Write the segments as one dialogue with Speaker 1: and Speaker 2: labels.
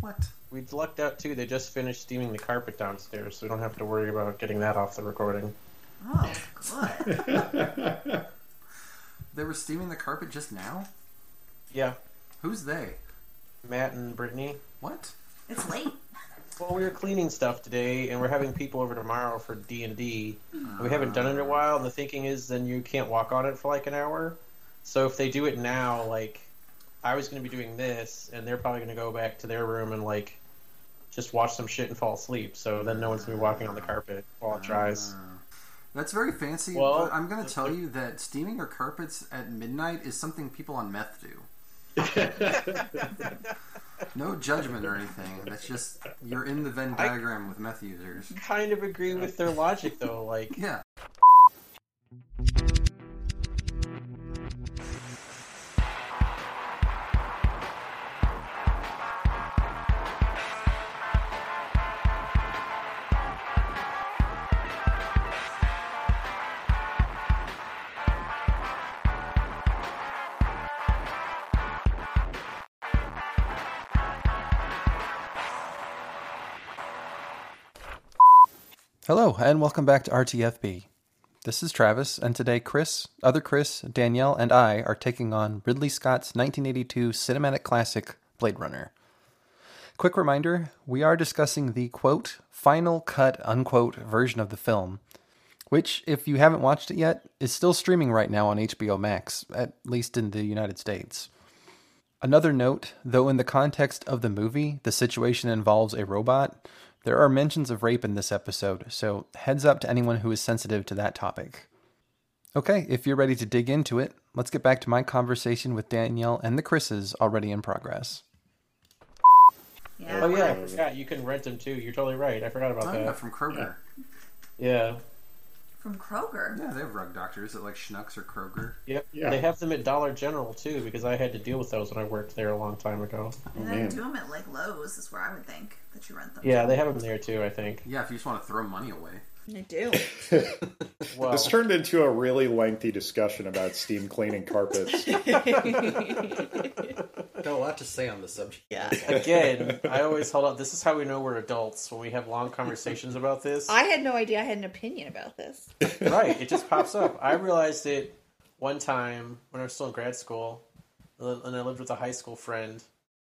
Speaker 1: What?
Speaker 2: We lucked out too. They just finished steaming the carpet downstairs, so we don't have to worry about getting that off the recording.
Speaker 1: Oh, good. they were steaming the carpet just now?
Speaker 2: Yeah,
Speaker 1: Who's they?
Speaker 2: Matt and Brittany.
Speaker 1: What?
Speaker 3: It's late.
Speaker 2: Well, we were cleaning stuff today, and we're having people over tomorrow for D and D. We haven't done it in a while, and the thinking is then you can't walk on it for like an hour. So if they do it now, like I was going to be doing this, and they're probably going to go back to their room and like just watch some shit and fall asleep. So then no one's going to be walking on the carpet while it dries.
Speaker 1: Uh, That's very fancy,
Speaker 2: Well,
Speaker 1: but I'm going to
Speaker 2: it's
Speaker 1: tell
Speaker 2: like-
Speaker 1: you that steaming your carpets at midnight is something people on meth do. No judgment or anything. That's just, you're in the Venn
Speaker 2: I-
Speaker 1: diagram with meth users.
Speaker 2: Kind of agree with their logic though. Like
Speaker 1: Yeah. Hello, and welcome back to RTFB. This is Travis, and today Chris, other Chris, Danielle, and I are taking on Ridley Scott's 1982 cinematic classic Blade Runner. Quick reminder we are discussing the quote, final cut, unquote version of the film, which, if you haven't watched it yet, is still streaming right now on HBO Max, at least in the United States. Another note, though in the context of the movie, the situation involves a robot, there are mentions of rape in this episode, so heads up to anyone who is sensitive to that topic. Okay, if you're ready to dig into it, let's get back to my conversation with Danielle and the Chris's already in progress.
Speaker 3: Yeah.
Speaker 2: oh yeah, I
Speaker 3: right.
Speaker 2: forgot you can rent them too. You're totally right. I forgot about that.
Speaker 1: from Kroger.
Speaker 2: Yeah.
Speaker 3: From Kroger.
Speaker 1: Yeah, they have rug doctors at like Schnucks or Kroger.
Speaker 2: Yep.
Speaker 4: Yeah.
Speaker 2: They have them at Dollar General too, because I had to deal with those when I worked there a long time ago.
Speaker 3: and then
Speaker 4: man.
Speaker 3: do them at like Lowe's is where I would think that you rent them.
Speaker 2: Yeah, they have them there too. I think.
Speaker 1: Yeah, if you just want to throw money away.
Speaker 3: They do.
Speaker 2: Well,
Speaker 4: This turned into a really lengthy discussion about steam cleaning carpets.
Speaker 1: Got a lot to say on the subject.
Speaker 5: yeah.
Speaker 2: again, I always hold up. This is how we know we're adults when we have long conversations about this.
Speaker 5: I had no idea I had an opinion about this.
Speaker 2: right, it just pops up. I realized it one time when I was still in grad school, and I lived with a high school friend.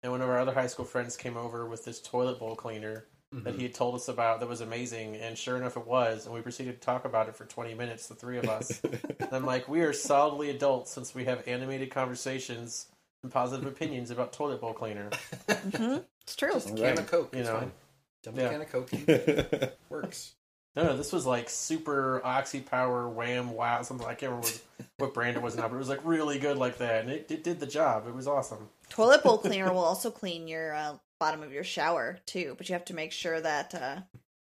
Speaker 2: And one of our other high school friends came over with this toilet bowl cleaner that
Speaker 1: Mm-hmm.
Speaker 2: he had told us about that was amazing. And sure enough, it was. And we proceeded to talk about it for 20 minutes, the three of us. and I'm like, we are solidly adults since we have animated conversations and positive opinions about toilet bowl cleaner.
Speaker 5: It's true.
Speaker 1: Can of Coke,
Speaker 2: You
Speaker 1: it's
Speaker 2: know.
Speaker 1: fine. Dump
Speaker 2: Yeah.
Speaker 1: a can of Coke
Speaker 4: Right.
Speaker 1: works.
Speaker 2: No, no, this was like super oxy power, wham, wow, something. I can't remember what, what brand it was now, but it was like really good like that, and it, it did the job. It was awesome.
Speaker 5: Toilet bowl cleaner will also clean your uh, bottom of your shower too, but you have to make sure that uh,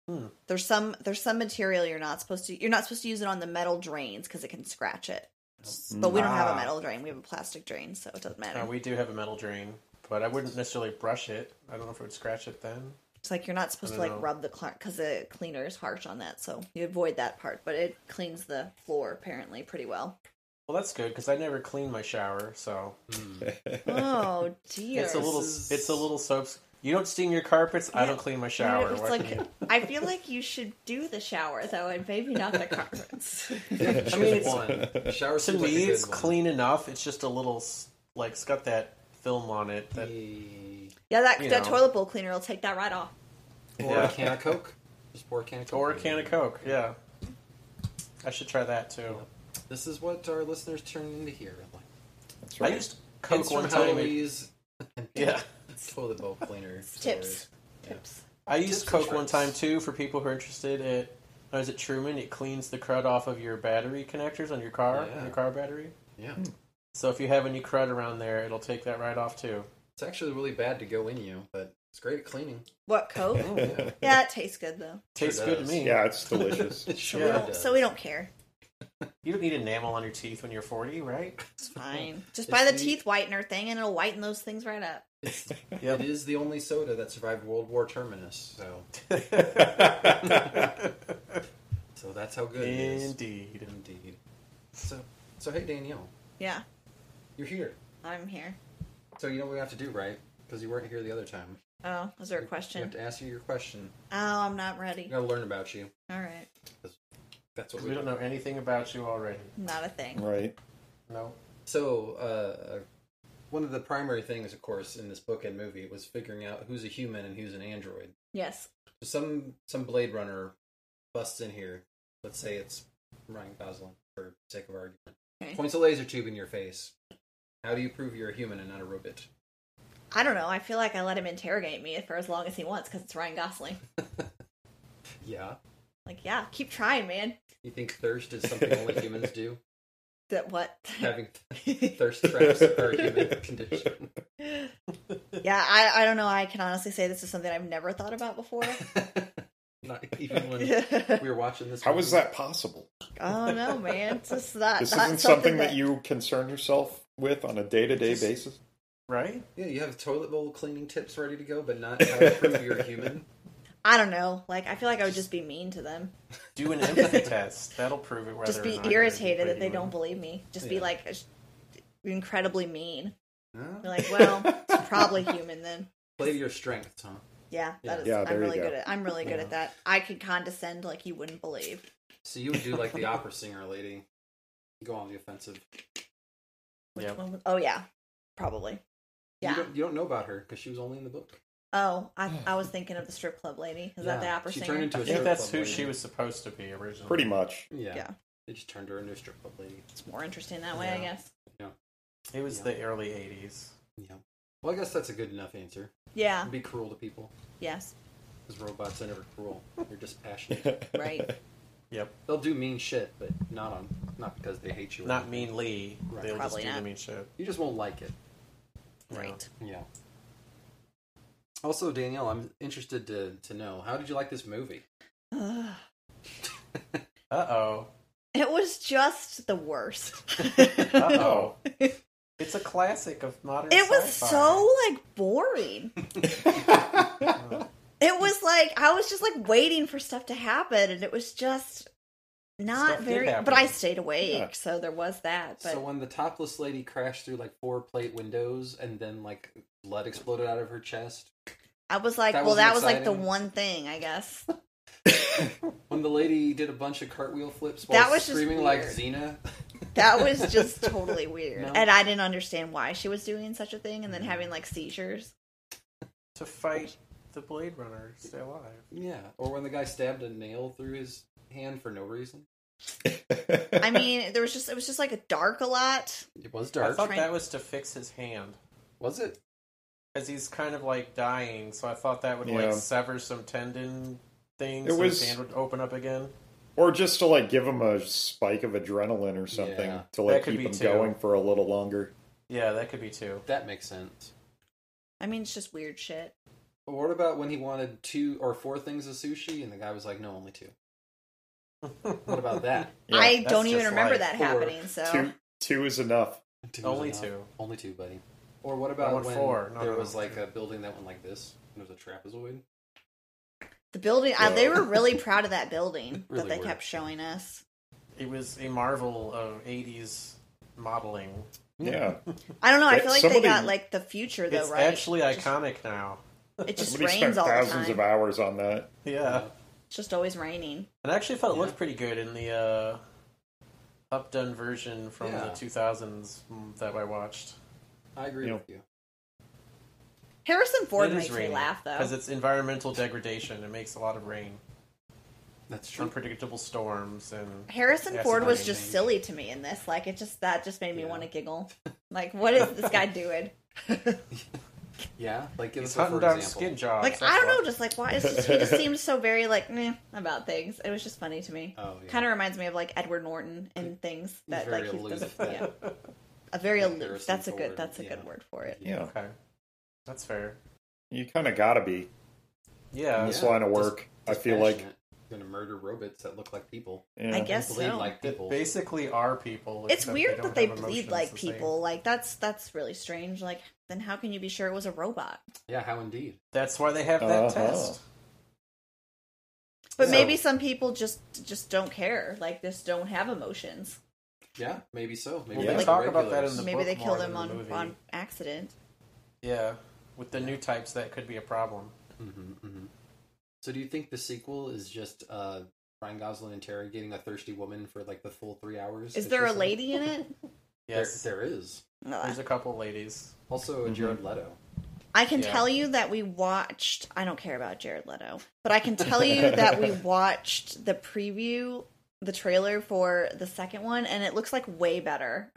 Speaker 2: Hmm.
Speaker 5: there's some there's some material you're not supposed to you're not supposed to use it on the metal drains because it can scratch it.
Speaker 4: Mm,
Speaker 5: But we don't have
Speaker 2: Ah.
Speaker 5: a metal drain; we have a plastic drain, so it doesn't matter.
Speaker 2: Now, Uh, we do have a metal drain, but I wouldn't necessarily brush it. I don't know if it would scratch it then.
Speaker 5: It's like you're not supposed to
Speaker 2: I
Speaker 5: like
Speaker 2: don't know.
Speaker 5: rub the because the cleaner is harsh on that, so you avoid that part. But it cleans the floor apparently pretty well.
Speaker 2: Well, that's good because I never clean my shower, so
Speaker 5: Oh dear!
Speaker 2: it's a little it's a little soaps. You don't steam your carpets. I don't clean my shower.
Speaker 5: It's
Speaker 2: What
Speaker 5: like
Speaker 2: can you-
Speaker 5: I feel like you should do the shower though, and maybe not the carpets.
Speaker 2: I mean, it's,
Speaker 1: Shower
Speaker 2: to me, it's clean enough. It's just a little s- like it's got that film on it that
Speaker 5: yeah, that
Speaker 2: You
Speaker 5: that
Speaker 2: know.
Speaker 5: toilet bowl cleaner will take that right off.
Speaker 1: Or
Speaker 2: Yeah.
Speaker 1: a can of Coke. Just pour a can of Coke.
Speaker 2: or a can of Coke. Yeah, I should try that too.
Speaker 6: This is what our listeners turn into here. Like,
Speaker 2: I used Coke
Speaker 6: hints from
Speaker 2: one time. and-
Speaker 6: Heloise
Speaker 2: Yeah,
Speaker 6: toilet bowl cleaner
Speaker 5: Tips,
Speaker 6: stories.
Speaker 5: tips.
Speaker 2: I used
Speaker 6: Tips and
Speaker 2: Coke one
Speaker 6: tricks.
Speaker 2: time too for people who are interested. It I was at Truman. It cleans the crud off of your battery connectors on your car, on
Speaker 6: Yeah.
Speaker 2: your car battery.
Speaker 6: Yeah,
Speaker 2: So if you have any crud around there, it'll take that right off too.
Speaker 6: it's actually really bad to go in you, but it's great at cleaning.
Speaker 5: What Coke? yeah, it tastes good though.
Speaker 2: Tastes good to
Speaker 6: does.
Speaker 2: me.
Speaker 4: yeah, it's delicious.
Speaker 6: It sure
Speaker 5: We
Speaker 2: Yeah.
Speaker 5: don't- so we don't care.
Speaker 2: You don't need enamel on your teeth when you're 40, right?
Speaker 5: It's fine. Just buy
Speaker 6: If
Speaker 5: the
Speaker 6: we-
Speaker 5: teeth whitener thing, and it'll whiten those things right up.
Speaker 2: Yep.
Speaker 6: It is the only soda that survived World War Terminus. So, so that's how good it is.
Speaker 2: Indeed.
Speaker 6: Indeed. So, so hey Danielle,
Speaker 5: Yeah,
Speaker 6: you're here.
Speaker 5: I'm here.
Speaker 6: So you know what we have to do, right? Because you weren't here the other time.
Speaker 5: Oh, is there a
Speaker 6: You have
Speaker 5: question?
Speaker 6: to answer your question.
Speaker 5: Oh, I'm not ready.
Speaker 6: We gotta learn about you.
Speaker 5: All right.
Speaker 6: That's what we,
Speaker 2: We don't know anything about you already.
Speaker 5: Not a thing.
Speaker 4: Right.
Speaker 2: No.
Speaker 6: So, uh, uh, one of the primary things, of course, in this book and movie was figuring out who's a human and who's an android.
Speaker 5: Yes.
Speaker 6: some some Blade Runner busts in here. Let's say it's Ryan Gosling for sake of argument.
Speaker 5: Okay.
Speaker 6: Points a laser tube in your face. How do you prove you're a human and not a robot?
Speaker 5: I don't know. I feel like I let him interrogate me for as long as he wants because it's Ryan Gosling.
Speaker 6: Yeah.
Speaker 5: Like, yeah, keep trying, man.
Speaker 6: You think thirst is something only humans do?
Speaker 5: That what?
Speaker 6: Having thirst traps are a human condition.
Speaker 5: yeah, I, I don't know. I can honestly say this is something I've never thought about before.
Speaker 6: not even when
Speaker 5: I
Speaker 6: we were watching this.
Speaker 4: How
Speaker 6: movie.
Speaker 4: is that possible?
Speaker 5: don't know, man. It's just not.
Speaker 4: This
Speaker 5: not
Speaker 4: isn't something that you concern yourself with on a day to day
Speaker 6: Just-
Speaker 4: basis.
Speaker 2: Right?
Speaker 6: Yeah, you have toilet bowl cleaning tips ready to go, but not how to prove you're a human.
Speaker 5: I don't know. Like, I feel like I would just be mean to them.
Speaker 2: Do an empathy test. That'll prove it. Whether
Speaker 5: Just
Speaker 2: or
Speaker 5: be
Speaker 2: not you're
Speaker 5: irritated
Speaker 2: a
Speaker 5: that they
Speaker 2: human.
Speaker 5: don't believe me. Just be
Speaker 6: Yeah.
Speaker 5: like sh- incredibly mean.
Speaker 6: Huh?
Speaker 5: Be like, well, it's probably human then.
Speaker 6: Play to your strengths, huh?
Speaker 5: Yeah, that is.
Speaker 4: Yeah, there
Speaker 5: I'm
Speaker 4: you
Speaker 5: really
Speaker 4: go.
Speaker 5: good at. I'm really good at that. I could condescend like you wouldn't believe.
Speaker 6: So you would do like the opera singer lady. Go on the offensive.
Speaker 5: Which
Speaker 2: Yep.
Speaker 5: one? would- Oh yeah, probably. Yeah.
Speaker 6: You don't, you don't know about her because she was only in the book.
Speaker 5: Oh, I, I was thinking of the strip club lady. Is that the opera
Speaker 6: she
Speaker 5: singer?
Speaker 6: turned into
Speaker 2: I
Speaker 6: a
Speaker 2: think
Speaker 6: strip
Speaker 2: that's
Speaker 6: club
Speaker 2: who
Speaker 6: lady.
Speaker 2: she was supposed to be originally.
Speaker 4: Pretty much.
Speaker 6: Yeah.
Speaker 5: Yeah.
Speaker 6: They just turned her into a strip club lady.
Speaker 5: It's more interesting that way, I
Speaker 2: Yeah.
Speaker 5: guess.
Speaker 2: It was
Speaker 6: Yeah.
Speaker 2: the early '80s.
Speaker 6: Yeah. Well, I guess that's a good enough answer.
Speaker 5: Yeah.
Speaker 6: Be cruel to people
Speaker 5: Yes.
Speaker 6: because robots are never cruel. They're just passionate.
Speaker 5: Right.
Speaker 2: Yep.
Speaker 6: They'll do mean shit, but not on not because they hate you. or
Speaker 2: Not
Speaker 6: anything.
Speaker 2: mean Lee.
Speaker 6: Right.
Speaker 2: They'll just
Speaker 5: Probably
Speaker 2: do
Speaker 5: not.
Speaker 2: the mean shit.
Speaker 6: You just won't like it.
Speaker 2: Yeah.
Speaker 5: Right.
Speaker 6: Yeah. Also, Danielle, I'm interested to to know how did you like this movie?
Speaker 5: Ugh.
Speaker 2: Uh oh.
Speaker 5: It was just the worst.
Speaker 2: Uh
Speaker 5: it
Speaker 2: oh. it's a classic of modern.
Speaker 5: was
Speaker 2: sci-fi.
Speaker 5: so like boring. it was like I was just like waiting for stuff to happen, and it was just not
Speaker 2: Stuff did
Speaker 5: very.
Speaker 2: happen.
Speaker 5: But I stayed awake,
Speaker 4: Yeah.
Speaker 5: so there was that. But
Speaker 6: So when the topless lady crashed through like four plate windows and then like blood exploded out of her chest,
Speaker 5: I was like,
Speaker 6: that
Speaker 5: well,
Speaker 6: wasn't
Speaker 5: that was like the
Speaker 6: exciting.
Speaker 5: one thing I guess.
Speaker 6: when the lady did a bunch of cartwheel flips while
Speaker 5: That was just
Speaker 6: screaming like
Speaker 5: weird.
Speaker 6: Xena,
Speaker 5: That was just totally weird,
Speaker 6: No.
Speaker 5: and I didn't understand why she was doing such a thing, and then having like seizures.
Speaker 2: to fight the Blade Runner, to stay alive.
Speaker 6: yeah, or when the guy stabbed a nail through his hand for no reason.
Speaker 5: I mean, there was just it was just like a dark a lot.
Speaker 6: It was
Speaker 2: I
Speaker 6: dark,
Speaker 2: thought
Speaker 5: Train-
Speaker 2: that was to fix his hand.
Speaker 6: was it?
Speaker 2: Because he's kind of like dying, so I thought that would
Speaker 4: Yeah.
Speaker 2: like sever some tendon things.
Speaker 4: It
Speaker 2: so
Speaker 4: was-
Speaker 2: his hand would open up again.
Speaker 4: or just to like give him a spike of adrenaline or something
Speaker 6: Yeah.
Speaker 4: to like
Speaker 2: That could
Speaker 4: keep
Speaker 2: be
Speaker 4: him
Speaker 2: too.
Speaker 4: going for a little longer.
Speaker 2: Yeah, that could be too.
Speaker 6: That makes sense.
Speaker 5: I mean, it's just weird shit.
Speaker 6: But what about when he wanted two or four things of sushi and the guy was like, "No, only two. What about that?
Speaker 4: Yeah.
Speaker 5: I
Speaker 2: that's
Speaker 5: don't even
Speaker 2: just
Speaker 5: remember
Speaker 2: life.
Speaker 5: that
Speaker 6: Or
Speaker 5: happening. So
Speaker 4: Two two is enough.
Speaker 6: Two is
Speaker 2: Only
Speaker 6: enough.
Speaker 2: two.
Speaker 6: Only two, buddy. Or what
Speaker 2: I
Speaker 6: about
Speaker 2: want
Speaker 6: when
Speaker 2: four. No,
Speaker 6: there
Speaker 2: no, no,
Speaker 6: was like
Speaker 2: two.
Speaker 6: a building that went like this and it was a trapezoid?
Speaker 5: the building, I, they
Speaker 4: Whoa.
Speaker 5: were really proud of that building
Speaker 6: Really
Speaker 5: that they
Speaker 6: were.
Speaker 5: kept showing us.
Speaker 2: It was a marvel of '80s modeling.
Speaker 4: Yeah.
Speaker 5: I don't know. I
Speaker 4: Yeah,
Speaker 5: feel like
Speaker 4: somebody-
Speaker 5: they got like the future though,
Speaker 2: it's
Speaker 5: right?
Speaker 2: actually
Speaker 5: Just-
Speaker 2: iconic now.
Speaker 5: It just
Speaker 4: Somebody spent
Speaker 5: rains all the
Speaker 4: thousands
Speaker 5: time.
Speaker 4: of hours on that.
Speaker 2: Yeah,
Speaker 6: Uh,
Speaker 5: It's just always raining.
Speaker 2: and I actually thought it
Speaker 6: Yeah.
Speaker 2: looked pretty good in the uh, updone version from
Speaker 6: Yeah.
Speaker 2: the 2000s that I watched.
Speaker 6: I agree
Speaker 4: Yeah.
Speaker 6: with you.
Speaker 5: Harrison Ford
Speaker 2: It is
Speaker 5: makes me laugh
Speaker 2: because
Speaker 5: though.
Speaker 2: it's environmental degradation. It makes a lot of rain,
Speaker 6: That's true.
Speaker 2: unpredictable storms, and
Speaker 5: Harrison
Speaker 2: Yeah, it's
Speaker 5: Ford was
Speaker 2: amazing.
Speaker 5: just silly to me in this. Like it just that just made me
Speaker 6: Yeah.
Speaker 5: want to giggle. Like what is this guy doing?
Speaker 6: Yeah, like give
Speaker 2: He's
Speaker 6: us a for
Speaker 2: hunting down
Speaker 6: example.
Speaker 2: skin jobs.
Speaker 5: Like
Speaker 2: that's
Speaker 5: I don't
Speaker 2: why.
Speaker 5: know, just like why? It's just, he just seems so very like meh about things. It was just funny to me.
Speaker 6: Oh, yeah.
Speaker 5: Kind of reminds me of like Edward Norton and things that
Speaker 6: very
Speaker 5: like he does.
Speaker 6: aloof,
Speaker 5: Yeah, a very
Speaker 6: Yeah,
Speaker 5: aloof.
Speaker 6: Harrison
Speaker 5: That's a good.
Speaker 6: Ford,
Speaker 5: That's a
Speaker 6: yeah.
Speaker 5: good word for it.
Speaker 4: Yeah.
Speaker 2: Okay, that's fair.
Speaker 4: You kinda gotta be in
Speaker 2: Uh, Yeah,
Speaker 4: this
Speaker 6: Yeah.
Speaker 4: line of work. I feel like
Speaker 6: Passionate. You're gonna murder robots that look like people.
Speaker 4: yeah.
Speaker 5: I guess
Speaker 6: Bleed
Speaker 5: so.
Speaker 6: like
Speaker 2: that
Speaker 6: people.
Speaker 2: basically are people.
Speaker 5: it's
Speaker 2: except
Speaker 5: weird
Speaker 2: don't
Speaker 5: that they
Speaker 2: have
Speaker 5: bleed
Speaker 2: emotions
Speaker 5: like
Speaker 2: the same.
Speaker 5: people. Like that's that's really strange. Like then how can you be sure it was a robot?
Speaker 6: Yeah, how indeed.
Speaker 2: That's why they have that
Speaker 4: Uh-huh.
Speaker 2: test.
Speaker 5: But
Speaker 6: So-
Speaker 5: maybe some people just just don't care. Like just don't have emotions.
Speaker 6: Yeah, maybe so. Maybe
Speaker 2: Well,
Speaker 4: they
Speaker 6: that's
Speaker 2: talk
Speaker 6: the
Speaker 2: about that
Speaker 6: regulars.
Speaker 2: in the-
Speaker 5: Maybe they
Speaker 2: book
Speaker 5: kill
Speaker 2: more
Speaker 5: them
Speaker 2: than the
Speaker 5: on
Speaker 2: movie.
Speaker 5: on accident.
Speaker 2: Yeah, With the new types, that could be a problem.
Speaker 6: hmm hmm So do you think the sequel is just uh, Ryan Gosling interrogating a thirsty woman for like the full three hours?
Speaker 5: Is
Speaker 6: that
Speaker 5: there
Speaker 6: she
Speaker 5: a
Speaker 6: said?
Speaker 5: lady in it?
Speaker 6: There-
Speaker 2: Yes, Mm-hmm.
Speaker 6: there is.
Speaker 5: No, I-
Speaker 2: there's a couple ladies.
Speaker 6: Also, a Jared Leto.
Speaker 5: I can
Speaker 2: Yeah.
Speaker 5: tell you that we watched. I don't care about Jared Leto, but I can tell you that we watched the preview, the trailer for the second one, and it looks like way better.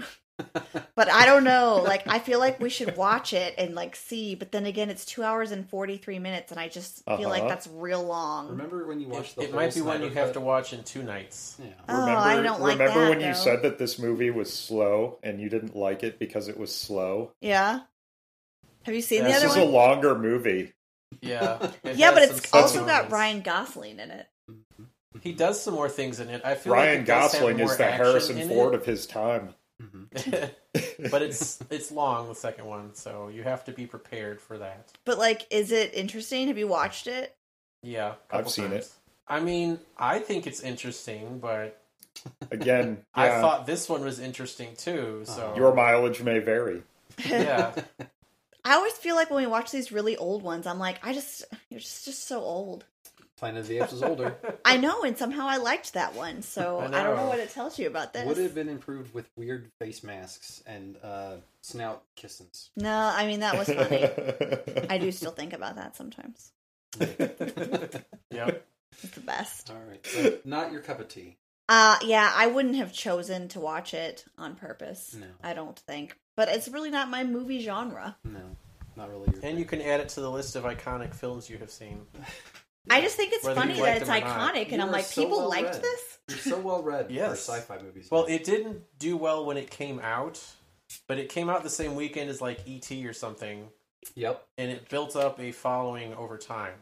Speaker 5: but I don't know. Like, I feel like we should watch it and like see. But then again, it's two hours and forty three minutes, and I just feel like
Speaker 4: Uh-huh.
Speaker 5: that's real long.
Speaker 6: Remember when you watched
Speaker 2: It,
Speaker 6: the
Speaker 2: it
Speaker 6: whole
Speaker 2: might be one
Speaker 6: Snyder
Speaker 2: you have
Speaker 6: Cut?
Speaker 2: to watch in two nights.
Speaker 6: Yeah.
Speaker 5: Oh, I don't like
Speaker 4: remember
Speaker 5: that,
Speaker 4: when
Speaker 5: though.
Speaker 4: you said that this movie was slow and you didn't like it because it was slow?
Speaker 5: yeah. Have you seen
Speaker 2: Yeah,
Speaker 5: the
Speaker 4: This
Speaker 5: other
Speaker 4: is
Speaker 5: one?
Speaker 4: a longer movie.
Speaker 2: Yeah, it
Speaker 5: yeah,
Speaker 2: has
Speaker 5: but
Speaker 2: some
Speaker 5: it's
Speaker 2: slow
Speaker 5: also got
Speaker 2: moments.
Speaker 5: Ryan Gosling in it.
Speaker 2: He does some more things in it. I feel
Speaker 4: Ryan
Speaker 2: like it does have
Speaker 4: Gosling
Speaker 2: more
Speaker 4: is the
Speaker 2: action
Speaker 4: Harrison
Speaker 2: in
Speaker 4: Ford
Speaker 2: it.
Speaker 4: of his time.
Speaker 6: Mhm.
Speaker 2: but it's it's long the second one, so you have to be prepared for that.
Speaker 5: But like, is it interesting? Have you watched it?
Speaker 2: Yeah,
Speaker 4: I've seen it.
Speaker 2: I mean, I think it's interesting, but
Speaker 4: Again,
Speaker 2: I
Speaker 4: yeah,
Speaker 2: thought this one was interesting too. So
Speaker 4: your mileage may vary.
Speaker 2: yeah,
Speaker 5: I always feel like when we watch these really old ones, I'm like, I just you're just just so old.
Speaker 6: Planet of the Apes is older.
Speaker 5: I know, and somehow I liked that one, so I,
Speaker 2: I
Speaker 5: don't know
Speaker 2: know.
Speaker 5: what it tells you about this.
Speaker 6: Would have been improved with weird face masks and uh, snout kissings.
Speaker 5: No, I mean that was funny. I do still think about that sometimes.
Speaker 2: yeah.
Speaker 5: It's the best.
Speaker 6: All right, so not your cup of tea.
Speaker 5: Uh yeah, I wouldn't have chosen to watch it on purpose.
Speaker 6: No.
Speaker 5: I don't think. But it's really not my movie genre.
Speaker 6: No, not really. Your
Speaker 2: And you can add it to the list of iconic films you have seen.
Speaker 5: I just think it's
Speaker 2: Whether you
Speaker 5: funny that
Speaker 2: liked
Speaker 5: it's
Speaker 2: them or not,
Speaker 5: iconic and
Speaker 6: you
Speaker 5: I'm
Speaker 6: are
Speaker 5: like,
Speaker 6: so
Speaker 5: people
Speaker 6: well
Speaker 5: liked
Speaker 6: read.
Speaker 5: this?
Speaker 6: You're so well read
Speaker 2: Yes.
Speaker 6: for sci-fi movies.
Speaker 2: Well, it didn't do well when it came out, but it came out the same weekend as like ET or something,
Speaker 6: Yep.
Speaker 2: and it built up a following over time.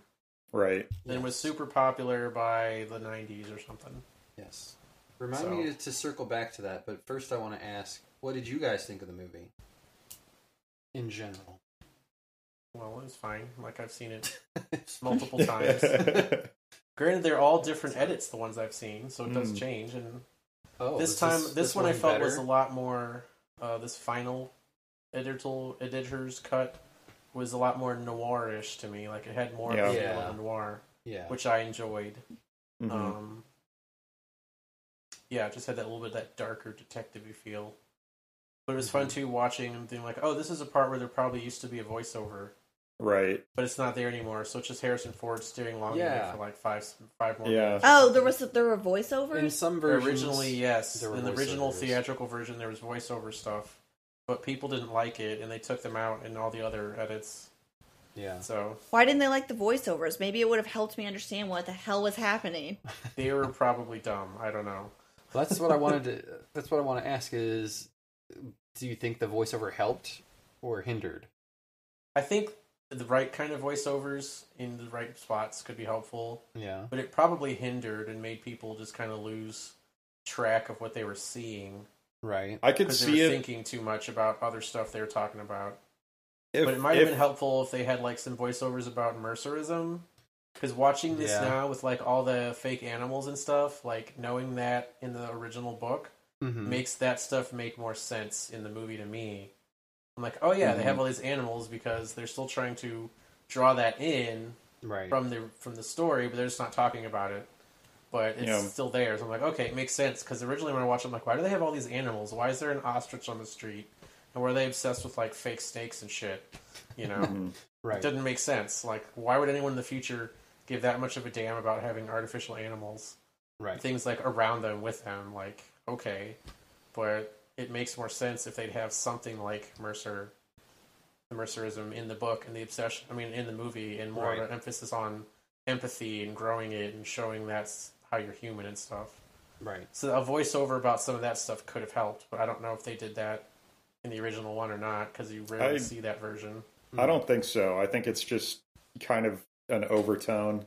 Speaker 4: right.
Speaker 2: And was super popular by the '90s or something.
Speaker 6: Yes. Remind
Speaker 2: So-
Speaker 6: me to, to circle back to that, but first I want to ask, what did you guys think of the movie in general?
Speaker 2: Well, it was fine. Like I've seen it multiple times. Granted, they're all different edits. The ones I've seen, so it does
Speaker 4: Mm.
Speaker 2: change. And
Speaker 6: Oh,
Speaker 2: this
Speaker 6: is
Speaker 2: time, this, one, I felt was a
Speaker 6: better?
Speaker 2: lot more. Uh, this final editorial editor's cut was a lot more noirish to me. Like it had more
Speaker 4: Yeah.
Speaker 2: of a feel
Speaker 6: Yeah.
Speaker 2: of a noir,
Speaker 6: yeah.
Speaker 2: which I enjoyed.
Speaker 4: Mhm.
Speaker 6: Mm-hmm.
Speaker 2: Um, yeah, it just had that little bit of that darker detective-y feel. But it was fun
Speaker 6: Mm-hmm.
Speaker 2: too watching and being like, oh, this is a part where there probably used to be a voiceover,
Speaker 4: right.
Speaker 2: but it's not there anymore. So it's just Harrison Ford staring long at
Speaker 6: Yeah.
Speaker 2: me for like five five more.
Speaker 4: Yeah.
Speaker 2: minutes.
Speaker 5: Oh, there was there were voiceovers?
Speaker 6: in some versions
Speaker 2: Originally, yes,
Speaker 6: there were
Speaker 2: in the original
Speaker 6: voiceovers.
Speaker 2: theatrical version, there was voiceover stuff, but people didn't like it, and they took them out in all the other edits.
Speaker 6: Yeah.
Speaker 2: So
Speaker 5: Why didn't they like the voiceovers? Maybe it would have helped me understand what the hell was happening.
Speaker 2: they were probably dumb. I don't know.
Speaker 6: Well, that's what I wanted to. That's what I want to ask is, do you think the voiceover helped or hindered?
Speaker 2: I think the right kind of voiceovers in the right spots could be helpful.
Speaker 6: Yeah.
Speaker 2: but it probably hindered and made people just kind of lose track of what they were seeing
Speaker 6: Right.
Speaker 4: I could
Speaker 2: because they were
Speaker 4: see it.
Speaker 2: thinking too much about other stuff they were talking about.
Speaker 4: if-
Speaker 2: but it might have
Speaker 4: if-
Speaker 2: been helpful if they had like some voiceovers about mercerism. Because watching this
Speaker 6: Yeah.
Speaker 2: now with like all the fake animals and stuff, like knowing that in the original book
Speaker 6: Mm-hmm.
Speaker 2: makes that stuff make more sense in the movie to me. I'm like, oh yeah, they
Speaker 4: Mm-hmm.
Speaker 2: have all these animals because they're still trying to draw that in
Speaker 6: Right.
Speaker 2: from the from the story, but they're just not talking about it. But it's
Speaker 4: Yeah.
Speaker 2: still there. So I'm like, okay, it makes sense because originally when I watched, it, I'm like, why do they have all these animals? Why is there an ostrich on the street? And were they obsessed with like fake snakes and shit? You know, it
Speaker 6: right.
Speaker 2: doesn't make sense. Like, why would anyone in the future give that much of a damn about having artificial animals,
Speaker 6: Right.
Speaker 2: things like around them with them? Like, okay, but it makes more sense if they'd have something like Mercer, the Mercerism in the book and the obsession. I mean, in the movie, and more of
Speaker 6: Right.
Speaker 2: an emphasis on empathy and growing it and showing that's how you're human and stuff.
Speaker 6: Right.
Speaker 2: So a voiceover about some of that stuff could have helped, but I don't know if they did that in the original one or not because you rarely
Speaker 4: I-
Speaker 2: see that version.
Speaker 4: I don't think so. I think it's just kind of an overtone.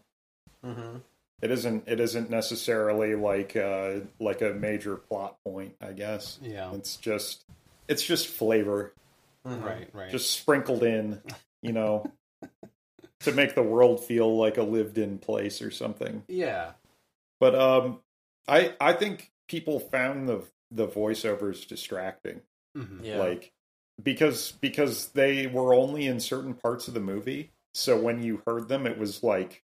Speaker 2: hmm
Speaker 4: It isn't. It isn't necessarily like uh, like a major plot point. I guess.
Speaker 6: Yeah.
Speaker 4: It's just. It's just flavor,
Speaker 2: Mm-hmm.
Speaker 6: Right. Right.
Speaker 4: just sprinkled in, you know, to make the world feel like a lived-in place or something.
Speaker 6: yeah.
Speaker 4: But um, I I think people found the the voiceovers distracting.
Speaker 6: Mm-hmm.
Speaker 2: Yeah.
Speaker 4: Like because because they were only in certain parts of the movie. So when you heard them, it was like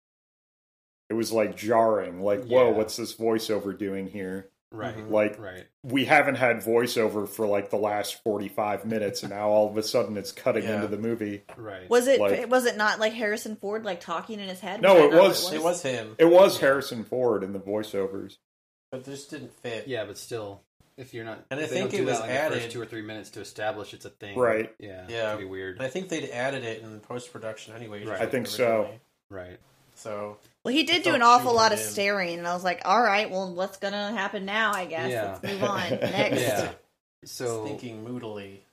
Speaker 4: it was like jarring. Like, whoa,
Speaker 6: Yeah. Mm-hmm.
Speaker 4: what's this voiceover doing here?
Speaker 6: Right.
Speaker 2: Mhm.
Speaker 4: Like
Speaker 6: Right.
Speaker 4: we haven't had voiceover for like the last forty five minutes, and now all of a sudden it's cutting
Speaker 2: Yeah.
Speaker 4: into the movie.
Speaker 6: Right.
Speaker 5: Was it
Speaker 4: Like-
Speaker 5: was it not like Harrison Ford like talking in his head?
Speaker 4: No,
Speaker 5: Was
Speaker 4: it
Speaker 5: that not
Speaker 4: was-
Speaker 5: what
Speaker 2: It was him,
Speaker 4: It was
Speaker 6: Yeah.
Speaker 4: Harrison Ford in the voiceovers.
Speaker 2: but this didn't fit.
Speaker 6: Yeah, but still, if you're not,
Speaker 2: And I
Speaker 6: if they don't
Speaker 2: think it
Speaker 6: do that
Speaker 2: was
Speaker 6: in the
Speaker 2: added-
Speaker 6: first two or three minutes to establish it's a thing,
Speaker 4: Right.
Speaker 6: Yeah,
Speaker 2: Yeah.
Speaker 6: it'd be weird,
Speaker 2: And I think they'd added it in post production anyway.
Speaker 6: Right.
Speaker 4: I think so.
Speaker 2: originally.
Speaker 6: right?
Speaker 2: So
Speaker 5: Well, he did
Speaker 2: I
Speaker 5: do an
Speaker 2: felt
Speaker 5: awful lot of
Speaker 2: treated him.
Speaker 5: staring, and I was like, "All right, well, what's gonna happen now? I guess
Speaker 6: Yeah.
Speaker 5: let's move on next."
Speaker 6: Yeah.
Speaker 2: so,
Speaker 6: So,
Speaker 2: thinking moodily.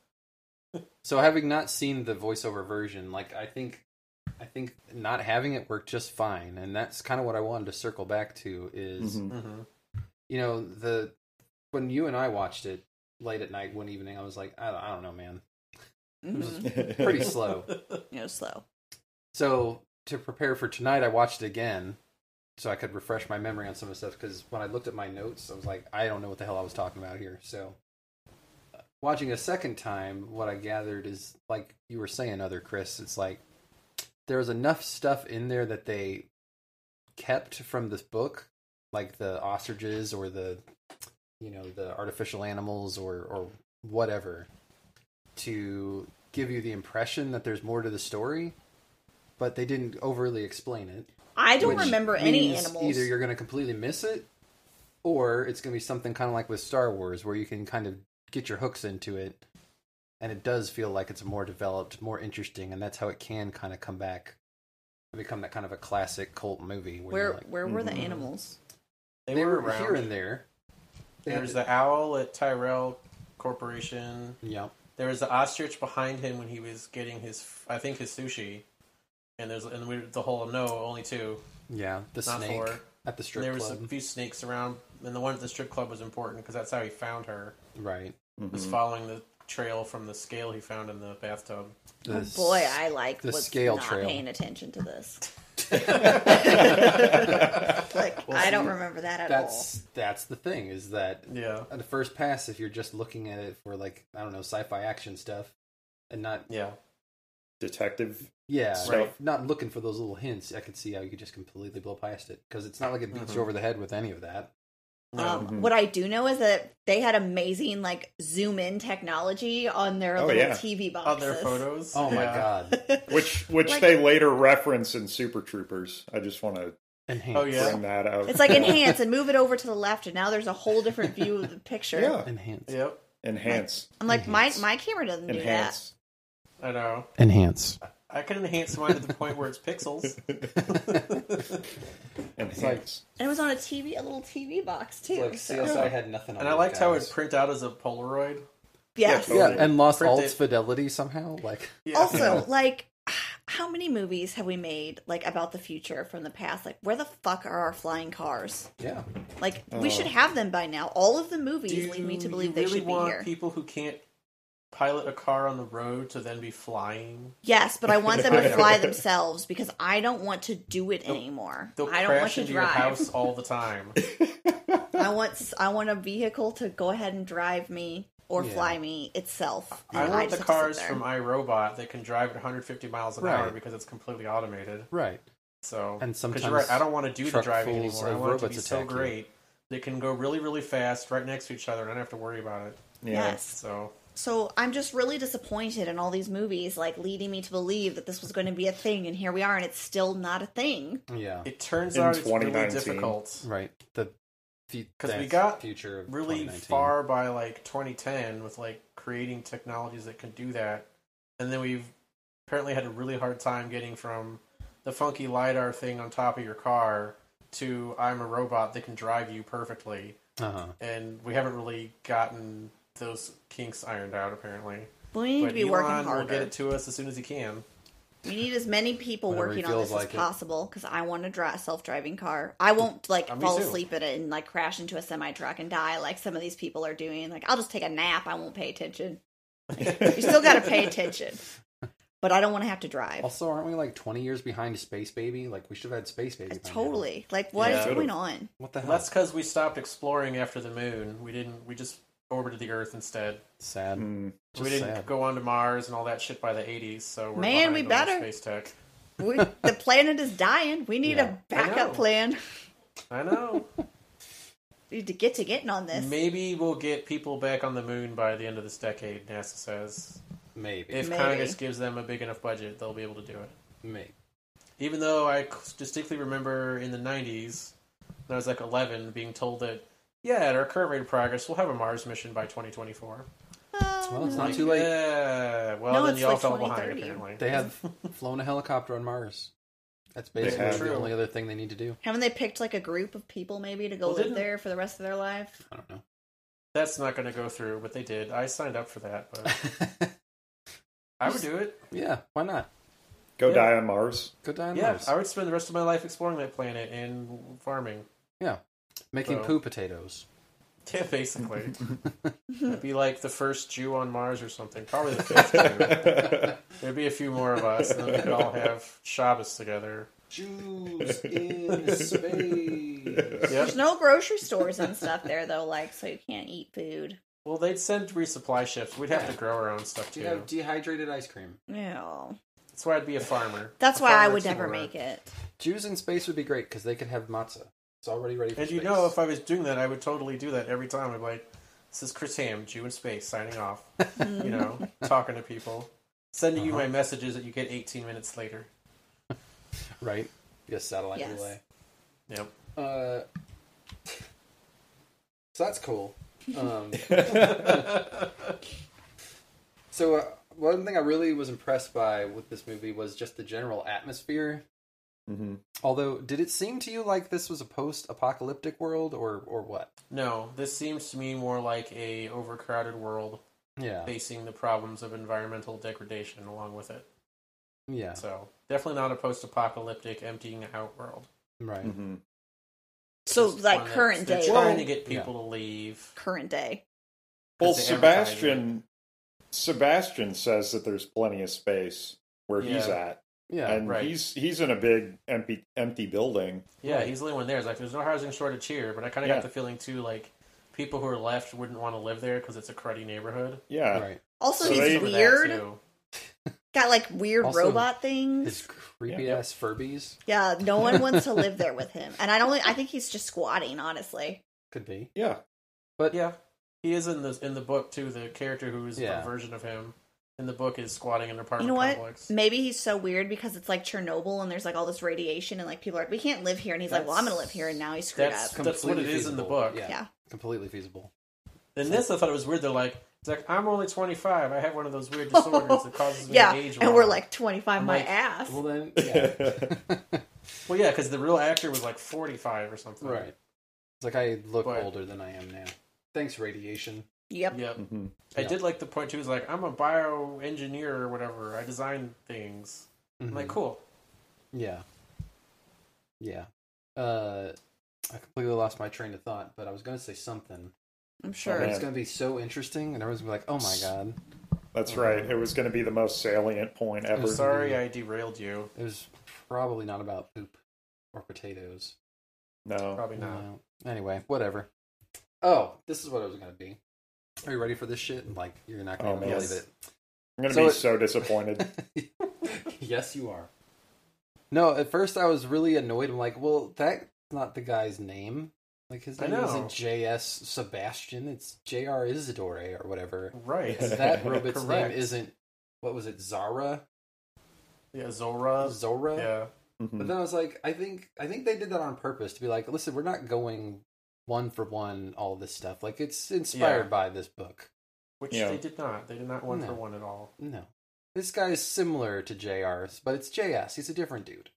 Speaker 6: so having not seen the voiceover version, like I think, I think not having it worked just fine, and that's kind of what I wanted to circle back to is,
Speaker 4: Mhm.
Speaker 2: hmm
Speaker 6: you know, the when you and I watched it late at night one evening, I was like, I don't, I don't know, man,
Speaker 5: Mhm.
Speaker 4: Mm-hmm.
Speaker 6: pretty slow.
Speaker 5: You know, slow.
Speaker 6: So to prepare for tonight, I watched it again so I could refresh my memory on some of the stuff because when I looked at my notes, I was like, I don't know what the hell I was talking about here. So uh, watching a second time, what I gathered is like you were saying, other Chris, it's like there was enough stuff in there that they kept from this book, like the ostriches or the you know the artificial animals or or whatever, to give you the impression that there's more to the story but they didn't overly explain it.
Speaker 5: I don't
Speaker 6: which
Speaker 5: remember any
Speaker 6: means
Speaker 5: animals.
Speaker 6: Either you're going to completely miss it, or it's going to be something kind of like with Star Wars, where you can kind of get your hooks into it, and it does feel like it's more developed, more interesting, and that's how it can kind of come back and become that kind of a classic cult movie. Where,
Speaker 5: where
Speaker 6: you're like,
Speaker 5: where were the
Speaker 6: Mm-hmm.
Speaker 4: Mhm.
Speaker 5: animals?
Speaker 2: They,
Speaker 6: they
Speaker 2: were
Speaker 6: were
Speaker 2: around.
Speaker 6: here and there. They
Speaker 2: There was
Speaker 6: had-
Speaker 2: the owl at Tyrell Corporation.
Speaker 6: Yeah,
Speaker 2: There was the ostrich behind him when he was getting his, I think, his sushi. And there's and we, the whole no, only two,
Speaker 6: yeah. The
Speaker 2: not
Speaker 6: snake
Speaker 2: four.
Speaker 6: at the
Speaker 2: And
Speaker 6: strip
Speaker 2: there was a
Speaker 6: club,
Speaker 2: few snakes around, and the one at the strip club was important because that's how he found her.
Speaker 6: right?
Speaker 2: Was
Speaker 4: Mhm.
Speaker 2: following the trail from the scale he found in the bathtub.
Speaker 6: The
Speaker 5: oh boy, I like
Speaker 6: the
Speaker 5: was
Speaker 6: scale
Speaker 5: not
Speaker 6: trail.
Speaker 5: paying attention to this. like I don't
Speaker 6: see,
Speaker 5: remember that at all.
Speaker 6: that's that's the thing is that
Speaker 2: Yeah,
Speaker 6: at the first pass if you're just looking at it for like i don't know sci-fi action stuff and not
Speaker 2: yeah.
Speaker 4: Detective.
Speaker 6: yeah
Speaker 4: Right.
Speaker 6: not looking for those little hints i could see how you could just completely blow past it because it's not like it beats
Speaker 2: Mm-hmm.
Speaker 6: you over the head with any of that
Speaker 2: No.
Speaker 5: Um,
Speaker 4: Mhm.
Speaker 5: What I do know is that they had amazing like zoom in technology on their
Speaker 4: Oh,
Speaker 5: little
Speaker 4: yeah.
Speaker 5: TV boxes.
Speaker 2: Other photos.
Speaker 6: oh my
Speaker 2: Yeah.
Speaker 6: god
Speaker 4: Which which
Speaker 5: Like-
Speaker 4: they later reference in Super Troopers. I just want to
Speaker 6: Enhance.
Speaker 2: Oh, yeah.
Speaker 4: bring that out.
Speaker 5: It's like enhance and move it over to the left, and now there's a whole different view of the picture.
Speaker 4: Yeah.
Speaker 6: enhance
Speaker 2: Yep,
Speaker 4: Enhance.
Speaker 5: I'm like,
Speaker 6: Enhance.
Speaker 5: my my camera doesn't
Speaker 4: Enhance.
Speaker 2: I know.
Speaker 6: enhance
Speaker 2: I can enhance mine to the point where it's pixels.
Speaker 4: Enhance.
Speaker 5: do that. And it was on a TV, a little TV box too.
Speaker 6: like
Speaker 5: so-
Speaker 6: csi had nothing on
Speaker 2: And I liked how it'd print out as a Polaroid.
Speaker 5: Yes.
Speaker 4: Yeah,
Speaker 6: yeah
Speaker 4: totally.
Speaker 6: and lost
Speaker 2: Print
Speaker 6: all
Speaker 2: it.
Speaker 6: its fidelity somehow like
Speaker 2: Yeah.
Speaker 5: Also, like, how many movies have we made like about the future from the past? Like, where the fuck are our flying cars?
Speaker 6: yeah
Speaker 5: Like, we should have them by now. All of the movies
Speaker 2: Oh. Do you
Speaker 5: lead me to believe they
Speaker 2: really
Speaker 5: should be
Speaker 2: want
Speaker 5: here.
Speaker 2: people who can't pilot a car on the road to then be flying?
Speaker 5: Yes, but I want them
Speaker 2: I
Speaker 5: to
Speaker 2: know.
Speaker 5: fly themselels because I don't want to do it anymore.
Speaker 2: They'll
Speaker 5: I don't want
Speaker 2: crash
Speaker 5: to
Speaker 2: into your
Speaker 5: drive.
Speaker 2: house all the time.
Speaker 5: I want I want a vehicle to go ahead and drive me or
Speaker 6: Yeah.
Speaker 5: fly me itself.
Speaker 2: I
Speaker 5: And
Speaker 2: want the
Speaker 5: just have to
Speaker 2: cars
Speaker 5: sit
Speaker 2: from
Speaker 5: there.
Speaker 2: iRobot that can drive at 150 miles an hour
Speaker 6: Right.
Speaker 2: because it's completely automated.
Speaker 6: right
Speaker 2: So
Speaker 6: And
Speaker 2: 'cause you're
Speaker 6: sometimes
Speaker 2: right, I don't want to do the
Speaker 6: truck
Speaker 2: driving
Speaker 6: fulls
Speaker 2: anymore. I
Speaker 6: of
Speaker 2: want it to be
Speaker 6: robots
Speaker 2: so
Speaker 6: attack you.
Speaker 2: great they can go really, really fast right next to each other, and I don't have to worry about it.
Speaker 4: Yeah.
Speaker 5: Yes.
Speaker 2: So
Speaker 5: So I'm just really disappointed in all these movies, like leading me to believe that this was going to be a thing, and here we are, and it's still not a thing.
Speaker 6: yeah
Speaker 2: it turns
Speaker 4: In
Speaker 2: out it's really
Speaker 4: 2019.
Speaker 2: difficult.
Speaker 6: right the
Speaker 2: we
Speaker 6: because
Speaker 2: got
Speaker 6: future of
Speaker 2: Really
Speaker 6: 2019.
Speaker 2: far by like 2010 with like creating technologies that can do that, and then we've apparently had a really hard time getting from the funky lidar thing on top of your car to I'm a robot that can drive you perfectly,
Speaker 6: uh-huh
Speaker 2: and we haven't really gotten those kinks ironed out apparently.
Speaker 5: We need
Speaker 2: but
Speaker 5: to be
Speaker 2: Elon
Speaker 5: working
Speaker 2: will get
Speaker 5: harder.
Speaker 2: it to us as soon as he can.
Speaker 5: We need as many people
Speaker 6: Whenever he
Speaker 5: working on
Speaker 6: feels
Speaker 5: this
Speaker 6: like
Speaker 5: as
Speaker 6: it.
Speaker 5: possible because I want to drive a self-driving car. I won't like
Speaker 2: Uh, me
Speaker 5: fall
Speaker 2: too.
Speaker 5: asleep in it and like crash into a semi truck and die like some of these people are doing. Like I'll just take a nap. I won't pay attention. you still got to pay attention, but I don't want to have to drive.
Speaker 6: Also, aren't we like 20 years behind Space Baby? Like, we should have had Space Baby. by now.
Speaker 5: Totally. Like what is
Speaker 2: Yeah.
Speaker 5: going on?
Speaker 6: What the hell?
Speaker 2: That's because we stopped exploring after the moon. We didn't. We just orbited the Earth instead.
Speaker 6: Sad.
Speaker 2: Hmm.
Speaker 4: Mm.
Speaker 6: Just
Speaker 2: we didn't
Speaker 6: sad.
Speaker 2: go on to Mars and all that shit by the 80s, so we're behind
Speaker 5: Man,
Speaker 2: on
Speaker 5: we
Speaker 2: our
Speaker 5: better.
Speaker 2: space tech.
Speaker 5: We, the planet is dying. We need
Speaker 6: Yeah.
Speaker 5: a backup
Speaker 2: know.
Speaker 5: plan.
Speaker 2: I know.
Speaker 5: We need to get to getting on this.
Speaker 2: Maybe we'll get people back on the moon by the end of this decade, NASA says.
Speaker 6: Maybe.
Speaker 2: If
Speaker 5: Maybe.
Speaker 2: Congress gives them a big enough budget, they'll be able to do it.
Speaker 6: Maybe.
Speaker 2: Even though I distinctly remember in the 90s, when I was like 11, being told that, yeah, at our current rate of progress, we'll have a Mars mission by 2024.
Speaker 5: Oh,
Speaker 6: Well, it's
Speaker 5: no.
Speaker 6: not too late.
Speaker 2: Yeah. Well,
Speaker 5: No,
Speaker 2: then
Speaker 5: it's
Speaker 2: y'all
Speaker 5: like
Speaker 2: fell behind,
Speaker 5: 2030.
Speaker 2: apparently.
Speaker 6: They have flown a helicopter on Mars. That's
Speaker 4: They
Speaker 6: basically
Speaker 4: have.
Speaker 6: the only other thing they need to do.
Speaker 5: Haven't they picked like a group of people maybe to go
Speaker 2: Well,
Speaker 5: live
Speaker 2: didn't-
Speaker 5: there for the rest of their life?
Speaker 6: I don't
Speaker 2: That's not going to go through, but they did. I signed up for that, but
Speaker 6: know.
Speaker 2: I would do it.
Speaker 6: yeah, why not?
Speaker 4: Go
Speaker 2: Yeah.
Speaker 4: die on Mars.
Speaker 6: Go die on
Speaker 2: Yeah,
Speaker 6: Mars.
Speaker 2: I would spend the rest of my life exploring that planet and farming.
Speaker 6: Making
Speaker 2: So-
Speaker 6: poo potatoes.
Speaker 2: Yeah, basically. I'd be like the first Jew on Mars or something. Probably the fifth Jew.
Speaker 4: Mm-hmm.
Speaker 2: There'd be a few more of us, and then we could all have Shabbos together.
Speaker 6: Jews in space.
Speaker 2: Yep.
Speaker 5: There's no grocery stores and stuff there though, like so you can't eat food.
Speaker 2: Well, they'd send resupply ships. We'd have to grow our own stuff,
Speaker 6: Do
Speaker 2: too.
Speaker 6: you have dehydrated ice cream?
Speaker 5: No,
Speaker 2: That's why I'd be a farmer.
Speaker 5: that's
Speaker 2: A
Speaker 5: why I
Speaker 2: farmer
Speaker 5: would never
Speaker 2: explorer.
Speaker 5: make it.
Speaker 6: Jews in space would be great because they could have matzah. It's already ready for
Speaker 2: And you
Speaker 6: space.
Speaker 2: know, if I was doing that, I would totally do that every time. I'd be like, this is Chris Ham, Jew in Space, signing off. you know, talking to people, sending you
Speaker 6: Uh-huh.
Speaker 2: my messages that you get 18 minutes later.
Speaker 6: right? Yes, satellite
Speaker 5: Yes.
Speaker 6: relay.
Speaker 2: Yep.
Speaker 6: Uh, so that's cool. Um, so uh, one thing I really was impressed by with this movie was just the general atmosphere.
Speaker 4: Mhm.
Speaker 6: Although, did it seem to you like this was a post-apocalyptic world, or or what?
Speaker 2: No, this seems to me more like a overcrowded world
Speaker 6: Yeah,
Speaker 2: facing the problems of environmental degradation along with it.
Speaker 6: yeah,
Speaker 2: So definitely not a post-apocalyptic emptying out world.
Speaker 6: right.
Speaker 2: hmm.
Speaker 4: Mhm.
Speaker 5: So
Speaker 2: Just
Speaker 5: like
Speaker 2: one that's-
Speaker 5: current
Speaker 2: they're
Speaker 5: day,
Speaker 2: trying to
Speaker 5: like,
Speaker 2: get people to leave.
Speaker 5: current day.
Speaker 4: Well,
Speaker 2: Because they advertise
Speaker 4: Sebastian, Sebastian says that there's plenty of space where he's
Speaker 2: Yeah.
Speaker 4: at,
Speaker 6: Yeah,
Speaker 4: and
Speaker 2: right.
Speaker 4: he's he's in a big empty empty building.
Speaker 2: Yeah, he's the only one there. It's like there's no housing shortage here, but I kind of
Speaker 4: Yeah.
Speaker 2: got the feeling too, like people who are left wouldn't want to live there because it's a cruddy neighborhood.
Speaker 4: Yeah,
Speaker 6: right.
Speaker 5: Also,
Speaker 4: So
Speaker 5: he's
Speaker 4: they-
Speaker 2: Some of that,
Speaker 5: weird.
Speaker 2: too.
Speaker 5: Got like weird
Speaker 6: Also-
Speaker 5: robot things.
Speaker 6: His creepy
Speaker 4: Yeah.
Speaker 6: ass Furbies
Speaker 5: Yeah, no one wants to live there with him. And I don't. I think he's just squatting. Honestly,
Speaker 6: could be.
Speaker 4: yeah.
Speaker 6: But
Speaker 2: Yeah, he is in the in the book too. The character who is
Speaker 6: Yeah.
Speaker 2: a version of him in the book is squatting in an
Speaker 5: you
Speaker 2: apartment
Speaker 5: know what?
Speaker 2: complex.
Speaker 5: Maybe he's so weird because it's like Chernobyl and there's like all this radiation and like people are like, we can't live here. And he's like, well, I'm gonna live here. And now he's screwed
Speaker 2: That's-
Speaker 5: up.
Speaker 2: what it is in the book.
Speaker 6: Yeah,
Speaker 5: Yeah.
Speaker 6: completely feasible.
Speaker 2: In this, I thought it was weird. They're like, it's like I'm only 25. I have one of those weird disorders that causes me
Speaker 5: Yeah,
Speaker 2: to age.
Speaker 5: and
Speaker 2: wrong."
Speaker 5: we're like 25
Speaker 2: I'm
Speaker 5: my
Speaker 2: like,
Speaker 5: ass.
Speaker 6: Well then, yeah.
Speaker 2: well, yeah, because the real actor was like 45 or something.
Speaker 6: right. It's like I look
Speaker 2: But-
Speaker 6: older than I am now. Thanks, radiation.
Speaker 5: yep.
Speaker 2: Yep.
Speaker 4: Mhm.
Speaker 2: I
Speaker 6: Yeah.
Speaker 2: did like the point too. Is like I'm a bioengineer or whatever. I design things. I'm like,
Speaker 6: Mhm.
Speaker 2: cool.
Speaker 6: Yeah. Yeah. Uh, I completely lost my train of thought, but I was gonna say something.
Speaker 5: I'm sure.
Speaker 6: It's
Speaker 4: Yeah.
Speaker 6: gonna be so interesting, and everyone's gonna be like, "Oh my god!"
Speaker 4: That's right. It was going to be the most salient point ever.
Speaker 6: Mhm.
Speaker 2: Sorry, I derailed you.
Speaker 6: It was probably not about poop or potatoes.
Speaker 4: No.
Speaker 2: Probably not.
Speaker 6: No. Anyway, whatever. Oh, this is what it was gonna be. Are you ready for this shit? Like, you're not gonna
Speaker 4: Oh, man.
Speaker 6: believe
Speaker 2: Yes.
Speaker 6: it.
Speaker 4: I'm going to
Speaker 6: So
Speaker 4: be
Speaker 6: it-
Speaker 4: so disappointed.
Speaker 6: yes, you are. No, at first I was really annoyed. I'm like, well, that's not the guy's name. Like his
Speaker 2: I
Speaker 6: name
Speaker 2: know.
Speaker 6: isn't J.S. Sebastian. It's J.R. Isidore or whatever.
Speaker 2: Right.
Speaker 6: And that robot's name
Speaker 2: Correct.
Speaker 6: isn't. What was it? Zara.
Speaker 2: Yeah, Zora.
Speaker 6: Zora.
Speaker 2: Uh, Yeah.
Speaker 6: But
Speaker 4: Mhm.
Speaker 6: then I was like, I think I think they did that on purpose to be like, listen, we're not going one for one all this stuff. Like it's inspired
Speaker 2: Yeah.
Speaker 6: by this book.
Speaker 2: Which
Speaker 4: Yeah.
Speaker 2: they did not. They did not one
Speaker 6: No.
Speaker 2: for one at all.
Speaker 6: No, this guy is similar to J.R.'s, but it's J.S. He's a different dude,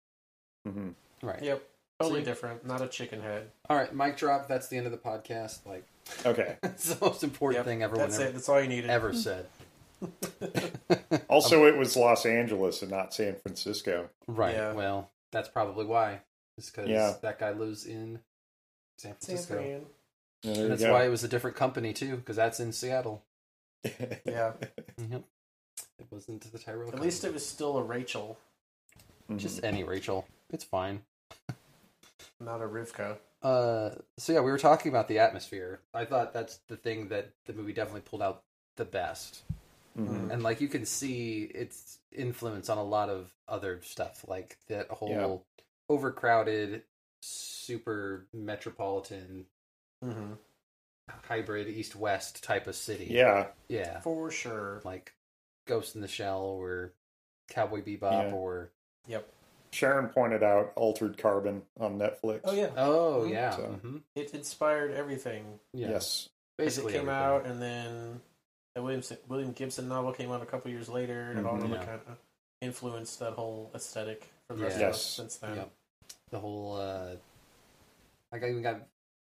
Speaker 4: Mhm.
Speaker 6: right?
Speaker 2: Yep. Totally
Speaker 6: See?
Speaker 2: different. Not a chicken head.
Speaker 6: All right, mic drop. That's the end of the podcast. Like,
Speaker 4: Okay.
Speaker 6: it's the most important
Speaker 2: Yep,
Speaker 6: thing everyone
Speaker 2: That's
Speaker 6: ever,
Speaker 2: it. That's all you needed.
Speaker 6: ever said.
Speaker 4: Also, it was Los Angeles and not San Francisco.
Speaker 6: Right.
Speaker 2: Yeah.
Speaker 6: Well, that's probably why. It's because
Speaker 4: Yeah.
Speaker 6: that guy lives in
Speaker 2: San
Speaker 6: San Francisco.
Speaker 2: Fran.
Speaker 4: Yeah, there
Speaker 6: And
Speaker 4: you
Speaker 6: that's
Speaker 4: go.
Speaker 6: why it was a different company too, because that's in Seattle.
Speaker 2: Yeah.
Speaker 6: Yep. It wasn't the Tyrell.
Speaker 2: At least it was still a Rachel,
Speaker 4: Mhm.
Speaker 6: just any Rachel. It's fine.
Speaker 2: not a Rivka.
Speaker 6: Uh, so yeah, we were talking about the atmosphere. I thought that's the thing that the movie definitely pulled out the best,
Speaker 4: Mhm.
Speaker 6: and like you can see its influence on a lot of other stuff, like that whole overcrowded, super metropolitan,
Speaker 2: Mm-hmm.
Speaker 6: hybrid East West type of city.
Speaker 4: Yeah,
Speaker 6: yeah,
Speaker 2: For sure.
Speaker 6: like Ghost in the Shell or Cowboy Bebop
Speaker 4: Yeah.
Speaker 6: or
Speaker 2: Yep.
Speaker 4: Sharon pointed out Altered Carbon on Netflix.
Speaker 2: Oh yeah.
Speaker 6: oh
Speaker 2: Mhm.
Speaker 6: yeah,
Speaker 4: Mm-hmm. So-
Speaker 6: hmm
Speaker 2: It inspired everything.
Speaker 6: yeah,
Speaker 4: Yes.
Speaker 6: basically
Speaker 2: it came
Speaker 6: everything.
Speaker 2: out, and then the Williams, William Gibson novel came out a couple years later, and it all
Speaker 4: Mhm.
Speaker 2: really
Speaker 6: Yeah.
Speaker 2: kind of influenced that whole aesthetic for the rest
Speaker 6: Yeah.
Speaker 2: of us
Speaker 4: Yes.
Speaker 2: since then.
Speaker 6: Yep. The whole uh like I even got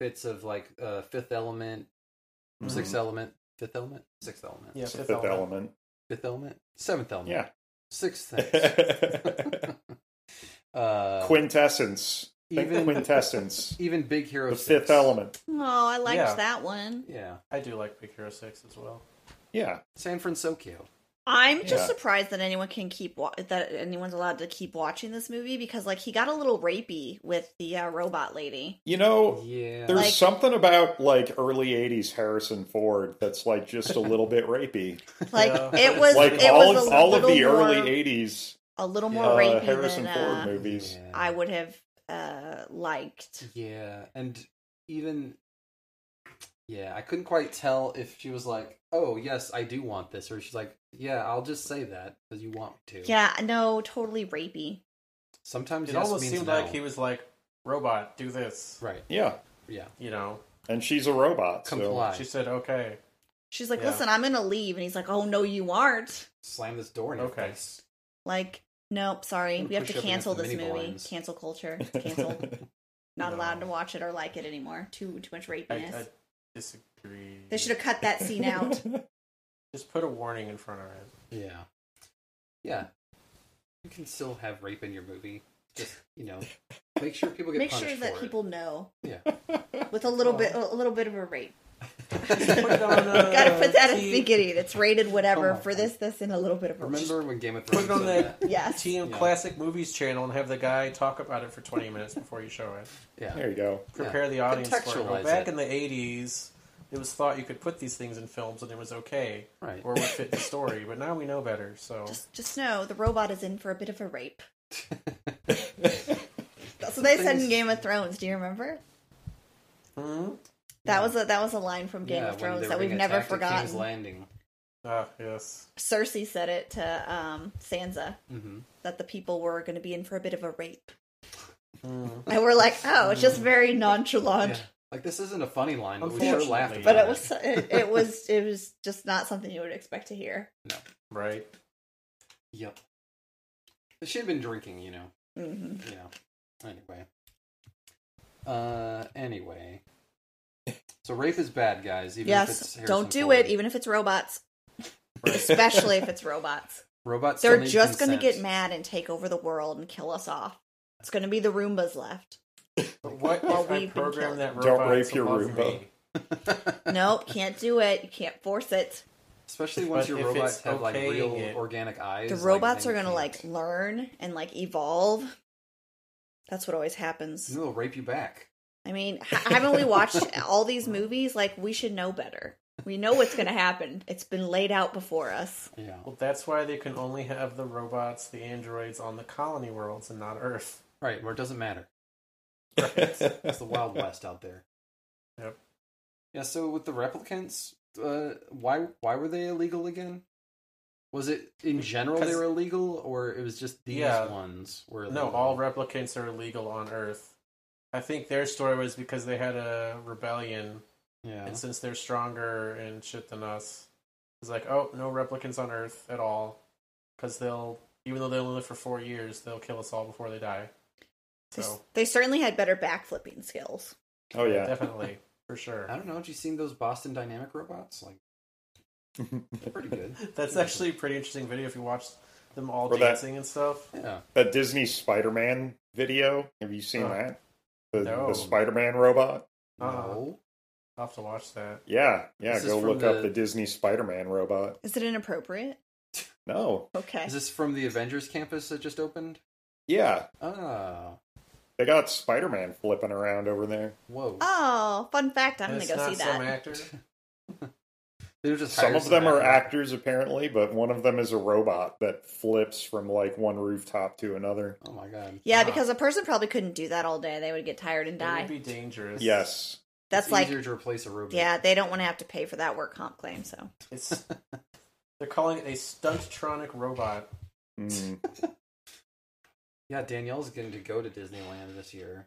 Speaker 6: bits of like uh fifth element,
Speaker 4: Mhm.
Speaker 6: sixth element, fifth element, sixth element.
Speaker 2: Yeah,
Speaker 4: Fifth,
Speaker 2: Fifth Element.
Speaker 4: Element.
Speaker 6: Fifth element, seventh element.
Speaker 4: Yeah.
Speaker 6: Sixth things. uh
Speaker 4: Quintessence. Think
Speaker 6: even
Speaker 4: quintessence.
Speaker 6: even Big Hero
Speaker 4: the
Speaker 6: Six.
Speaker 4: Fifth Element.
Speaker 5: Oh, I liked
Speaker 2: Yeah.
Speaker 5: that one.
Speaker 6: Yeah.
Speaker 2: I do like Big Hero Six as well.
Speaker 4: Yeah.
Speaker 6: San Francisco.
Speaker 5: I'm just
Speaker 4: Yeah.
Speaker 5: surprised that anyone can keep wa- that anyone's allowed to keep watching this movie because like he got a little rapey with the uh, robot lady.
Speaker 4: You know,
Speaker 6: Yeah.
Speaker 4: Oh, there's
Speaker 5: Like-
Speaker 4: something about like early '80s Harrison Ford that's like just a little bit rapey.
Speaker 5: Like
Speaker 2: Yeah.
Speaker 5: it was
Speaker 4: Like
Speaker 5: it
Speaker 4: all
Speaker 5: was a
Speaker 4: all of
Speaker 5: little
Speaker 4: the
Speaker 5: more,
Speaker 4: early '80s
Speaker 5: a little more
Speaker 4: uh,
Speaker 5: rapey
Speaker 4: Harrison
Speaker 5: than
Speaker 4: Ford
Speaker 5: uh,
Speaker 4: movies.
Speaker 6: yeah.
Speaker 5: I would have uh, liked.
Speaker 6: Yeah, and even yeah, I couldn't quite tell if she was like, "Oh yes, I do want this," or she's like, "Yeah, I'll just say that because you want me to."
Speaker 5: Yeah, no, totally rapey.
Speaker 6: Sometimes
Speaker 2: It
Speaker 6: yes
Speaker 2: almost
Speaker 6: means
Speaker 2: seemed
Speaker 6: no.
Speaker 2: like he was like, "Robot, do this,"
Speaker 6: right.
Speaker 4: Yeah,
Speaker 6: Yeah,
Speaker 2: you know.
Speaker 4: and she's a robot.
Speaker 6: comply.
Speaker 2: She said, "Okay,
Speaker 5: She's like,
Speaker 2: Yeah.
Speaker 5: "Listen, I'm gonna leave," and he's like, "Oh no, you aren't."
Speaker 6: Slam this door in your
Speaker 2: Okay.
Speaker 6: face.
Speaker 5: Like, nope, sorry,
Speaker 6: Gonna
Speaker 5: we have
Speaker 6: push
Speaker 5: to
Speaker 6: you up
Speaker 5: cancel this
Speaker 6: against the
Speaker 5: movie.
Speaker 6: mini blinds.
Speaker 5: Cancel culture.
Speaker 4: So.
Speaker 5: Cancel. Not
Speaker 2: No.
Speaker 5: allowed to watch it or like it anymore. Too too much
Speaker 2: I,
Speaker 5: rapiness.
Speaker 2: I disagree."
Speaker 5: They should have cut that scene out.
Speaker 2: just put a warning in front of it.
Speaker 6: Yeah, yeah. You can still have rape in your movie. Just you know, make sure people get
Speaker 5: Make
Speaker 6: punished
Speaker 5: sure that
Speaker 6: for
Speaker 5: people know
Speaker 6: it.
Speaker 5: with a little bit a little bit of a rape.
Speaker 6: Yeah.
Speaker 2: Put it on, uh,
Speaker 5: Gotta put that at
Speaker 2: T-
Speaker 5: the beginning. It's rated whatever
Speaker 6: Oh my
Speaker 5: for this, this, and a little bit of a rape.
Speaker 6: Remember when Game of
Speaker 2: Put
Speaker 6: Thrones?
Speaker 2: it on
Speaker 6: did
Speaker 2: the
Speaker 5: Yes.
Speaker 2: TM
Speaker 6: Yeah.
Speaker 2: Classic Movies channel and have the guy talk about it for 20 minutes before you show it.
Speaker 6: that? Yeah.
Speaker 4: there you go.
Speaker 2: Prepare the audience for it. Well,
Speaker 6: Contextualize
Speaker 2: back
Speaker 6: it.
Speaker 2: in the 80s, it was thought you could put these things in films and it was okay
Speaker 6: Right.
Speaker 2: or it would fit the story, but now we know better. So
Speaker 5: Just just know the robot is in for a bit of a rape. That's what they said in
Speaker 6: Things-
Speaker 5: Game of Thrones. Do you remember?
Speaker 2: hmm?
Speaker 5: That was a that was a line from Game
Speaker 6: Yeah,
Speaker 5: of
Speaker 6: when
Speaker 5: Thrones
Speaker 6: they
Speaker 5: that
Speaker 6: were
Speaker 5: we've
Speaker 6: being
Speaker 5: never
Speaker 6: attacked at King's
Speaker 5: forgotten.
Speaker 6: Landing.
Speaker 2: ah, yes.
Speaker 5: Cersei said it to um, Sansa
Speaker 6: hmm
Speaker 5: that the people were going to be in for a bit of a rape,
Speaker 2: Hmm.
Speaker 5: and we're like, oh, it's just very nonchalant.
Speaker 6: Mm. Yeah. Like this isn't a funny line, but we sure
Speaker 2: Unfortunately.
Speaker 6: laughed. About
Speaker 5: But it was it, it was it was just not something you would expect to hear.
Speaker 2: Right.
Speaker 6: Yep. She had been drinking, you know.
Speaker 5: hmm
Speaker 6: You know. Anyway. Uh. Anyway. So rape is bad, guys. Even if it's
Speaker 5: Yes,
Speaker 6: Harrison
Speaker 5: don't do
Speaker 6: Ford.
Speaker 5: it, even if it's robots, especially if it's robots.
Speaker 6: robots.
Speaker 5: They're just going to get mad and take over the world and kill us off. It's going to be the Roombas left.
Speaker 2: But what
Speaker 5: Well,
Speaker 2: if I
Speaker 5: we've been
Speaker 2: program
Speaker 5: killed.
Speaker 2: that
Speaker 4: Don't
Speaker 2: robot
Speaker 4: rape
Speaker 2: to
Speaker 4: your
Speaker 2: love
Speaker 4: Roomba.
Speaker 2: me?
Speaker 5: Nope, can't do it. You can't force it.
Speaker 6: Especially once
Speaker 2: But
Speaker 6: your
Speaker 2: if
Speaker 6: robots
Speaker 2: it's
Speaker 6: have like
Speaker 2: okaying
Speaker 6: real
Speaker 2: it-
Speaker 6: organic eyes.
Speaker 5: The
Speaker 6: like,
Speaker 5: robots
Speaker 6: then
Speaker 5: are going to
Speaker 6: you
Speaker 5: like
Speaker 6: can't.
Speaker 5: learn and like evolve. That's what always happens.
Speaker 6: And they'll rape you back.
Speaker 5: I mean, ha- haven't we watched all these movies? Like, we should know better. We know what's going to happen. It's been laid out before us.
Speaker 6: Yeah.
Speaker 2: Well, that's why they can only have the robots, the androids, on the colony worlds and not Earth.
Speaker 6: Right. Where it doesn't matter. It's the Wild West out there.
Speaker 2: Yep.
Speaker 6: Yeah. So with the replicants, uh, why why were they illegal again? Was it in general they
Speaker 2: 'Cause-
Speaker 6: were illegal, or it was just these
Speaker 2: Yeah.
Speaker 6: ones were
Speaker 2: No,
Speaker 6: illegal?
Speaker 2: all replicants are illegal on Earth. I think their story was because they had a rebellion,
Speaker 6: yeah.
Speaker 2: and since they're stronger and shit than us, it's like, oh, no replicants on Earth at all, because they'll, even though they only live for four years, they'll kill us all before they die.
Speaker 5: They, s-
Speaker 2: So
Speaker 5: they certainly had better backflipping skills.
Speaker 4: oh yeah.
Speaker 2: definitely, for
Speaker 6: I
Speaker 2: sure.
Speaker 6: don't know. Have you seen those Boston Dynamic robots? Like they're pretty good.
Speaker 2: That's actually a pretty interesting video if you watch them all
Speaker 4: Or that-
Speaker 2: dancing and stuff.
Speaker 6: Yeah.
Speaker 4: that Disney Spider-Man video. Have you seen
Speaker 2: Oh.
Speaker 4: that? The,
Speaker 2: No.
Speaker 4: the Spider-Man robot.
Speaker 2: Uh-huh.
Speaker 6: No.
Speaker 2: I'll have to watch that.
Speaker 4: Yeah, yeah.
Speaker 6: This is
Speaker 4: go
Speaker 6: from
Speaker 4: look
Speaker 6: the-
Speaker 4: up the Disney Spider-Man robot.
Speaker 5: Is it inappropriate?
Speaker 4: No.
Speaker 5: Okay.
Speaker 6: Is this from the Avengers campus that just opened?
Speaker 4: Yeah,
Speaker 6: Oh.
Speaker 4: They got Spider Man flipping around over there.
Speaker 6: Whoa.
Speaker 5: Oh, fun fact! I'm gonna
Speaker 2: It's
Speaker 5: go
Speaker 2: not
Speaker 5: see
Speaker 2: some
Speaker 5: that.
Speaker 2: actor.
Speaker 6: They were just
Speaker 4: Some
Speaker 6: hired
Speaker 4: of them are
Speaker 6: actors.
Speaker 4: actors apparently, but one of them is a robot that flips from like one rooftop to another.
Speaker 6: Oh my god.
Speaker 5: Yeah,
Speaker 6: Wow.
Speaker 5: because a person probably couldn't do that all day. They would get tired and
Speaker 2: Uh-huh. It
Speaker 5: die.
Speaker 2: would be dangerous.
Speaker 4: Yes.
Speaker 5: That's
Speaker 6: it's
Speaker 5: like,
Speaker 6: easier to replace a robot.
Speaker 5: yeah, they don't want to have to pay for that work comp claim. So
Speaker 2: It's they're calling it a stuntronic robot.
Speaker 4: Mm.
Speaker 6: Yeah, Danielle's going to go to Disneyland this year,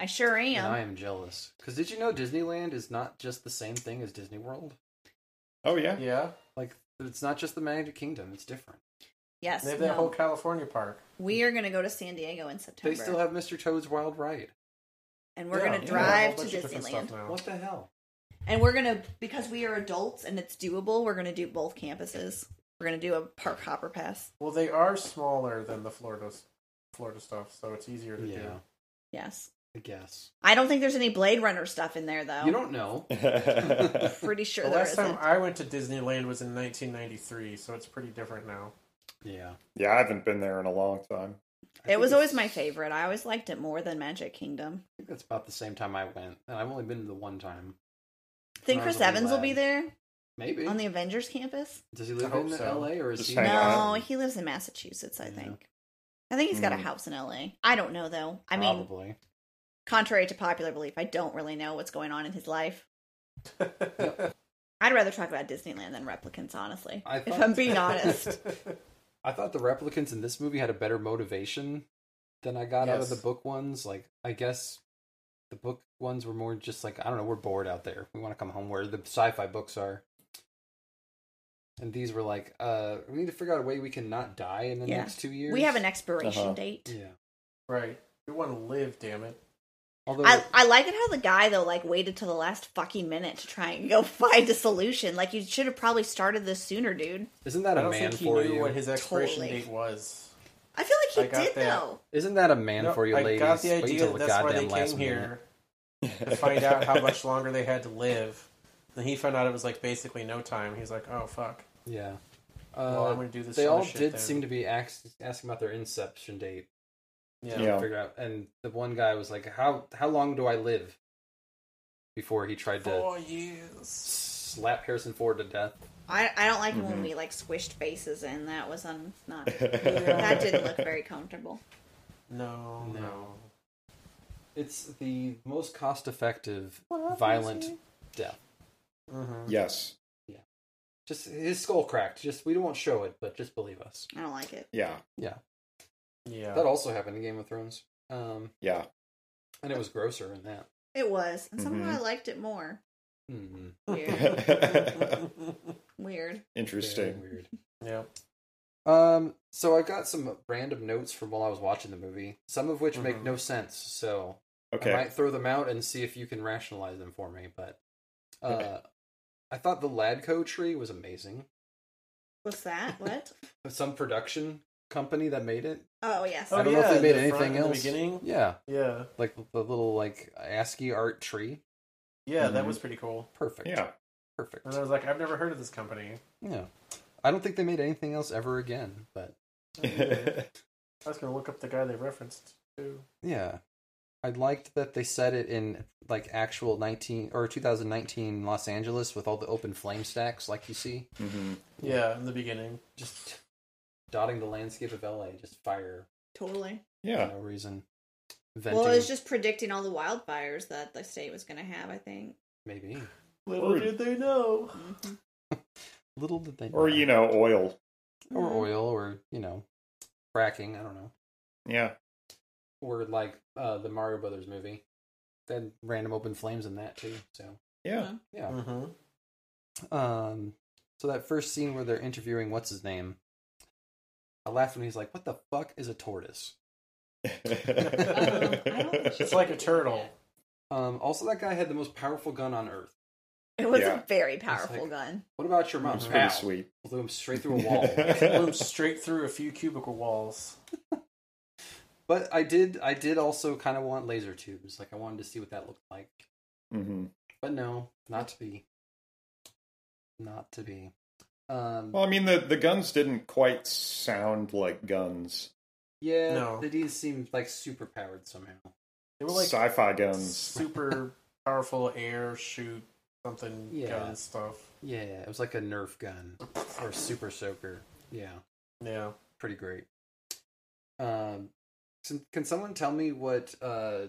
Speaker 5: I sure am.
Speaker 6: and I am jealous. Because did you know Disneyland is not just the same thing as Disney World?
Speaker 4: Oh yeah.
Speaker 2: Yeah,
Speaker 6: Like, it's not just the Magic Kingdom; it's different.
Speaker 5: yes,
Speaker 2: they have that
Speaker 5: no.
Speaker 2: whole California park.
Speaker 5: we are gonna go to San Diego in September,
Speaker 6: They still have Mr. Toad's Wild Ride.
Speaker 5: and we're
Speaker 2: Yeah,
Speaker 5: gonna
Speaker 2: yeah, a
Speaker 5: drive
Speaker 2: whole bunch
Speaker 5: to
Speaker 2: of different
Speaker 5: Disneyland.
Speaker 2: stuff
Speaker 4: Oh.
Speaker 2: now.
Speaker 6: What the hell?
Speaker 5: And we're gonna because we are adults and it's doable. We're gonna do both campuses. We're gonna do a park hopper pass.
Speaker 2: Well, they are smaller than the Florida Florida stuff, so it's easier to do.
Speaker 6: Yeah,
Speaker 5: Yes,
Speaker 6: I guess.
Speaker 5: I don't think there's any Blade Runner stuff in there though.
Speaker 6: You don't know.
Speaker 5: Pretty sure
Speaker 2: The
Speaker 5: there
Speaker 2: last
Speaker 5: isn't.
Speaker 2: time I went to Disneyland was in 1993, so it's pretty different now.
Speaker 6: Yeah.
Speaker 4: yeah, I haven't been there in a long time.
Speaker 6: I
Speaker 5: it
Speaker 6: think
Speaker 5: was always
Speaker 6: it's-
Speaker 5: my favorite. I always liked it more than Magic Kingdom.
Speaker 6: I think that's about the same time I went, and I've only been to the one time.
Speaker 5: Think
Speaker 6: When I
Speaker 5: Chris
Speaker 6: was a wee
Speaker 5: Evans will
Speaker 6: lad.
Speaker 5: be there
Speaker 6: Maybe.
Speaker 5: on the Avengers campus?
Speaker 6: Does he
Speaker 2: I
Speaker 6: live
Speaker 2: hope
Speaker 6: in
Speaker 2: so.
Speaker 6: L.A. or is
Speaker 4: Just
Speaker 6: he?
Speaker 4: hang
Speaker 5: No,
Speaker 4: on.
Speaker 5: he lives in Massachusetts, I
Speaker 6: Yeah. Mm.
Speaker 5: think. I think he's got a
Speaker 4: Hmm.
Speaker 5: house in LA. I don't know though. I mean,
Speaker 6: Probably.
Speaker 5: contrary to popular belief, I don't really know what's going on in his life. I'd rather talk about Disneyland than replicants, honestly.
Speaker 6: I
Speaker 5: if
Speaker 6: thought-
Speaker 5: I'm being honest.
Speaker 6: I thought the replicants in this movie had a better motivation than I got out of
Speaker 2: Yes.
Speaker 6: the book ones. Like, I guess the book ones were more just like, I don't know, we're bored out there. We want to come home where the sci fi books are. And these were like, uh, we need to figure out a way we can not die in the
Speaker 5: Yeah.
Speaker 6: next two years.
Speaker 5: We have an expiration
Speaker 4: Uh-huh.
Speaker 5: date.
Speaker 6: Yeah.
Speaker 2: right. You want to live, damn it.
Speaker 6: Although,
Speaker 5: I, I like it how the guy though like waited till the last fucking minute to try and go find a solution. Like you should have probably started this sooner, dude.
Speaker 6: isn't that
Speaker 2: I
Speaker 6: a
Speaker 2: don't
Speaker 6: man
Speaker 2: think he
Speaker 6: for
Speaker 2: knew
Speaker 6: you?
Speaker 2: what his expiration
Speaker 5: Totally.
Speaker 2: date was.
Speaker 5: I feel
Speaker 2: I
Speaker 5: like he
Speaker 2: got
Speaker 5: did
Speaker 2: that.
Speaker 5: though.
Speaker 6: Isn't that a man
Speaker 2: No,
Speaker 6: for you,
Speaker 2: I
Speaker 6: ladies?
Speaker 2: got the
Speaker 6: Wait
Speaker 2: idea
Speaker 6: till
Speaker 2: that that's why they
Speaker 6: goddamn last
Speaker 2: came
Speaker 6: minute.
Speaker 2: here to find out how much longer they had to live. Then he found out it was like basically no time. He's like, oh fuck.
Speaker 6: Yeah. Uh,
Speaker 2: Well, I'm gonna do this.
Speaker 6: they
Speaker 2: other
Speaker 6: all
Speaker 2: shit
Speaker 6: did
Speaker 2: then.
Speaker 6: seem to be ax- asking about their inception date.
Speaker 2: Yeah.
Speaker 4: Yeah.
Speaker 6: to figure out. And the one guy was like, "How how long do I live?" Before he tried to
Speaker 2: Four years.
Speaker 6: slap Harrison Ford to death.
Speaker 5: I, I don't like it when
Speaker 4: Mhm.
Speaker 5: we like squished faces in. That was un- not that didn't look very comfortable.
Speaker 2: No,
Speaker 6: No.
Speaker 2: no.
Speaker 6: It's the most cost effective violent death.
Speaker 2: Mm-hmm.
Speaker 4: Yes.
Speaker 6: Just his skull cracked. Just we won't show it, but just believe us.
Speaker 5: I don't like it.
Speaker 4: Yeah.
Speaker 2: Yeah.
Speaker 6: That also happened in Game of Thrones. Um,
Speaker 4: Yeah.
Speaker 6: and it was grosser in that.
Speaker 5: It was, and somehow
Speaker 4: Mhm.
Speaker 5: I liked it more.
Speaker 6: Hmm.
Speaker 5: Weird, weird.
Speaker 6: Very
Speaker 4: Interesting.
Speaker 6: weird.
Speaker 2: yeah.
Speaker 6: Um, so I've got some random notes from while I was watching the movie, some of which make
Speaker 2: Mhm.
Speaker 6: no sense. So I
Speaker 4: Okay.
Speaker 6: might throw them out and see if you can rationalize them for me. But uh,
Speaker 4: Okay.
Speaker 6: I thought the Ladco tree was amazing.
Speaker 5: What's that? What?
Speaker 6: Some production company that made it.
Speaker 5: Oh yes.
Speaker 2: Oh,
Speaker 6: I don't know
Speaker 2: yeah,
Speaker 6: if they made
Speaker 2: the front
Speaker 6: anything
Speaker 2: in the
Speaker 6: else.
Speaker 2: beginning?
Speaker 6: Yeah,
Speaker 2: Yeah.
Speaker 6: like the little like ASCII art tree.
Speaker 2: Yeah, that
Speaker 6: Mm-hmm.
Speaker 4: Mhm.
Speaker 2: was pretty cool.
Speaker 6: Perfect.
Speaker 4: Yeah.
Speaker 6: Perfect.
Speaker 2: And I was like, I've never heard of this company.
Speaker 6: Yeah. I don't think they made anything else ever again. But
Speaker 2: I was gonna look up the guy they referenced too.
Speaker 6: yeah, I liked that they set it in like actual nineteen or 2019 Los Angeles with all the open flame stacks like you see.
Speaker 4: Mhm.
Speaker 2: Yeah, in the beginning.
Speaker 6: just dotting the landscape of LA, just fire
Speaker 5: Totally.
Speaker 4: Yeah.
Speaker 6: for no reason. Venting,
Speaker 5: Well, it was just predicting all the wildfires that the state was going to have. I think.
Speaker 6: maybe.
Speaker 2: Little did they know.
Speaker 5: Mhm.
Speaker 6: Little did they
Speaker 4: Or you know, oil.
Speaker 6: or oil, or you know, fracking. I don't know,
Speaker 4: Yeah.
Speaker 6: or like uh, the Mario Brothers movie. Then random open flames in that too. So
Speaker 4: Yeah.
Speaker 6: yeah.
Speaker 2: Mm-hmm.
Speaker 6: Um. So that first scene where they're interviewing what's his name, I laughed when he's like, "What the fuck is a tortoise?"
Speaker 5: Uh-huh.
Speaker 2: It's like a turtle.
Speaker 6: Um. Also, that guy had the most powerful gun on earth.
Speaker 5: It was
Speaker 4: Yeah.
Speaker 5: a very powerful
Speaker 6: like-
Speaker 5: gun.
Speaker 6: What about your mom?
Speaker 4: It's
Speaker 6: Ow.
Speaker 4: pretty sweet.
Speaker 6: Blew him straight through a wall.
Speaker 2: Blew straight through a few cubicle walls.
Speaker 6: But I did I did also kind of want laser tubes. Like I wanted to see what that looked like.
Speaker 4: hmm
Speaker 6: But no, not to be. Not to be. Um
Speaker 4: Well, I mean, the the guns didn't quite sound like guns.
Speaker 6: Yeah,
Speaker 2: No.
Speaker 6: the D's seem like super powered somehow.
Speaker 2: They were like
Speaker 4: sci-fi guns.
Speaker 2: super powerful air shoot something
Speaker 6: Yeah.
Speaker 2: gun stuff.
Speaker 6: Yeah, it was like a Nerf gun or super soaker. Yeah,
Speaker 2: Yeah.
Speaker 6: pretty great. Um, can, can someone tell me what uh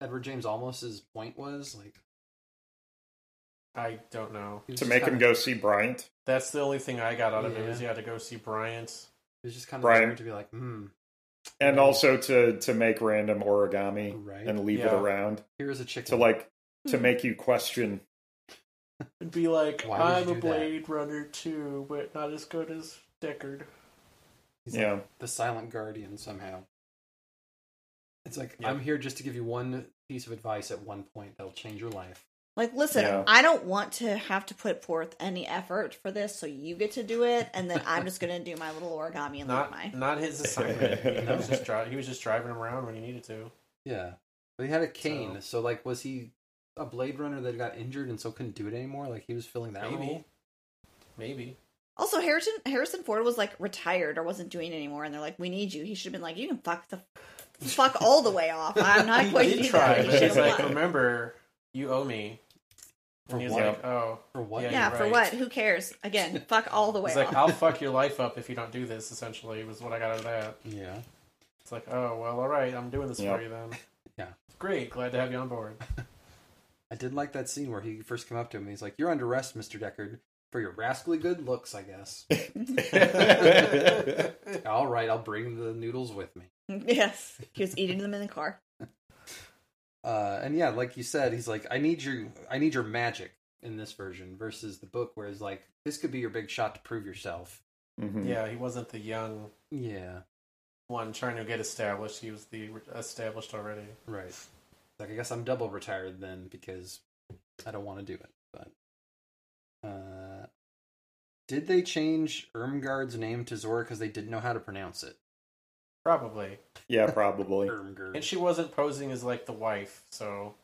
Speaker 6: Edward James Almost's point was? Like
Speaker 2: I don't know.
Speaker 6: he was
Speaker 4: To
Speaker 6: just
Speaker 4: make him
Speaker 6: kinda-
Speaker 4: go see Bryant.
Speaker 2: That's the only thing I got out of it
Speaker 6: Yeah.
Speaker 2: was you had to go see Bryant.
Speaker 6: It was just kind of
Speaker 4: Brian.
Speaker 6: weird to be like, hmm,
Speaker 4: And
Speaker 6: Yeah.
Speaker 4: also to to make random origami
Speaker 6: Right. Hmm.
Speaker 4: and leave it
Speaker 2: Yeah.
Speaker 4: around.
Speaker 6: here's a chicken.
Speaker 4: To like to make you question
Speaker 2: It'd be like,
Speaker 6: Why would
Speaker 2: I'm
Speaker 6: you
Speaker 2: a
Speaker 6: do that?"
Speaker 2: Blade Runner too, but not as good as Deckard.
Speaker 6: He's like,
Speaker 4: Yeah.
Speaker 6: the silent guardian somehow. It's like
Speaker 2: Yeah.
Speaker 6: I'm here just to give you one piece of advice at one point that'll change your life.
Speaker 5: Like, listen,
Speaker 4: Yeah.
Speaker 5: I don't want to have to put forth any effort for this, so you get to do it, and then I'm just gonna do my little origami and leave
Speaker 2: Not
Speaker 5: my.
Speaker 2: not his assignment. he, was just dri- he was just driving him around when he needed to.
Speaker 6: Yeah, but he had a cane, so, like, was he a Blade Runner that got injured and so couldn't do it anymore? Like he was filling that
Speaker 2: Maybe.
Speaker 6: role.
Speaker 2: Maybe.
Speaker 5: Also, Harrison Harrison Ford was like retired or wasn't doing it anymore, and they're like, "We need you." He should have been like, "You can fuck the fuck all the way off." I'm not
Speaker 2: he
Speaker 5: quite
Speaker 2: did try,
Speaker 5: that.
Speaker 2: but he's like,
Speaker 5: yeah,
Speaker 2: remember, you owe me.
Speaker 6: For
Speaker 2: And he's
Speaker 6: what?
Speaker 2: like, oh.
Speaker 6: For what?
Speaker 2: Yeah,
Speaker 5: yeah
Speaker 2: you're
Speaker 5: for
Speaker 2: right.
Speaker 5: what? Who cares? Again, fuck all the way
Speaker 2: He's
Speaker 5: off.
Speaker 2: like, I'll fuck your life up if you don't do this, essentially, was what I got out of that.
Speaker 6: Yeah.
Speaker 2: It's like, oh, well, all right, I'm doing this
Speaker 4: Yep.
Speaker 2: for you then.
Speaker 6: Yeah.
Speaker 2: Great, glad to have you on board.
Speaker 6: I did like that scene where he first came up to him and he's like, "You're under arrest, Mister Deckard, for your rascally good looks, I guess." All right, I'll bring the noodles with me.
Speaker 5: yes, he was eating them in the car.
Speaker 6: Uh, and yeah, like you said, he's like, I need your, I need your magic in this version versus the book, where it's like, this could be your big shot to prove yourself.
Speaker 4: Mhm.
Speaker 2: Yeah, he wasn't the young
Speaker 6: Yeah,
Speaker 2: one trying to get established. He was the established already.
Speaker 6: right. Like, I guess I'm double retired then because I don't want to do it. But uh, did they change Ermgard's name to Zora because they didn't know how to pronounce it?
Speaker 2: Probably.
Speaker 4: Yeah, probably.
Speaker 2: And
Speaker 6: Ermgard.
Speaker 2: she wasn't posing as like the wife, so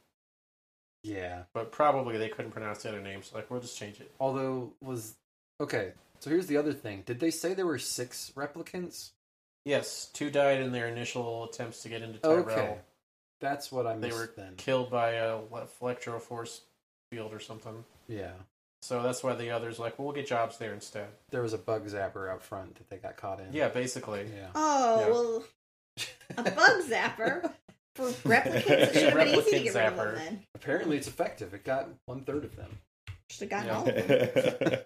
Speaker 6: Yeah.
Speaker 2: but probably they couldn't pronounce the other names. Like we'll just change it.
Speaker 6: Although was okay. So here's the other thing. Did they say there were six replicants?
Speaker 2: Yes, two died in their initial attempts to get into Tyrell.
Speaker 6: That's what I
Speaker 2: They
Speaker 6: missed
Speaker 2: were
Speaker 6: then.
Speaker 2: killed by a le- electro force field or something.
Speaker 6: Yeah.
Speaker 2: So that's why the others like, well, we'll get jobs there instead.
Speaker 6: There was a bug zapper out front that they got caught in.
Speaker 2: Yeah, basically.
Speaker 6: Yeah.
Speaker 5: Oh
Speaker 2: Yeah.
Speaker 5: well, a bug zapper for replicants. It should have been easy to
Speaker 2: Replicant
Speaker 5: get rid of them.
Speaker 2: zapper.
Speaker 5: Then
Speaker 6: Apparently it's effective. It got one third of them.
Speaker 5: should have gotten
Speaker 2: Yeah.
Speaker 5: all of them.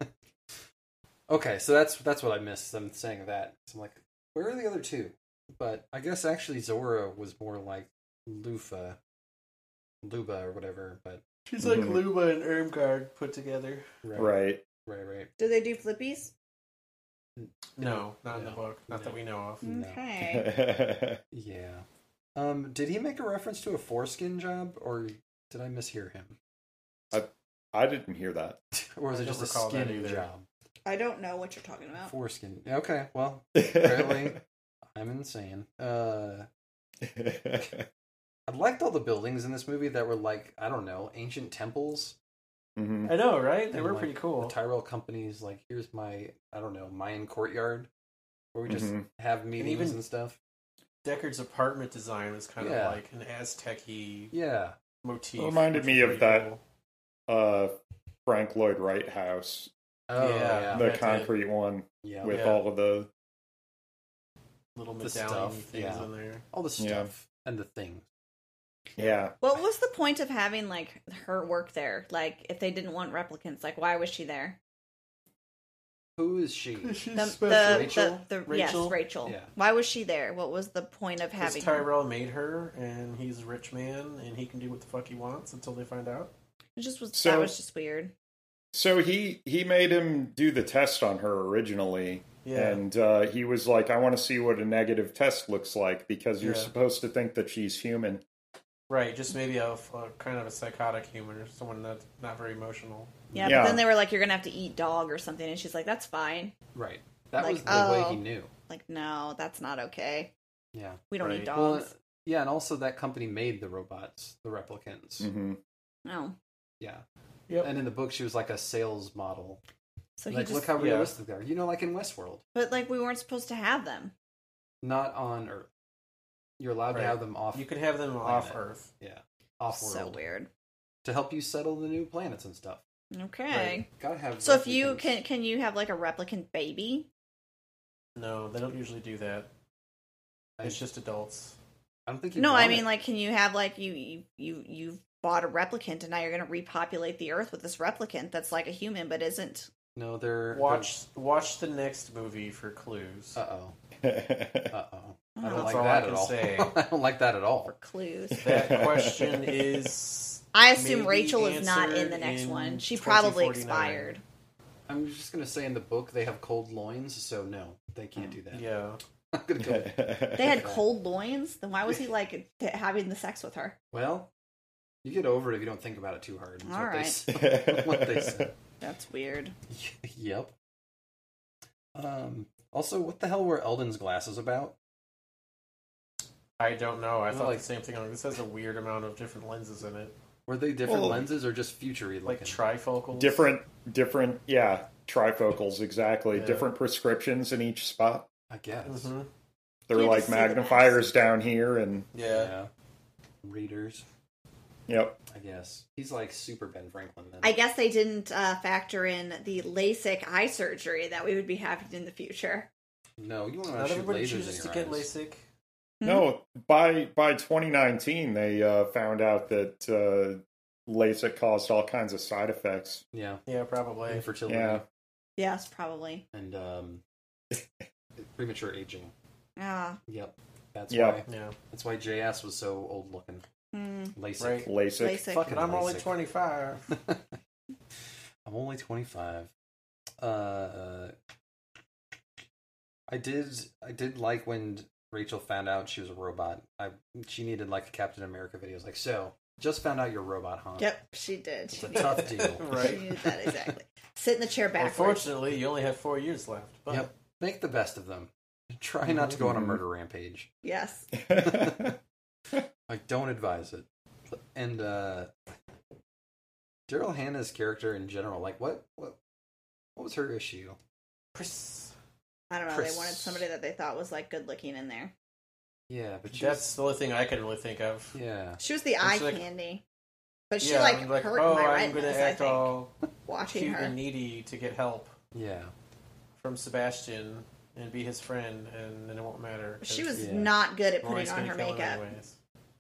Speaker 6: Okay, so that's that's what I missed. I'm saying that. So I'm like, where are the other two? But I guess actually Zora was more like Lufa. Luba or whatever, but
Speaker 2: She's
Speaker 4: like
Speaker 6: Mm-hmm.
Speaker 4: Mhm.
Speaker 2: Luba and Ermgard put together.
Speaker 6: right,
Speaker 4: right.
Speaker 6: right, right.
Speaker 5: Do they do flippies?
Speaker 2: No, not in the
Speaker 6: No.
Speaker 2: book. Not that we know of.
Speaker 6: No.
Speaker 5: Okay.
Speaker 6: Yeah. Um, did he make a reference to a foreskin job or did I mishear him?
Speaker 4: I didn't hear that.
Speaker 6: Or was
Speaker 2: I
Speaker 6: it
Speaker 2: don't
Speaker 6: just a
Speaker 2: recall that
Speaker 6: skin
Speaker 2: either.
Speaker 6: job?
Speaker 5: I don't know what you're talking about.
Speaker 6: Foreskin. Okay, well, Apparently. I'm insane. Uh I liked all the buildings in this movie that were like I don't know ancient temples.
Speaker 4: Mhm.
Speaker 2: I know, right? They
Speaker 6: And,
Speaker 2: were
Speaker 6: like,
Speaker 2: pretty
Speaker 6: The
Speaker 2: cool.
Speaker 6: Tyrell companies like here's my I don't know Mayan courtyard where we just
Speaker 4: Mhm.
Speaker 6: have meetings and,
Speaker 2: even-
Speaker 6: stuff.
Speaker 2: Deckard's apartment design was kind
Speaker 6: Yeah.
Speaker 2: of like an Aztec-y
Speaker 6: Yeah,
Speaker 2: motif.
Speaker 4: Reminded
Speaker 2: which
Speaker 4: me
Speaker 2: was
Speaker 4: of
Speaker 2: pretty
Speaker 4: that.
Speaker 2: cool.
Speaker 4: Uh Frank Lloyd Wright house.
Speaker 6: oh
Speaker 2: Yeah.
Speaker 6: yeah,
Speaker 4: the
Speaker 2: that's it. Oh,
Speaker 4: concrete one
Speaker 6: yeah.
Speaker 4: with
Speaker 2: Yeah.
Speaker 4: all of the
Speaker 2: little
Speaker 6: The
Speaker 2: medallion
Speaker 6: stuff,
Speaker 2: things
Speaker 6: yeah.
Speaker 2: in there.
Speaker 6: all the
Speaker 4: Yeah.
Speaker 6: stuff and the things.
Speaker 4: Yeah.
Speaker 5: What was the point of having like her work there? Like, if they didn't want replicants, like, why was she there?
Speaker 6: Who is she?
Speaker 5: The,
Speaker 6: special.
Speaker 5: the,
Speaker 6: Rachel?
Speaker 5: The, the,
Speaker 2: Rachel?
Speaker 5: Yes, Rachel.
Speaker 6: Yeah.
Speaker 5: Why was she there? What was the point of
Speaker 2: Because
Speaker 5: having her?
Speaker 2: Tyrell made her, and he's a rich man, and he can do what the fuck he wants until they find out.
Speaker 5: It just was
Speaker 4: So-
Speaker 5: that was just weird.
Speaker 4: So he he made him do the test on her originally,
Speaker 2: Yeah.
Speaker 4: and uh, he was like, "I want to see what a negative test looks like because you're
Speaker 2: Yeah.
Speaker 4: supposed to think that she's human."
Speaker 2: Right, just maybe a, a kind of a psychotic humor, someone that's not very emotional.
Speaker 5: Yeah,
Speaker 4: Yeah.
Speaker 5: But then they were like, "You're gonna have to eat dog or something," and she's like, "That's fine."
Speaker 6: Right. That
Speaker 5: Like,
Speaker 6: was the way
Speaker 5: oh.
Speaker 6: he knew.
Speaker 5: Like, no, that's not okay.
Speaker 6: Yeah.
Speaker 5: We don't
Speaker 2: Right.
Speaker 5: eat
Speaker 6: Well,
Speaker 5: dogs.
Speaker 6: yeah, and also that company made the robots, the replicants.
Speaker 4: hmm
Speaker 5: no.
Speaker 6: Yeah.
Speaker 2: Yep.
Speaker 6: And in the book, she was like a sales model.
Speaker 5: So he
Speaker 6: like,
Speaker 5: just.
Speaker 6: look how
Speaker 2: Yeah.
Speaker 6: realistic they are. You know, like in Westworld.
Speaker 5: but like, we weren't supposed to have them.
Speaker 6: not on Earth. You're allowed
Speaker 2: Right.
Speaker 6: to have them off.
Speaker 2: You could have them off
Speaker 6: Planet.
Speaker 2: Earth.
Speaker 6: yeah, off world
Speaker 5: So weird.
Speaker 6: to help you settle the new planets and stuff.
Speaker 5: Okay.
Speaker 6: Right. Gotta have.
Speaker 5: So if
Speaker 6: replicants.
Speaker 5: you can, can you have like a replicant baby?
Speaker 2: No, they don't usually do that.
Speaker 6: I,
Speaker 2: It's just adults.
Speaker 6: I don't think you.
Speaker 5: No, I
Speaker 6: want
Speaker 5: mean
Speaker 6: it.
Speaker 5: like, can you have like you you you you've bought a replicant and now you're going to repopulate the Earth with this replicant that's like a human but isn't?
Speaker 6: No, they're
Speaker 2: Watch watch the next movie for clues.
Speaker 6: Uh oh. Uh oh. I
Speaker 5: Oh.
Speaker 6: don't
Speaker 5: That's
Speaker 6: like
Speaker 2: all I
Speaker 6: that
Speaker 2: can
Speaker 6: at all.
Speaker 2: say.
Speaker 6: I don't like that at all.
Speaker 5: For clues.
Speaker 2: that question is.
Speaker 5: I assume
Speaker 2: Maybe
Speaker 5: Rachel is not in the
Speaker 2: answered
Speaker 5: next
Speaker 2: in
Speaker 5: one. She probably
Speaker 2: 2049.
Speaker 5: expired.
Speaker 6: I'm just gonna say in the book they have cold loins, so no, they can't do that.
Speaker 2: Yeah.
Speaker 6: I'm gonna go. with-
Speaker 5: They had cold loins. Then why was he like t- having the sex with her?
Speaker 6: Well, you get over it if you don't think about it too hard. is
Speaker 5: All
Speaker 6: what they
Speaker 5: right.
Speaker 6: say. what they said.
Speaker 5: That's weird.
Speaker 6: yep. Um. Also, what the hell were Eldon's glasses about?
Speaker 2: I don't know. I
Speaker 6: Well,
Speaker 2: thought
Speaker 6: like-
Speaker 2: the same thing. Like, this has a weird amount of different lenses in it,
Speaker 6: Were they different
Speaker 4: Well,
Speaker 6: lenses or just futury
Speaker 2: like
Speaker 6: looking?
Speaker 2: trifocals.
Speaker 4: different, different, yeah, trifocals exactly.
Speaker 2: Yeah.
Speaker 4: Different prescriptions in each spot.
Speaker 6: I guess.
Speaker 2: hmm
Speaker 4: They're
Speaker 5: Can't
Speaker 4: like
Speaker 5: see the best.
Speaker 4: magnifiers down here, and
Speaker 2: Yeah.
Speaker 6: Yeah. Readers,
Speaker 4: yep,
Speaker 6: I guess. He's like super Ben Franklin then.
Speaker 5: I guess they didn't uh, factor in the LASIK eye surgery that we would be having in the future.
Speaker 6: No, you want
Speaker 2: Not
Speaker 6: to shoot
Speaker 2: everybody
Speaker 6: lasers in
Speaker 2: chooses
Speaker 6: your
Speaker 2: to get
Speaker 6: eyes.
Speaker 2: LASIK.
Speaker 5: Hmm.
Speaker 4: No, by by 2019, they uh, found out that uh, LASIK caused all kinds of side effects.
Speaker 6: Yeah.
Speaker 2: Yeah, probably.
Speaker 6: Infertility
Speaker 4: Yeah,
Speaker 5: Yes, probably.
Speaker 6: and um, premature aging.
Speaker 5: Ah,
Speaker 6: Yep. That's
Speaker 4: Yeah.
Speaker 6: why.
Speaker 2: Yeah.
Speaker 6: That's why JS was so old looking.
Speaker 5: hmm.
Speaker 6: LASIK.
Speaker 2: Right.
Speaker 4: LASIK.
Speaker 5: LASIK.
Speaker 6: Fucking
Speaker 2: But I'm only
Speaker 6: LASIK.
Speaker 2: 25.
Speaker 6: I'm only 25. Uh, I did. I did like when Rachel found out she was a robot. I she needed like a Captain America video. It's like, so just found out you're a robot, huh?
Speaker 5: Yep, she did.
Speaker 6: It's
Speaker 5: She
Speaker 6: a
Speaker 5: did.
Speaker 6: tough deal.
Speaker 5: She
Speaker 2: Right.
Speaker 5: did that exactly. Sit in the chair backwards.
Speaker 2: Unfortunately, you only have four years left. But
Speaker 6: Yep. Make the best of them. Try not to go on a murder rampage.
Speaker 5: Yes.
Speaker 6: I don't advise it. And uh Daryl Hannah's character in general, like what what what was her issue?
Speaker 2: Chris,
Speaker 5: I don't know.
Speaker 6: Chris.
Speaker 5: They wanted somebody that they thought was like good looking in there.
Speaker 6: Yeah, but she was-
Speaker 2: that's the only thing I can really think of.
Speaker 6: yeah.
Speaker 5: She was the eye
Speaker 2: It's like-
Speaker 5: candy, but she
Speaker 2: yeah,
Speaker 5: like
Speaker 2: I'm
Speaker 5: hurt
Speaker 2: oh,
Speaker 5: my
Speaker 2: I'm gonna
Speaker 5: retinas. I
Speaker 2: act
Speaker 5: think
Speaker 2: all
Speaker 5: watching
Speaker 2: cute
Speaker 5: her.
Speaker 2: and needy to get help
Speaker 6: Yeah.
Speaker 2: from Sebastian and be his friend, and then it won't matter. 'cause
Speaker 5: She was
Speaker 6: Yeah.
Speaker 5: not good at putting
Speaker 2: Rory's
Speaker 5: on
Speaker 2: gonna
Speaker 5: her
Speaker 2: kill him
Speaker 5: makeup.
Speaker 2: anyways.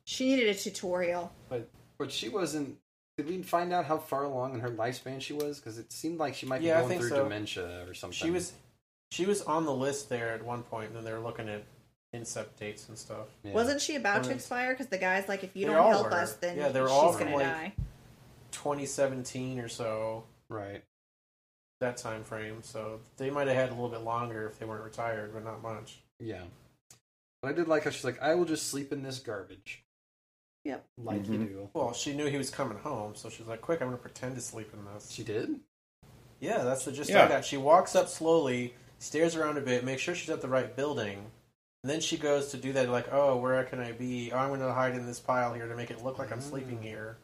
Speaker 5: She needed a tutorial.
Speaker 6: But but she wasn't did we find out how far along in her lifespan she was? Because it seemed like she might be
Speaker 2: Yeah, I
Speaker 6: going
Speaker 2: think
Speaker 6: through
Speaker 2: so.
Speaker 6: dementia or something.
Speaker 2: She was, she was on the list there at one point, and then they were looking at incept dates and stuff.
Speaker 6: Yeah.
Speaker 5: Wasn't she about to
Speaker 2: Right.
Speaker 5: expire? Because the guy's like, if you
Speaker 2: They
Speaker 5: don't
Speaker 2: all
Speaker 5: help
Speaker 2: were.
Speaker 5: us, then
Speaker 2: Yeah, they were
Speaker 5: she's
Speaker 2: all
Speaker 5: gonna
Speaker 2: from, like- uh,
Speaker 5: die.
Speaker 2: 2017 or so,
Speaker 6: right.
Speaker 2: that time frame. So they might have had a little bit longer if they weren't retired, but not much.
Speaker 6: Yeah. But I did like how she's like, I will just sleep in this garbage.
Speaker 5: Yep.
Speaker 6: Like you do.
Speaker 2: Well, she knew he was coming home, so she's like, "Quick, I'm gonna pretend to sleep in this."
Speaker 6: She did?
Speaker 2: Yeah, that's the gist
Speaker 4: Yeah.
Speaker 2: I got. She walks up slowly, stares around a bit, makes sure she's at the right building, and then she goes to do that. Like, oh, where can I be? Oh, I'm going to hide in this pile here to make it look like I'm sleeping here.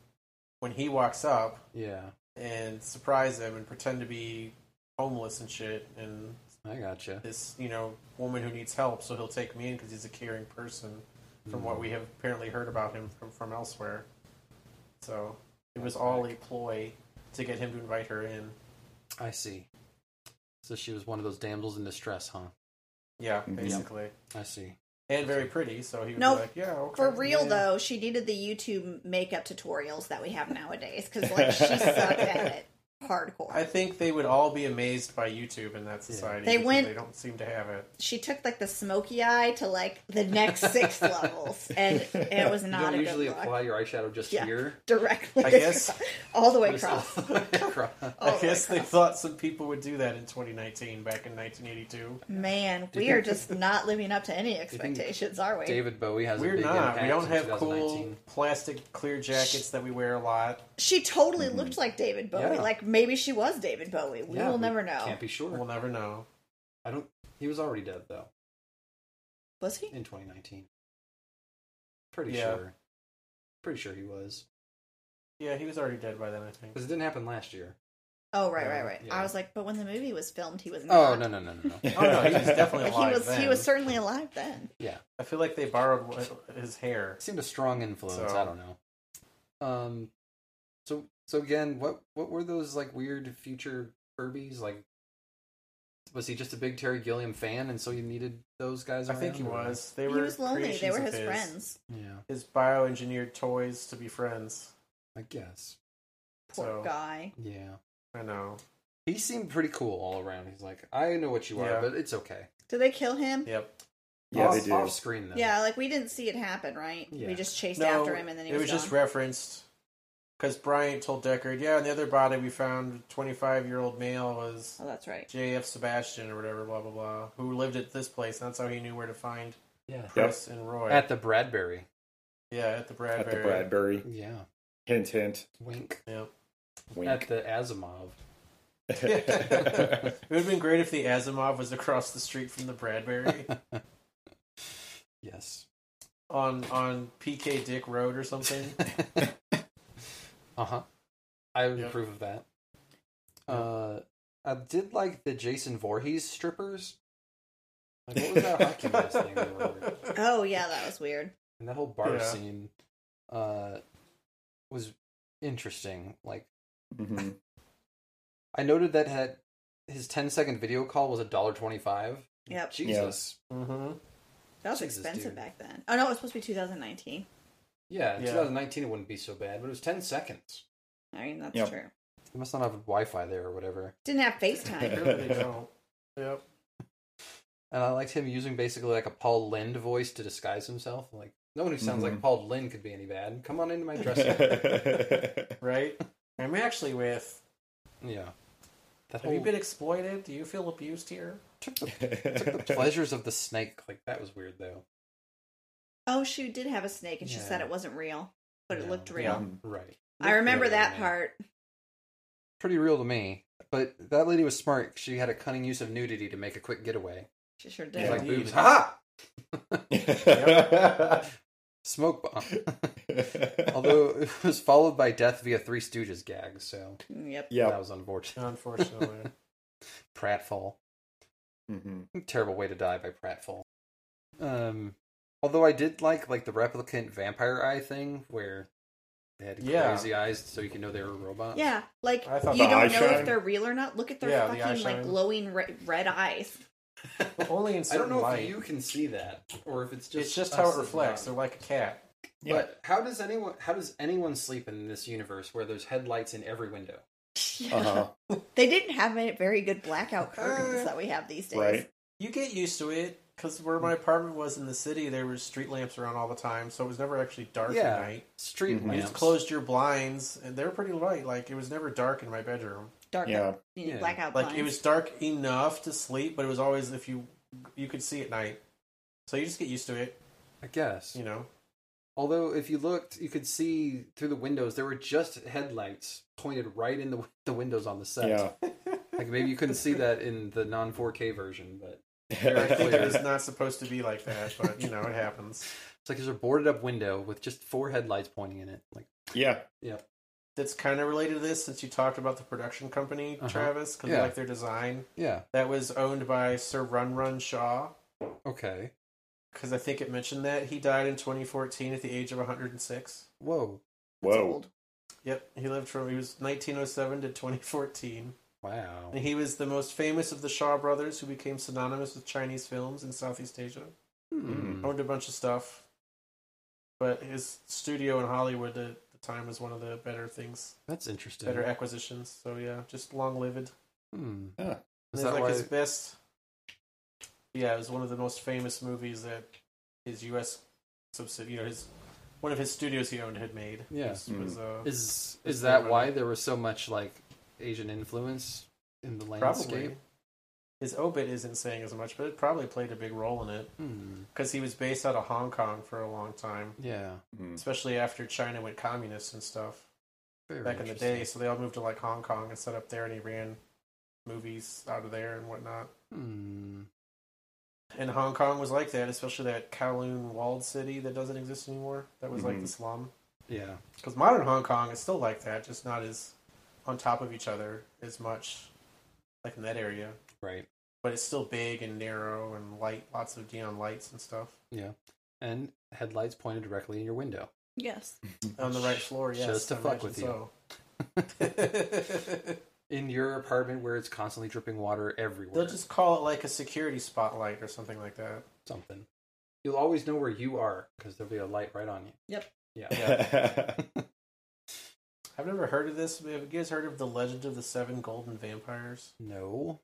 Speaker 2: When he walks up
Speaker 6: Yeah.
Speaker 2: and surprise him and pretend to be homeless and shit, and
Speaker 6: I gotcha.
Speaker 2: this you know woman who needs help, so he'll take me in because he's a caring person, from what we have apparently heard about him from from elsewhere. So it was all a ploy to get him to invite her in.
Speaker 6: I see. So she was one of those damsels in distress, huh?
Speaker 2: Yeah,
Speaker 4: Mhm.
Speaker 2: basically.
Speaker 6: I see.
Speaker 2: and very pretty. So he was
Speaker 5: No,
Speaker 2: like, "Yeah, okay."
Speaker 5: For real
Speaker 2: yeah.
Speaker 5: though, she needed the YouTube makeup tutorials that we have nowadays because like she sucked at it hardcore.
Speaker 2: I think they would all be amazed by YouTube in that society.
Speaker 5: They
Speaker 2: because
Speaker 5: went-
Speaker 2: They don't seem to have it.
Speaker 5: she took like the smoky eye to like the next six levels, and it was
Speaker 6: You
Speaker 5: not
Speaker 6: don't
Speaker 5: a
Speaker 6: usually
Speaker 5: good look.
Speaker 6: apply your eyeshadow just
Speaker 5: Yeah.
Speaker 6: here.
Speaker 5: Directly,
Speaker 2: I guess-
Speaker 5: all the way
Speaker 6: Just
Speaker 5: across.
Speaker 6: all the way across.
Speaker 2: I
Speaker 5: Oh
Speaker 2: guess
Speaker 5: my
Speaker 2: they thought some people would do that in 2019, back in 1982.
Speaker 5: Man,
Speaker 6: you
Speaker 5: we
Speaker 6: think-
Speaker 5: are just not living up to any expectations, are we?
Speaker 6: David Bowie has a
Speaker 2: We're
Speaker 6: big
Speaker 2: not.
Speaker 6: impact
Speaker 2: We don't
Speaker 6: in
Speaker 2: have cool
Speaker 6: 2019.
Speaker 2: plastic clear jackets that we wear a lot.
Speaker 5: She totally looked like David Bowie.
Speaker 6: Yeah.
Speaker 5: Like maybe she was David Bowie. We
Speaker 6: Yeah,
Speaker 5: will never know.
Speaker 6: Can't be sure.
Speaker 2: We'll never know.
Speaker 6: I don't. He was already dead though
Speaker 5: Was he?
Speaker 6: in 2019. Pretty
Speaker 2: Yeah.
Speaker 6: sure. Pretty sure he was
Speaker 2: Yeah, he was already dead by then. I think.
Speaker 6: because it didn't happen last year.
Speaker 5: Oh right,
Speaker 6: Yeah,
Speaker 5: right, right.
Speaker 6: yeah.
Speaker 5: I was like, but when the movie was filmed, he was not.
Speaker 6: Oh no no no no no.
Speaker 2: Oh no, he was definitely
Speaker 5: But
Speaker 2: alive.
Speaker 5: he was
Speaker 2: then.
Speaker 5: he was certainly alive then.
Speaker 6: Yeah,
Speaker 2: I feel like they borrowed wh- his hair.
Speaker 6: it seemed a strong influence.
Speaker 2: So-
Speaker 6: I don't know. Um, so so again, what what were those like weird future Furbies like? Was he just a big Terry Gilliam fan, and so you needed those guys?
Speaker 2: I think he
Speaker 6: around, or-
Speaker 2: was. They
Speaker 5: He
Speaker 2: were
Speaker 5: was lonely. They
Speaker 2: creations
Speaker 5: were
Speaker 2: of
Speaker 5: his,
Speaker 2: his
Speaker 5: friends.
Speaker 6: Yeah,
Speaker 2: His bioengineered toys to be friends.
Speaker 6: I guess.
Speaker 5: Poor
Speaker 2: So-
Speaker 5: guy.
Speaker 6: Yeah,
Speaker 2: I know.
Speaker 6: he seemed pretty cool all around. He's like, I know what you are,
Speaker 2: Yeah.
Speaker 6: but it's okay.
Speaker 5: Did they kill him? Yeah,
Speaker 2: Yep.
Speaker 4: Yeah,
Speaker 6: off,
Speaker 4: they do.
Speaker 6: Off screen though.
Speaker 5: like we didn't see it happen, right?
Speaker 6: Yeah.
Speaker 5: We just chased
Speaker 2: No,
Speaker 5: after him and then he
Speaker 2: it was,
Speaker 5: was,
Speaker 2: just
Speaker 5: gone.
Speaker 2: referenced because Bryant told Deckard, "Yeah, and the other body we found, twenty-five-year-old male was
Speaker 5: oh, that's right.
Speaker 2: J.F. Sebastian or whatever, blah blah blah, who lived at this place. And that's how he knew where to find
Speaker 6: yeah.
Speaker 2: Chris and Roy.
Speaker 6: At the Bradbury.
Speaker 2: yeah, at the
Speaker 4: at
Speaker 2: Bradbury.
Speaker 4: the Bradbury.
Speaker 6: Yeah.
Speaker 4: Hint, hint.
Speaker 6: Wink.
Speaker 2: Yep.
Speaker 6: At
Speaker 4: Wink.
Speaker 6: the Asimov.
Speaker 2: it would have been great if the Asimov was across the street from the Bradbury
Speaker 6: Yes.
Speaker 2: on on PK Dick Road or something.
Speaker 6: Uh huh. I would
Speaker 2: Yep.
Speaker 6: approve of that. Uh, I did like the Jason Voorhees strippers. Like, what was that hockey mask thing? they were-
Speaker 5: Oh yeah, that was weird.
Speaker 6: And that whole bar
Speaker 2: Yeah.
Speaker 6: scene uh, was interesting. Like,
Speaker 4: Mhm.
Speaker 6: I noted that had his 10 second video call was a dollar twenty five.
Speaker 5: Yep.
Speaker 6: Jesus.
Speaker 2: hmm
Speaker 5: That was
Speaker 6: Jesus,
Speaker 5: expensive
Speaker 6: dude.
Speaker 5: back then. Oh no, it was supposed to be 2019.
Speaker 6: Yeah, in
Speaker 2: Yeah.
Speaker 6: 2019 it wouldn't be so bad, but it was 10 seconds.
Speaker 5: I mean, that's
Speaker 4: Yep.
Speaker 5: true.
Speaker 6: They must not have Wi Fi there or whatever.
Speaker 5: Didn't have FaceTime.
Speaker 2: Yep.
Speaker 6: And I liked him using basically like a Paul Lind voice to disguise himself. Like, no one who sounds like
Speaker 4: Mhm.
Speaker 6: Paul Lind could be any bad. Come on into my dressing room.
Speaker 2: Right. I'm actually with.
Speaker 6: yeah. That
Speaker 2: Have you
Speaker 6: whole
Speaker 2: been exploited? Do you feel abused here?
Speaker 6: took, the, took the pleasures of the snake. Like, that was weird though.
Speaker 5: oh, she did have a snake, and she
Speaker 6: Yeah.
Speaker 5: said it wasn't real, but it
Speaker 6: No.
Speaker 5: looked real.
Speaker 4: Mhm.
Speaker 6: Right.
Speaker 5: I remember
Speaker 6: Yeah,
Speaker 5: that
Speaker 6: man.
Speaker 5: part.
Speaker 6: Pretty real to me. But that lady was smart. She had a cunning use of nudity to make a quick getaway.
Speaker 5: She sure
Speaker 6: It was
Speaker 5: did.
Speaker 6: like
Speaker 2: Indeed.
Speaker 6: boobs. Ha!
Speaker 4: Mm-hmm. Yep.
Speaker 6: Smoke bomb. Although it was followed by death via Three Stooges gag, so
Speaker 5: yep.
Speaker 6: that
Speaker 4: yeah.
Speaker 6: was unfortunate.
Speaker 2: Unfortunately.
Speaker 6: Pratfall.
Speaker 4: Mhm.
Speaker 6: Terrible way to die by pratfall. Um, although I did like like the replicant vampire eye thing where they had
Speaker 2: Yeah.
Speaker 6: crazy eyes so you can know they were robots.
Speaker 5: Yeah, like
Speaker 2: I thought
Speaker 5: you
Speaker 4: the
Speaker 5: don't
Speaker 4: eye
Speaker 5: know
Speaker 4: shine-
Speaker 5: if they're real or not. Look at their
Speaker 2: Yeah, the eye
Speaker 5: fucking like
Speaker 2: shine.
Speaker 5: glowing re- red eyes.
Speaker 2: But only in
Speaker 6: I
Speaker 2: certain
Speaker 6: don't know
Speaker 2: light.
Speaker 6: if you can see that or if it's just
Speaker 2: it's just
Speaker 6: us
Speaker 2: how it
Speaker 6: that's
Speaker 2: reflects. They're
Speaker 6: not.
Speaker 2: like a cat.
Speaker 6: But how does anyone how does anyone sleep in this universe where there's headlights in every window?
Speaker 5: Yeah.
Speaker 4: Uh-huh.
Speaker 5: They didn't have any very good blackout curtains
Speaker 2: Uh,
Speaker 5: that we have these days.
Speaker 4: Right.
Speaker 2: You get used to it because where
Speaker 6: Mm.
Speaker 2: my apartment was in the city, there were street lamps around all the time, so it was never actually dark
Speaker 6: Yeah.
Speaker 2: at night.
Speaker 6: Street
Speaker 4: Mhm.
Speaker 2: You
Speaker 6: lamps.
Speaker 2: just closed your blinds, and they were pretty light. Like it was never dark in my bedroom.
Speaker 5: Dark
Speaker 4: Yeah.
Speaker 5: you know,
Speaker 6: Yeah.
Speaker 5: blackout
Speaker 2: Like
Speaker 5: blinds.
Speaker 2: it was dark enough to sleep, but it was always if you you could see at night. So you just get used to it,
Speaker 6: I guess.
Speaker 2: you know.
Speaker 6: Although, if you looked, you could see through the windows. There were just headlights pointed right in the the windows on the set.
Speaker 4: Yeah.
Speaker 6: Like maybe you couldn't see that in the non 4K version, but
Speaker 2: I think it
Speaker 6: clear.
Speaker 2: was not supposed to be like that, but you know it happens.
Speaker 6: it's like there's a boarded up window with just four headlights pointing in it. Like
Speaker 4: yeah.
Speaker 2: That's kind of related to this since you talked about the production company,
Speaker 6: Uh-huh.
Speaker 2: Travis, because
Speaker 6: Yeah.
Speaker 2: like their design
Speaker 6: yeah,
Speaker 2: that was owned by Sir Run Run Shaw.
Speaker 6: okay,
Speaker 2: because I think it mentioned that he died in 2014 at the age of 106.
Speaker 6: whoa,
Speaker 5: That's
Speaker 4: Whoa.
Speaker 5: old.
Speaker 2: Yep, he lived from he was 1907 to 2014,
Speaker 6: wow,
Speaker 2: and he was the most famous of the Shaw brothers, who became synonymous with Chinese films in Southeast Asia.
Speaker 6: Hmm.
Speaker 2: Owned a bunch of stuff, but his studio in Hollywood at the time was one of the better things,
Speaker 6: that's interesting.
Speaker 2: better acquisitions. So yeah, just long lived.
Speaker 6: Hmm.
Speaker 4: Huh.
Speaker 2: It was
Speaker 6: Is that
Speaker 2: like
Speaker 6: why?
Speaker 2: his best? Yeah, it was one of the most famous movies that his U.S. subsidiary, you know, his one of his studios he owned had made.
Speaker 6: Yeah. Mm-hmm.
Speaker 2: was, was, uh,
Speaker 6: Is
Speaker 2: It's
Speaker 6: is that
Speaker 2: not
Speaker 6: why
Speaker 2: really-
Speaker 6: there was so much like Asian influence in the
Speaker 2: probably
Speaker 6: landscape?
Speaker 2: his obit isn't saying as much, but it probably played a big role in it
Speaker 6: Hmm.
Speaker 2: because he was based out of Hong Kong for a long time,
Speaker 6: Yeah,
Speaker 4: Mm.
Speaker 2: especially after China went communist and stuff
Speaker 6: Very
Speaker 2: back in the
Speaker 6: interesting.
Speaker 2: day. So they all moved to like Hong Kong and set up there, and he ran movies out of there and whatnot.
Speaker 6: Hmm.
Speaker 2: And Hong Kowloon was like that, especially that Kowloon walled city that doesn't exist
Speaker 6: Mm-hmm.
Speaker 2: anymore. That was like the
Speaker 4: Mhm.
Speaker 2: slum.
Speaker 6: Yeah.
Speaker 2: Because modern Hong Kong is still like that, just not as on top of each other as much, like in that area.
Speaker 6: Right.
Speaker 2: But it's still big and narrow and light, lots of neon lights and stuff
Speaker 6: Yeah. And headlights pointed directly in your window.
Speaker 5: Yes.
Speaker 2: on the right floor. Yes,
Speaker 6: Just to
Speaker 2: I
Speaker 6: fuck
Speaker 2: imagine
Speaker 6: with
Speaker 2: so.
Speaker 6: In your apartment where it's constantly dripping water everywhere.
Speaker 2: They'll just call it like a security spotlight or something like that.
Speaker 6: something. You'll always know where you are because there'll be a light right on you.
Speaker 5: Yep.
Speaker 6: Yeah.
Speaker 2: I've never heard of this. Have you guys heard of the Legend of the Seven Golden Vampires?
Speaker 6: no.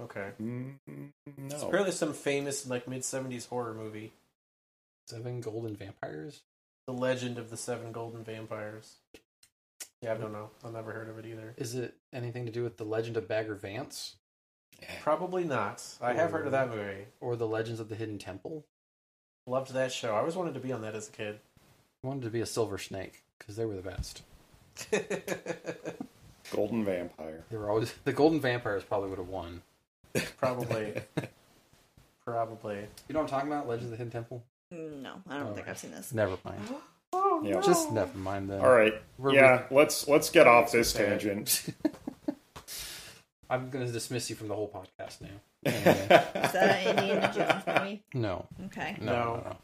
Speaker 2: Okay,
Speaker 4: Mm,
Speaker 2: it's
Speaker 4: no.
Speaker 2: apparently some famous like mid '70s horror movie.
Speaker 6: Seven golden vampires?
Speaker 2: The Legend of the Seven Golden Vampires. Yeah, I don't know. I've never heard of it either.
Speaker 6: Is it anything to do with the legend of Bagger Vance
Speaker 2: Probably not. I have heard of that movie.
Speaker 6: or the legends of the hidden temple?
Speaker 2: Loved that show. I always wanted to be on that as a kid.
Speaker 6: I wanted to be a silver snake because they were the best.
Speaker 4: Golden vampire.
Speaker 6: They were always the golden vampires probably would have won.
Speaker 2: Probably. Probably.
Speaker 6: You know what I'm talking about? Legends of the hidden temple?
Speaker 5: No, I don't think I've seen this.
Speaker 6: Never mind.
Speaker 4: Yeah.
Speaker 6: Just
Speaker 5: Oh.
Speaker 6: never mind then.
Speaker 4: Oh, All right.
Speaker 6: We're-
Speaker 4: yeah. Let's let's get off
Speaker 2: That's
Speaker 4: this
Speaker 2: okay.
Speaker 4: tangent.
Speaker 6: I'm gonna dismiss you from the whole podcast now.
Speaker 5: Is that an Indiana Jones movie?
Speaker 6: No.
Speaker 5: Okay.
Speaker 6: No.
Speaker 2: No.
Speaker 6: no,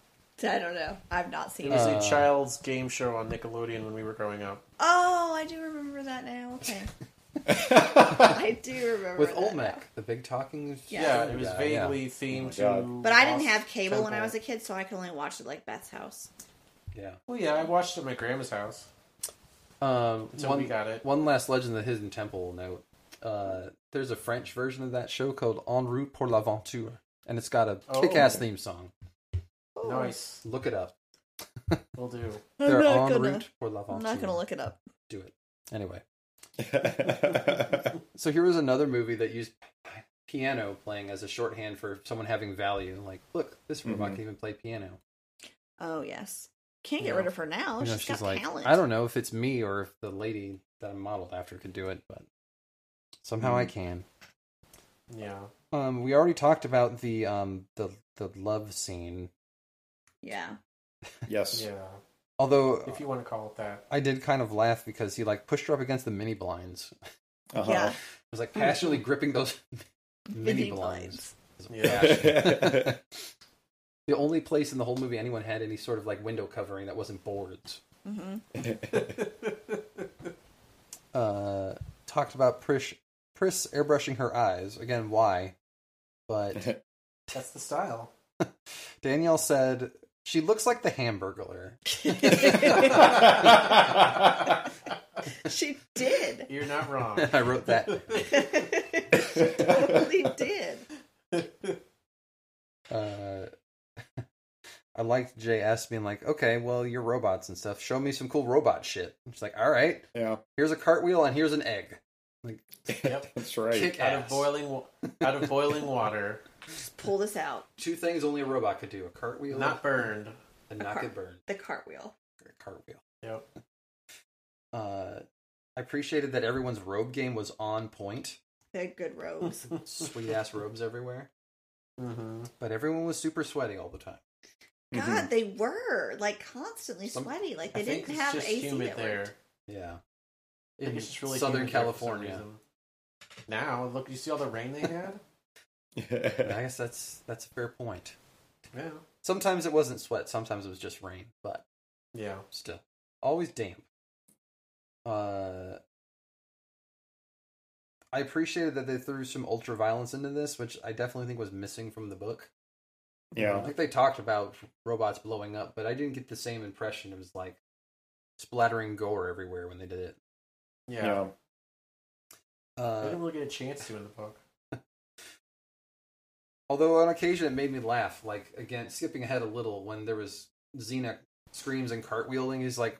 Speaker 6: no.
Speaker 5: I don't know. I've not
Speaker 2: It
Speaker 5: seen
Speaker 2: was
Speaker 5: it.
Speaker 2: a child's game show on Nickelodeon when we were growing up.
Speaker 5: Oh, I do remember that now. Okay. I do remember
Speaker 6: With
Speaker 5: that now.
Speaker 6: Olmec, the big talking
Speaker 5: Yeah.
Speaker 2: Yeah, it was
Speaker 6: Yeah,
Speaker 2: vaguely themed
Speaker 4: Oh my
Speaker 2: to.
Speaker 5: But I didn't
Speaker 2: Lost
Speaker 5: have cable when I
Speaker 2: Temple.
Speaker 5: was a kid, so I could only watch it like Beth's house.
Speaker 6: Yeah.
Speaker 2: Well, yeah, I watched it at my grandma's house.
Speaker 6: Um,
Speaker 2: So
Speaker 6: one,
Speaker 2: we got it.
Speaker 6: One last legend of the Hidden Temple note. Uh, there's a French version of that show called En route pour l'aventure, and it's got a
Speaker 2: Oh.
Speaker 6: kick-ass theme song.
Speaker 5: Oh.
Speaker 2: Nice.
Speaker 6: Look it up.
Speaker 2: We'll do.
Speaker 5: I'm
Speaker 6: They're
Speaker 5: not
Speaker 6: en
Speaker 5: gonna-
Speaker 6: route pour l'aventure.
Speaker 5: I'm not gonna look it up.
Speaker 6: Do it anyway.
Speaker 4: Jones.
Speaker 6: So here was another movie that used p- piano playing as a shorthand for someone having value. Like, look, this robot
Speaker 4: Mhm.
Speaker 6: can even play piano.
Speaker 5: Oh yes, can't get
Speaker 2: No.
Speaker 5: rid of her now.
Speaker 6: You know,
Speaker 5: Oh, she's got
Speaker 6: like,
Speaker 5: talent.
Speaker 6: I don't know if it's me or if the lady that I'm modeled after could do it, but somehow
Speaker 5: Mm.
Speaker 6: I can.
Speaker 2: Yeah.
Speaker 6: Um, we already talked about the um the the love scene.
Speaker 5: Yeah,
Speaker 4: yes.
Speaker 2: Yeah.
Speaker 6: Although
Speaker 2: If you want to call it that.
Speaker 6: I did kind of laugh because he like pushed her up against the mini blinds. I
Speaker 4: Uh-huh.
Speaker 5: yeah.
Speaker 6: was like passionately gripping those mini,
Speaker 5: Mini
Speaker 6: blinds.
Speaker 5: blinds.
Speaker 2: Yeah.
Speaker 6: Passion. the only place in the whole movie anyone had any sort of like window covering that wasn't boards.
Speaker 5: hmm
Speaker 6: Uh, talked about Prish Pris airbrushing her eyes again. Why? But
Speaker 2: That's the style.
Speaker 6: Danielle said she looks like the Hamburglar.
Speaker 5: Mm-hmm. she did.
Speaker 2: You're not wrong.
Speaker 6: I wrote that.
Speaker 5: she totally did.
Speaker 6: Uh, I liked JS being like, okay, well, you're robots and stuff. Show me some cool robot shit. I'm just like, all right,
Speaker 4: yeah.
Speaker 6: here's a cartwheel and here's an egg. Like,
Speaker 2: Yep.
Speaker 4: That's right.
Speaker 6: kick
Speaker 2: Out
Speaker 6: ass.
Speaker 2: of boiling, wa- out of boiling water,
Speaker 5: Just pull this out.
Speaker 6: Two things only a robot could do: a cartwheel
Speaker 2: not burned.
Speaker 6: and not
Speaker 5: car-
Speaker 6: get burned.
Speaker 5: The cartwheel.
Speaker 6: A cartwheel.
Speaker 2: Yep.
Speaker 6: Uh, I appreciated that everyone's robe game was on point.
Speaker 5: They're good robes.
Speaker 6: Sweet ass robes everywhere,
Speaker 2: Mm-hmm.
Speaker 6: but everyone was super sweaty all the time.
Speaker 5: God,
Speaker 4: Mhm.
Speaker 5: they were like constantly
Speaker 6: Mm-hmm. Some-
Speaker 5: sweaty. Like
Speaker 2: I
Speaker 5: they
Speaker 2: think
Speaker 5: didn't
Speaker 2: it's
Speaker 5: have
Speaker 2: just
Speaker 5: AC
Speaker 2: humid
Speaker 5: that
Speaker 2: there.
Speaker 5: worked.
Speaker 6: Yeah,
Speaker 2: I think
Speaker 6: in
Speaker 2: it's just really
Speaker 6: Southern
Speaker 2: humid there for some
Speaker 6: California.
Speaker 2: reason. Now, look, you see all the rain they had?
Speaker 6: Yeah, I guess that's that's a fair point.
Speaker 2: yeah.
Speaker 6: Sometimes it wasn't sweat. Sometimes it was just rain. But
Speaker 2: Yeah.
Speaker 6: still always damp uh i appreciated that they threw some ultra violence into this which i definitely think was missing from the book
Speaker 4: yeah.
Speaker 6: like they talked about robots blowing up but i didn't get the same impression it was like splattering gore everywhere when they did it
Speaker 2: Yeah.
Speaker 4: Yeah.
Speaker 2: I
Speaker 6: uh
Speaker 2: didn't really get a chance to in the book.
Speaker 6: although on occasion it made me laugh like again skipping ahead a little when there was xena screams and cartwheeling he's like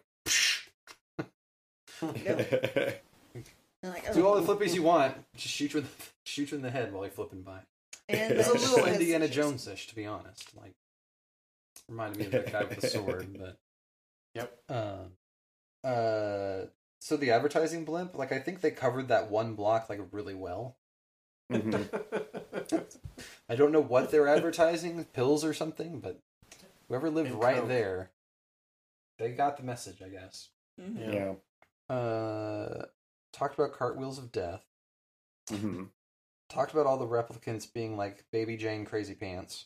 Speaker 4: Mm-hmm.
Speaker 5: They're like, "Oh,
Speaker 6: do all
Speaker 5: "Ugh."
Speaker 6: the flippies you want just shoot you in the, shoot you in the head while you're flipping by
Speaker 5: And
Speaker 6: It's a
Speaker 5: then
Speaker 6: little
Speaker 5: she has-
Speaker 6: Indiana Jones ish, to be honest. Like, reminded me of the guy with the sword, but.
Speaker 2: Yep.
Speaker 6: Um, uh, so the advertising blimp, like, I think they covered that one block, like, really well.
Speaker 4: Mhm.
Speaker 6: I don't know what they're advertising, pills or something, but whoever lived
Speaker 2: And
Speaker 6: right
Speaker 2: Coke.
Speaker 6: there,
Speaker 5: Mm-hmm.
Speaker 6: they
Speaker 4: Mm-hmm.
Speaker 6: got the message, I guess.
Speaker 5: Mhm.
Speaker 4: Yeah.
Speaker 6: Uh, talked about Cartwheels of Death,
Speaker 4: hmm
Speaker 6: talked about all the replicants being like Baby Jane Crazy Pants.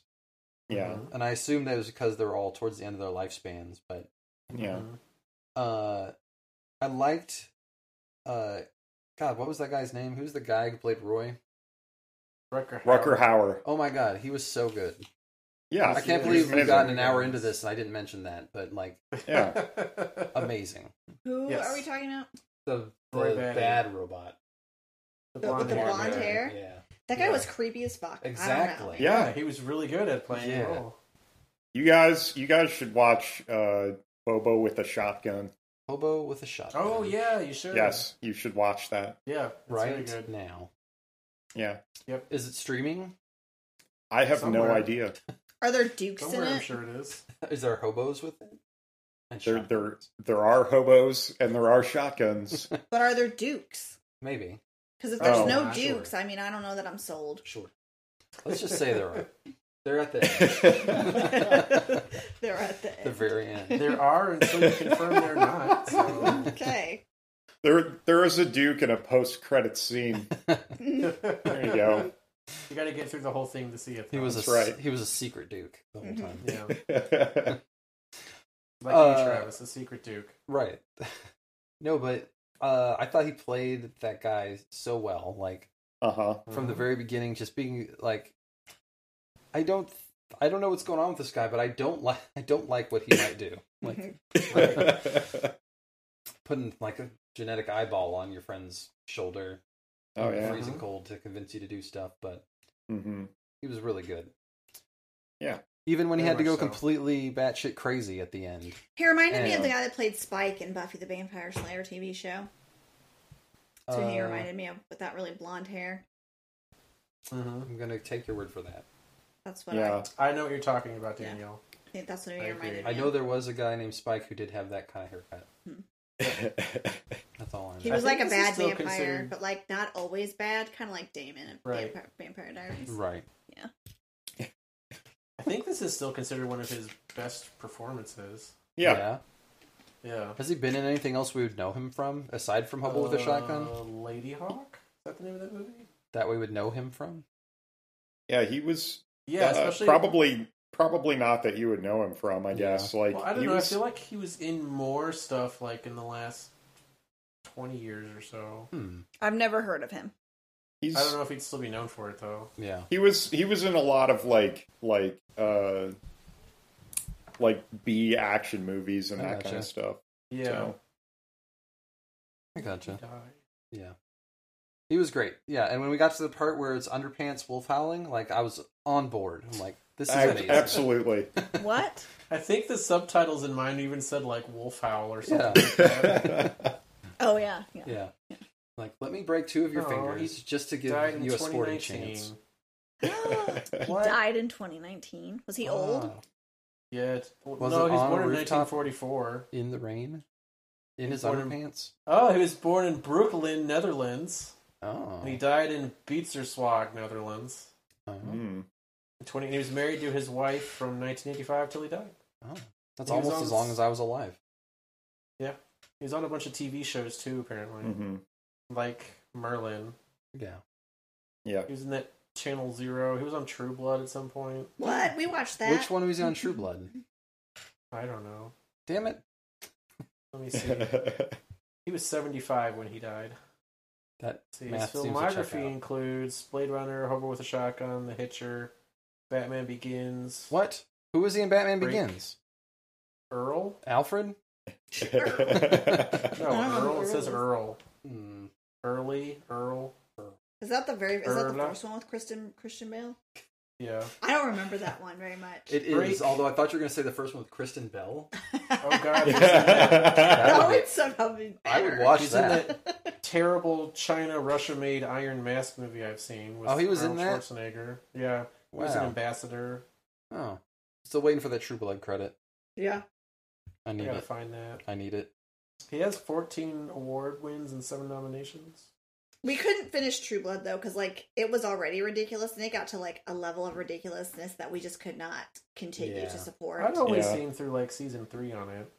Speaker 4: Yeah,
Speaker 6: And I assume that was because they're all towards the end of their lifespans, but
Speaker 4: yeah.
Speaker 6: Mm-hmm.
Speaker 2: Mm-hmm.
Speaker 6: uh I liked uh God, what was that guy's name? Who's the guy who played Roy?
Speaker 2: Rucker. Hauer.
Speaker 4: Rucker Hauer.
Speaker 6: Oh my god, he was so good.
Speaker 4: Yeah,
Speaker 6: I can't
Speaker 4: he's
Speaker 6: believe we've
Speaker 4: amazing.
Speaker 6: gotten an hour into this and I didn't mention that, but like
Speaker 4: Yeah,
Speaker 6: amazing.
Speaker 5: Who
Speaker 2: Yes.
Speaker 5: are we talking about?
Speaker 6: The, the
Speaker 2: Roy Batty.
Speaker 6: bad robot.
Speaker 2: The
Speaker 5: The- with the
Speaker 2: hair
Speaker 5: blonde
Speaker 2: guy.
Speaker 5: hair?
Speaker 6: Yeah.
Speaker 5: That guy
Speaker 6: Yeah.
Speaker 5: was creepy as fuck. I don't
Speaker 6: Exactly.
Speaker 5: know.
Speaker 4: yeah.
Speaker 2: Yeah, he was really good at playing the
Speaker 6: Yeah.
Speaker 2: role.
Speaker 4: You guys, you guys should watch uh, Bobo with a shotgun.
Speaker 6: Hobo with a shotgun.
Speaker 2: Oh yeah, you should.
Speaker 4: Yes, you should watch that.
Speaker 2: Yeah. It's really
Speaker 6: Right
Speaker 2: good.
Speaker 6: now.
Speaker 4: Yeah,
Speaker 6: Is it streaming?
Speaker 4: I have
Speaker 2: Somewhere.
Speaker 4: no idea.
Speaker 5: Are there dukes
Speaker 2: Somewhere
Speaker 5: in
Speaker 2: I'm
Speaker 5: it?
Speaker 2: sure it is.
Speaker 6: Is there hobos with it? And
Speaker 4: There,
Speaker 6: shotguns.
Speaker 4: there, there are hobos and there are shotguns.
Speaker 5: But are there dukes?
Speaker 6: Maybe.
Speaker 5: Because if there's
Speaker 4: Oh,
Speaker 5: no
Speaker 2: not sure.
Speaker 5: dukes, I mean, I don't know that I'm sold.
Speaker 6: Sure. Let's just say there are. They're at the end.
Speaker 5: They're at the end.
Speaker 6: the very end.
Speaker 2: There are until you confirm they're not. So.
Speaker 5: okay.
Speaker 4: there, there is a duke in a post-credit scene. There you go.
Speaker 2: You got to get through the whole thing to see it.
Speaker 6: He was a
Speaker 4: That's
Speaker 6: s-
Speaker 4: right.
Speaker 6: he was a secret duke the whole
Speaker 5: Mhm.
Speaker 6: time.
Speaker 2: yeah, like
Speaker 6: Uh,
Speaker 2: you, Travis, the secret duke.
Speaker 6: Right. No, but uh, I thought he played that guy so well, like
Speaker 4: uh huh.
Speaker 6: from the very beginning, just being like, I don't, I don't know what's going on with this guy, but I don't like, I don't like what he might do, like putting like a genetic eyeball on your friend's shoulder,
Speaker 4: oh yeah.
Speaker 6: freezing
Speaker 2: Mhm.
Speaker 6: cold to convince you to do stuff, but
Speaker 4: hmm
Speaker 6: he was really good.
Speaker 4: Yeah.
Speaker 6: Even when he
Speaker 2: Very
Speaker 6: had to go
Speaker 2: much so.
Speaker 6: completely batshit crazy at the end.
Speaker 5: He reminded me
Speaker 6: Yeah.
Speaker 5: of the guy that played Spike in Buffy the Vampire Slayer TV show. So he
Speaker 6: Uh,
Speaker 5: reminded me of with that really blonde hair.
Speaker 2: Mhm.
Speaker 6: I'm gonna take your word for that.
Speaker 5: That's what
Speaker 4: Yeah.
Speaker 5: I
Speaker 2: I know what you're talking about,
Speaker 5: Yeah.
Speaker 2: Danielle.
Speaker 5: think. That's what he
Speaker 2: I agree.
Speaker 5: reminded me.
Speaker 6: I know
Speaker 5: of.
Speaker 6: there was a guy named Spike who did have that kind of haircut. That's all I
Speaker 5: He
Speaker 6: know.
Speaker 5: was
Speaker 2: I think
Speaker 5: like a
Speaker 2: this is
Speaker 5: bad
Speaker 2: still
Speaker 5: vampire,
Speaker 2: considered-
Speaker 5: but like not always bad, kind of like Damon in
Speaker 2: Right.
Speaker 5: Vampire, Vampire Diaries.
Speaker 6: Right.
Speaker 2: I think this is still considered one of his best performances.
Speaker 4: yeah.
Speaker 2: Yeah.
Speaker 6: Has he been in anything else we would know him from aside from Hubble with a Shotgun
Speaker 2: Uh, Lady Hawk? Is that the name of that movie?
Speaker 6: that we would know him from?
Speaker 4: Yeah. He was
Speaker 2: Yeah,
Speaker 4: uh,
Speaker 2: especially.
Speaker 4: probably probably not that you would know him from. I guess like
Speaker 2: Well, I don't
Speaker 4: he
Speaker 2: know.
Speaker 4: was-
Speaker 2: I feel like he was in more stuff like in the last twenty years or so.
Speaker 6: Hmm.
Speaker 5: I've never heard of him.
Speaker 4: he's-
Speaker 2: I don't know if he'd still be known for it though.
Speaker 6: Yeah.
Speaker 4: he was he was in a lot of like like uh like B action movies and
Speaker 6: I
Speaker 4: that
Speaker 6: gotcha.
Speaker 4: kind of stuff.
Speaker 2: Yeah.
Speaker 4: So,
Speaker 6: I gotcha.
Speaker 2: He died.
Speaker 6: Yeah. He was great. Yeah. And when we got to the part where it's underpants wolf howling, like I was on board. I'm like, this is
Speaker 4: ab-
Speaker 6: amazing.
Speaker 4: absolutely.
Speaker 5: What?
Speaker 2: I think the subtitles in mine even said like wolf howl or something.
Speaker 6: Yeah.
Speaker 2: Like that.
Speaker 4: Mm-hmm,
Speaker 5: Oh yeah, yeah.
Speaker 6: Yeah. Like, let me break two of your
Speaker 2: Oh,
Speaker 6: fingers just to give
Speaker 2: died in
Speaker 6: you a sporting
Speaker 2: 2019.
Speaker 6: chance.
Speaker 5: he
Speaker 6: What?
Speaker 5: died in 2019. Was he old?
Speaker 6: Ah.
Speaker 2: Yeah. It's, well,
Speaker 6: Was
Speaker 2: no,
Speaker 6: it
Speaker 2: he was
Speaker 6: on a
Speaker 2: born in
Speaker 6: rooftop?
Speaker 2: 1944.
Speaker 6: In the rain? In his
Speaker 2: Born in-
Speaker 6: underpants?
Speaker 2: Oh, he was born in Brooklyn, Netherlands,
Speaker 6: Oh.
Speaker 2: and he died in Beetserswag, Netherlands.
Speaker 6: Oh.
Speaker 2: Mm.
Speaker 4: Hmm.
Speaker 2: In 20, and he was married to his wife from 1985 till he died.
Speaker 6: Oh. That's
Speaker 2: He was
Speaker 6: almost
Speaker 2: on
Speaker 6: as long
Speaker 2: s-
Speaker 6: as I was alive.
Speaker 2: He was on a bunch of TV shows too, apparently,
Speaker 4: Mhm.
Speaker 2: like Merlin.
Speaker 6: Yeah.
Speaker 4: Yeah.
Speaker 2: He was in that Channel Zero. He was on True Blood at some point.
Speaker 5: What? We watched that.
Speaker 6: Which one was he on True Blood?
Speaker 2: I don't know.
Speaker 6: Damn it.
Speaker 2: Let me see. he was 75 when he died.
Speaker 6: That
Speaker 2: See, his
Speaker 6: math seems to check
Speaker 2: filmography
Speaker 6: out.
Speaker 2: includes Blade Runner, Hobo with a Shotgun, The Hitcher, Batman Begins,
Speaker 6: What? Who was he in Batman
Speaker 2: Freak.
Speaker 6: Begins?
Speaker 2: Earl?
Speaker 6: Alfred?
Speaker 2: No,
Speaker 5: I don't know
Speaker 2: Earl.
Speaker 5: who
Speaker 2: It says Earl. Mm.
Speaker 6: Hmm.
Speaker 2: Early Earl.
Speaker 5: Is that the very? Is that the
Speaker 2: Erla.
Speaker 5: first one with Kristen Christian Bale?
Speaker 2: Yeah.
Speaker 5: I don't remember that one very much.
Speaker 6: It is,
Speaker 2: Freak.
Speaker 6: although I thought you were going to say the first one with Kristen Bell.
Speaker 2: Oh God. he's in that
Speaker 4: Yeah.
Speaker 5: that
Speaker 6: would be-
Speaker 5: would somehow be
Speaker 6: I would
Speaker 5: better.
Speaker 6: watch
Speaker 2: He's in
Speaker 6: that.
Speaker 2: that terrible China Russia made Iron Mask movie I've seen. With
Speaker 6: Oh, he was in
Speaker 2: Arnold
Speaker 6: that?
Speaker 2: Schwarzenegger. Yeah. He was an
Speaker 6: Wow.
Speaker 2: ambassador.
Speaker 6: Oh. Still waiting for that True Blood credit.
Speaker 5: Yeah.
Speaker 6: I
Speaker 2: I
Speaker 6: need
Speaker 2: gotta
Speaker 6: it.
Speaker 2: find that.
Speaker 6: I need it.
Speaker 2: He has 14 award wins and seven nominations.
Speaker 5: We couldn't finish True Blood though, because like it was already ridiculous, and it got to like a level of ridiculousness that we just could not continue
Speaker 6: Yeah.
Speaker 5: to support.
Speaker 2: I've only
Speaker 4: Yeah.
Speaker 2: seen through like season three on it.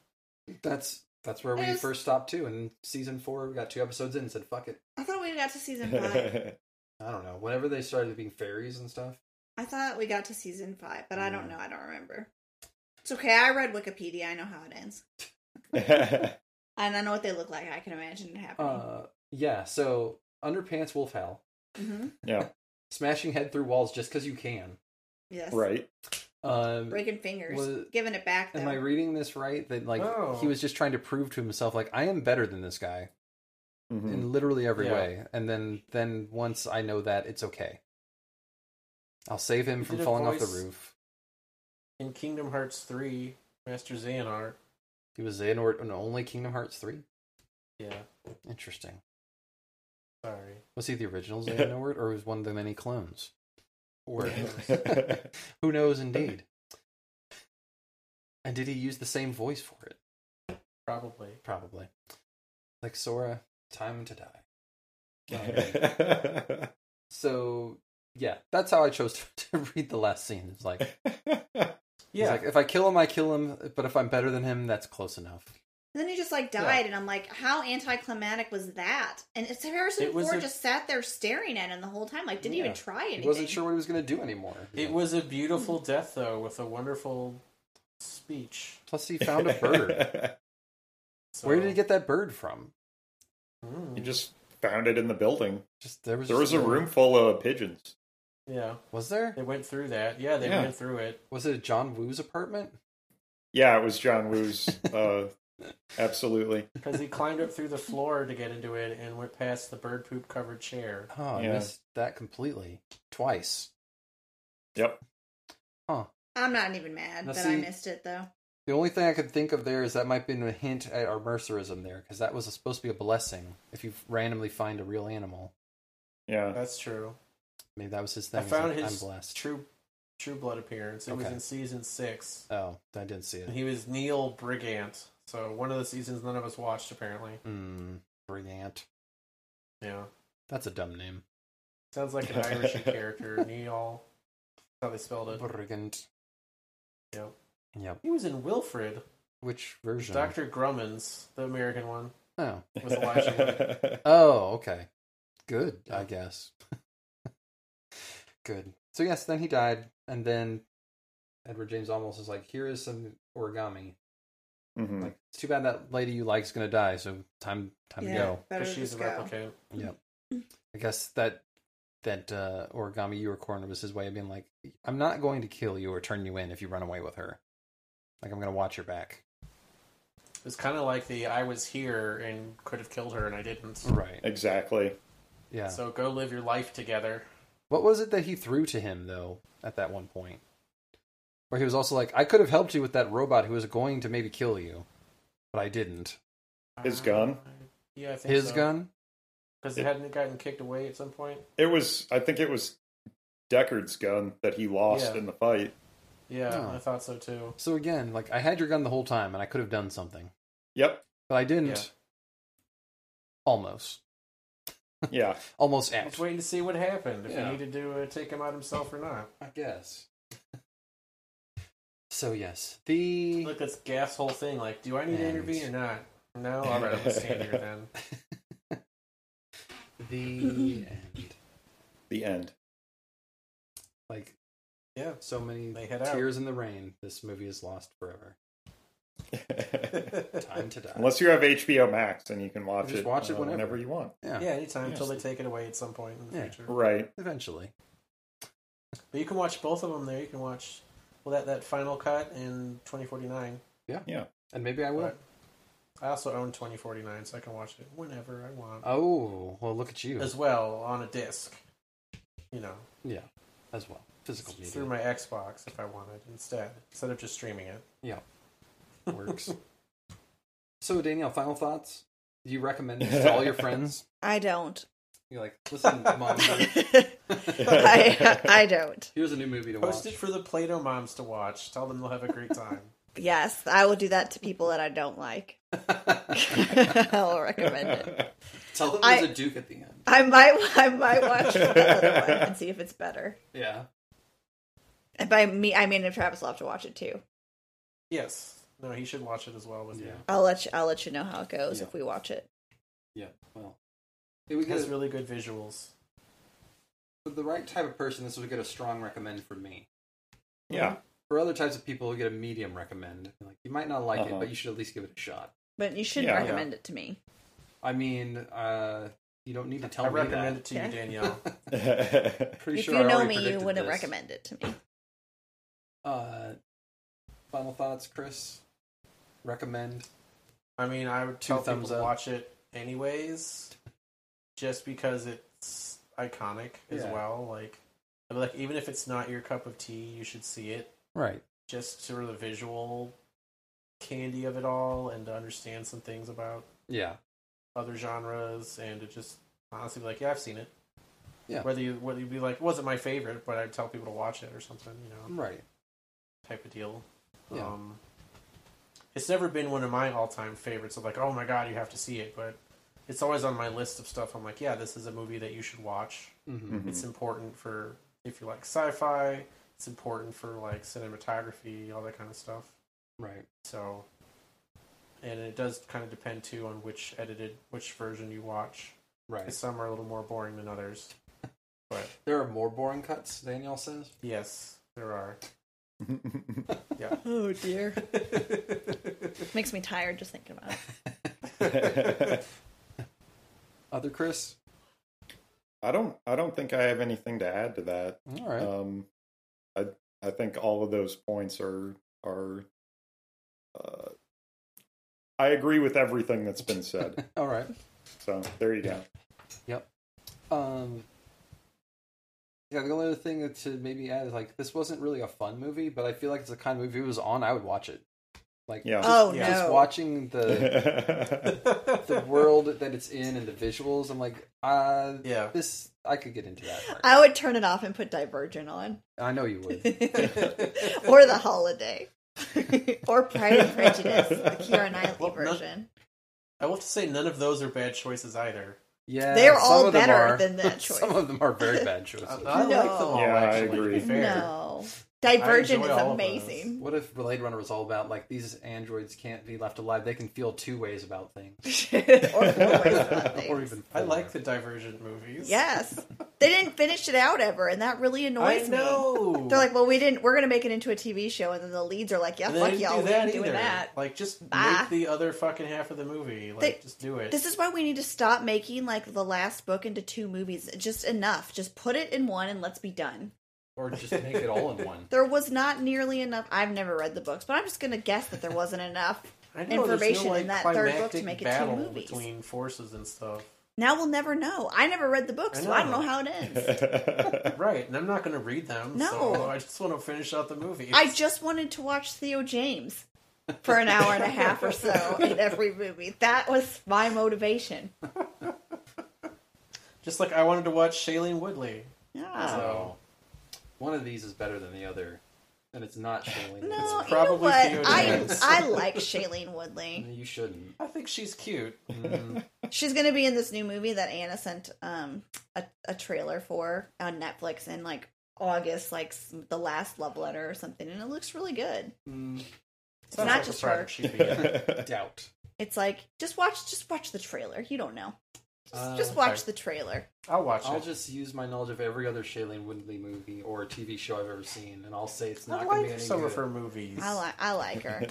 Speaker 6: That's That's where we
Speaker 5: There's-
Speaker 6: first stopped too. In season four, we got two episodes in and said, "Fuck it."
Speaker 5: I thought we got to season five.
Speaker 6: I don't know. Whenever they started being fairies and stuff,
Speaker 5: I thought we got to season five, but I don't
Speaker 6: Yeah.
Speaker 5: know. I don't remember. It's okay. I read Wikipedia. I know how it ends, and I know what they look like. I can imagine it happening.
Speaker 6: uh, yeah. So underpants wolf howl,
Speaker 5: hmm
Speaker 4: yeah,
Speaker 6: smashing head through walls just because you can.
Speaker 5: Yes.
Speaker 4: right.
Speaker 6: Um,
Speaker 5: Breaking fingers,
Speaker 6: Was-
Speaker 5: giving it back. Though.
Speaker 6: Am I reading this right? That like
Speaker 2: No.
Speaker 6: he was just trying to prove to himself, like I am better than this guy
Speaker 4: Mhm.
Speaker 6: in literally every
Speaker 2: Hmm. Yeah.
Speaker 6: way. And then then once I know that, it's okay. I'll save him
Speaker 2: He
Speaker 6: from
Speaker 2: did a
Speaker 6: falling off the
Speaker 2: voice.
Speaker 6: roof.
Speaker 2: In Kingdom Hearts 3, Master Xehanort.
Speaker 6: He was Xehanort in only Kingdom Hearts three.
Speaker 2: Yeah,
Speaker 6: Interesting.
Speaker 2: sorry.
Speaker 6: Was he the original Xehanort, or was one of the many clones? Or who knows? Indeed. And did he use the same voice for it?
Speaker 2: Probably.
Speaker 6: Probably. Like Sora, time to die. so yeah, that's how I chose to, to read the last scene. It's like, it's
Speaker 2: Yeah.
Speaker 6: like if I kill him, I kill him. But if I'm better than him, that's close enough.
Speaker 5: then he just like
Speaker 2: Yeah.
Speaker 5: died, and I'm like, how anticlimactic was that? And it's Harrison
Speaker 2: It was
Speaker 5: Ford
Speaker 2: a-
Speaker 5: just sat there staring at him the whole time, like didn't
Speaker 6: Yeah.
Speaker 5: even try anything.
Speaker 6: He wasn't sure what he was going to do anymore.
Speaker 2: it was a beautiful death, though, with a wonderful speech.
Speaker 6: Plus, he found a bird.
Speaker 2: So-
Speaker 6: Where did he get that bird from?
Speaker 2: Mm,
Speaker 4: You just found it in the building.
Speaker 6: Just there was
Speaker 4: There
Speaker 6: just
Speaker 4: was a room full of pigeons.
Speaker 2: yeah,
Speaker 6: Was there?
Speaker 2: they went through that. Yeah, they
Speaker 4: Yeah.
Speaker 2: went through it.
Speaker 6: Was it John Woo's apartment?
Speaker 4: Yeah, it was John Woo's. Uh, absolutely.
Speaker 2: Because he climbed up through the floor to get into it and went past the bird poop covered chair.
Speaker 6: Oh, I
Speaker 4: Yeah.
Speaker 6: missed that completely twice.
Speaker 4: Yep.
Speaker 5: I'm not even mad
Speaker 6: Now,
Speaker 5: that
Speaker 6: see-
Speaker 5: I missed it though.
Speaker 6: The only thing I could think of there is that might have been a hint at our mercerism there, because that was supposed to be a blessing. If you randomly find a real animal,
Speaker 4: Yeah.
Speaker 2: That's true.
Speaker 6: maybe that was his thing.
Speaker 2: I
Speaker 6: is
Speaker 2: found
Speaker 6: like,
Speaker 2: his
Speaker 6: I'm blessed.
Speaker 2: true true blood appearance. It was
Speaker 6: Okay.
Speaker 2: in season six.
Speaker 6: Oh, I didn't see it.
Speaker 2: And he was Neil Brigant. So one of the seasons none of us watched apparently.
Speaker 6: Mm, brilliant.
Speaker 2: Yeah.
Speaker 6: That's a dumb name.
Speaker 2: Sounds like an Irish character. Neil that's how they spelled it.
Speaker 6: Brigand.
Speaker 2: Yep.
Speaker 6: Yep.
Speaker 2: He was in Wilfred,
Speaker 6: Which version?
Speaker 2: Doctor Grumman's, the American one,
Speaker 6: Oh.
Speaker 2: with Elijah. Wood.
Speaker 6: Oh, okay. Good, I guess. Good. So yes, then he died, and then Edward James almost is like, "Here is some origami.
Speaker 4: Mhm.
Speaker 6: Like, it's too bad that lady you like's gonna die. So time, time to go.
Speaker 5: better
Speaker 2: 'Cause she's
Speaker 5: just
Speaker 2: a
Speaker 5: go.
Speaker 2: replicant.
Speaker 6: Yep. I guess that that uh, origami you were cornered was his way of being like, I'm not going to kill you or turn you in if you run away with her. Like I'm gonna watch your back.
Speaker 2: It's kind of like the I was here and could have killed her and I didn't.
Speaker 6: Right.
Speaker 4: Exactly.
Speaker 6: Yeah.
Speaker 2: So go live your life together.
Speaker 6: what was it that he threw to him though at that one point? Where he was also like, I could have helped you with that robot who was going to maybe kill you, but I didn't.
Speaker 4: His gun?
Speaker 2: Yeah, I think
Speaker 6: His
Speaker 2: so.
Speaker 6: gun?
Speaker 2: Because it hadn't gotten kicked away at some point.
Speaker 4: It was. I think it was Deckard's gun that he lost
Speaker 2: Yeah.
Speaker 4: in the fight.
Speaker 2: Yeah,
Speaker 6: Oh.
Speaker 2: I thought so too.
Speaker 6: So again, like I had your gun the whole time and I could have done something.
Speaker 4: Yep.
Speaker 6: But I didn't.
Speaker 2: Yeah.
Speaker 6: Almost.
Speaker 4: Yeah.
Speaker 6: Almost
Speaker 2: I was
Speaker 6: out.
Speaker 2: waiting to see what happened. If
Speaker 6: Yeah.
Speaker 2: he needed to uh, take him out himself or not.
Speaker 6: I guess. so yes. The
Speaker 2: Look, this gas whole thing. Like, do I need to
Speaker 6: And-
Speaker 2: intervene or not? No, all right, I'm gonna stand here then.
Speaker 6: the end.
Speaker 4: The end.
Speaker 6: Like
Speaker 2: Yeah,
Speaker 6: so many
Speaker 2: They head out.
Speaker 6: tears in the rain, this movie is lost forever. Time to die.
Speaker 4: Unless you have HBO Max and you can watch
Speaker 6: Just
Speaker 4: it,
Speaker 6: watch it
Speaker 4: uh,
Speaker 6: whenever.
Speaker 4: you want.
Speaker 6: yeah,
Speaker 2: yeah, anytime until they
Speaker 4: Yeah.
Speaker 2: take it away at some point in the
Speaker 6: Yeah.
Speaker 2: future.
Speaker 4: Right.
Speaker 6: eventually.
Speaker 2: But you can watch both of them there. You can watch well that that final cut in 2049.
Speaker 6: And maybe I will.
Speaker 2: Right. I also own 2049, so I can watch it whenever I want,
Speaker 6: Oh, well look at you.
Speaker 2: as well on a disc. You know,
Speaker 6: yeah. As well. Physical media
Speaker 2: through my Xbox if I wanted instead, instead of just streaming it.
Speaker 6: works. so Danielle, final thoughts? Do you recommend this to all your friends?
Speaker 5: I don't.
Speaker 6: You're like, listen, mom,
Speaker 5: I I don't.
Speaker 6: here's a new movie to watch.
Speaker 2: Post it for the Play-Doh moms to watch. Tell them they'll have a great time.
Speaker 5: Yes, I will do that to people that I don't like. I'll recommend it.
Speaker 6: Tell them
Speaker 5: I-
Speaker 6: there's a Duke at the end.
Speaker 5: I might I might watch the other one and see if it's better.
Speaker 6: Yeah.
Speaker 5: And by me I mean if Travis will have to watch it too.
Speaker 2: yes, No, he should watch it as well with
Speaker 6: Yeah.
Speaker 2: you.
Speaker 5: I'll let you, I'll let you know how it goes
Speaker 6: Yeah.
Speaker 5: if we watch it.
Speaker 6: Yeah. Well, it would
Speaker 2: It
Speaker 6: get
Speaker 2: has
Speaker 6: a,
Speaker 2: really good visuals.
Speaker 6: for the right type of person. This would get a strong recommend from me.
Speaker 4: Yeah.
Speaker 6: For other types of people, it would get a medium recommend. Like you might not like
Speaker 4: Uh-huh.
Speaker 6: it, but you should at least give it a shot.
Speaker 5: But you should
Speaker 4: Yeah.
Speaker 5: recommend it to me.
Speaker 6: I mean, uh, you don't need to tell
Speaker 2: I
Speaker 6: me
Speaker 2: recommend
Speaker 6: that.
Speaker 2: it to
Speaker 5: Yeah.
Speaker 2: you, Danielle.
Speaker 6: Pretty
Speaker 5: if
Speaker 6: sure
Speaker 5: you
Speaker 6: I
Speaker 5: know
Speaker 6: already
Speaker 5: me, you
Speaker 6: predicted
Speaker 5: wouldn't
Speaker 6: this.
Speaker 5: recommend it to me.
Speaker 6: Uh, final thoughts, Chris. Recommend.
Speaker 2: I mean, I would
Speaker 6: Two
Speaker 2: tell people
Speaker 6: thumbs
Speaker 2: to
Speaker 6: up.
Speaker 2: watch it anyways, just because it's iconic as
Speaker 6: Yeah.
Speaker 2: well. Like, I mean, like even if it's not your cup of tea, you should see it
Speaker 6: Right.
Speaker 2: just sort of the visual candy of it all, and to understand some things about
Speaker 6: Yeah.
Speaker 2: other genres, and to just honestly be like, yeah, I've seen it.
Speaker 6: Yeah.
Speaker 2: Whether you whether you be like, wasn't my favorite, but I'd tell people to watch it or something, you know.
Speaker 6: Right.
Speaker 2: type of deal.
Speaker 6: Yeah.
Speaker 2: Um, it's never been one of my all-time favorites. Of like, oh my god, you have to see it. But it's always on my list of stuff. I'm like, yeah, this is a movie that you should watch.
Speaker 6: Mm-hmm.
Speaker 4: Mhm.
Speaker 2: It's important for if you like sci-fi. It's important for like cinematography, all that kind of stuff.
Speaker 6: Right.
Speaker 2: So, and it does kind of depend too on which edited, which version you watch.
Speaker 6: Right.
Speaker 2: Some are a little more boring than others. But
Speaker 6: There are more boring cuts. Danielle says.
Speaker 2: yes, there are.
Speaker 5: Oh dear. Makes me tired just thinking about it.
Speaker 6: Other Chris.
Speaker 4: I don't. I don't think I have anything to add to that.
Speaker 1: All right.
Speaker 4: Um, I I think all of those points are are. Uh, I agree with everything that's been said.
Speaker 6: All right.
Speaker 4: so there you go.
Speaker 6: Um, yeah, the only other thing to maybe add is like this wasn't really a fun movie, but I feel like it's the kind of movie if it was on, I would watch it. Like
Speaker 4: Yeah.
Speaker 5: Oh
Speaker 2: yeah,
Speaker 5: no.
Speaker 6: just watching the
Speaker 2: Oh.
Speaker 6: the world that it's in and the visuals, I'm like, uh,
Speaker 2: yeah.
Speaker 6: this I could get into that. Part.
Speaker 5: I would turn it off and put Divergent on.
Speaker 6: I know you would.
Speaker 5: or The Holiday. or Pride and Prejudice, the Keira Knightley
Speaker 2: Well, no-
Speaker 5: version.
Speaker 2: I will have to say none of those are bad choices either.
Speaker 6: Yeah,
Speaker 5: They're
Speaker 6: some
Speaker 5: all
Speaker 6: of them
Speaker 5: better
Speaker 6: are.
Speaker 5: than that
Speaker 6: some
Speaker 5: choice.
Speaker 6: of them are very bad choices.
Speaker 2: I, Uh, I
Speaker 5: No.
Speaker 2: like them all.
Speaker 4: Yeah, I
Speaker 2: actually, to
Speaker 4: agree.
Speaker 2: be fair.
Speaker 5: No. Divergent
Speaker 2: enjoy
Speaker 5: is
Speaker 2: all of those.
Speaker 5: amazing.
Speaker 6: What if Blade Runner was all about like these androids can't be left alive? They can feel two ways about things,
Speaker 5: or four ways about
Speaker 6: or
Speaker 5: things.
Speaker 6: even.
Speaker 2: I
Speaker 6: four.
Speaker 2: like the Divergent movies.
Speaker 5: Yes. They didn't finish it out ever, and that really
Speaker 2: I
Speaker 5: annoys me.
Speaker 2: know.
Speaker 5: They're like, well, we didn't. We're gonna make it into a TV show, and then the leads are like, yeah,
Speaker 2: And they
Speaker 5: fuck
Speaker 2: didn't
Speaker 5: y'all,
Speaker 2: do
Speaker 5: we
Speaker 2: that
Speaker 5: ain't doing
Speaker 2: either.
Speaker 5: that.
Speaker 2: Like, just
Speaker 5: Bye.
Speaker 2: make the other fucking half of the movie. Like,
Speaker 5: They-
Speaker 2: just do it.
Speaker 5: This is why we need to stop making like the last book into two movies. Just enough. Just put it in one, and let's be done.
Speaker 6: or just make it all in one.
Speaker 5: There was not nearly enough. I've never read the books, but I'm just gonna guess that there wasn't enough.
Speaker 2: I know, there's
Speaker 5: information
Speaker 2: no, like,
Speaker 5: in that third book to
Speaker 2: climactic
Speaker 5: make it two
Speaker 2: battle
Speaker 5: movies.
Speaker 2: between forces and stuff.
Speaker 5: Now we'll never know. I never read the books,
Speaker 2: I
Speaker 5: so I don't
Speaker 2: know.
Speaker 5: know how it ends.
Speaker 2: Right, and I'm not going to read them.
Speaker 5: No.
Speaker 2: so I just want to finish out the movie.
Speaker 5: I just wanted to watch Theo James for an hour and a half or so in every movie. That was my motivation.
Speaker 2: just like I wanted to watch Shailene Woodley.
Speaker 5: Yeah.
Speaker 6: So Oh. one of these is better than the other, and it's not Shailene.
Speaker 5: No,
Speaker 6: Woodley.
Speaker 5: you know
Speaker 2: probably
Speaker 5: what?
Speaker 2: Theo
Speaker 5: I
Speaker 2: James.
Speaker 5: I like Shailene Woodley.
Speaker 6: you shouldn't.
Speaker 2: I think she's cute.
Speaker 6: Mm,
Speaker 5: She's gonna be in this new movie that Anna sent um a, a trailer for on Netflix in like August, like s- the last love letter or something, and it looks really good.
Speaker 6: mm,
Speaker 5: It's
Speaker 2: Sounds
Speaker 5: not
Speaker 2: like a
Speaker 5: just her.
Speaker 2: project she'd be in.
Speaker 6: doubt.
Speaker 5: It's like just watch, just watch the trailer. You don't know. Just,
Speaker 6: Uh,
Speaker 5: just watch the trailer.
Speaker 2: I'll watch
Speaker 6: I'll
Speaker 2: it.
Speaker 6: just use my knowledge of every other Shailene Woodley movie or TV show I've ever seen, and I'll say it's
Speaker 2: I
Speaker 6: not going to
Speaker 2: like
Speaker 6: be any
Speaker 2: some
Speaker 6: good.
Speaker 2: of her movies.
Speaker 5: I like I like her.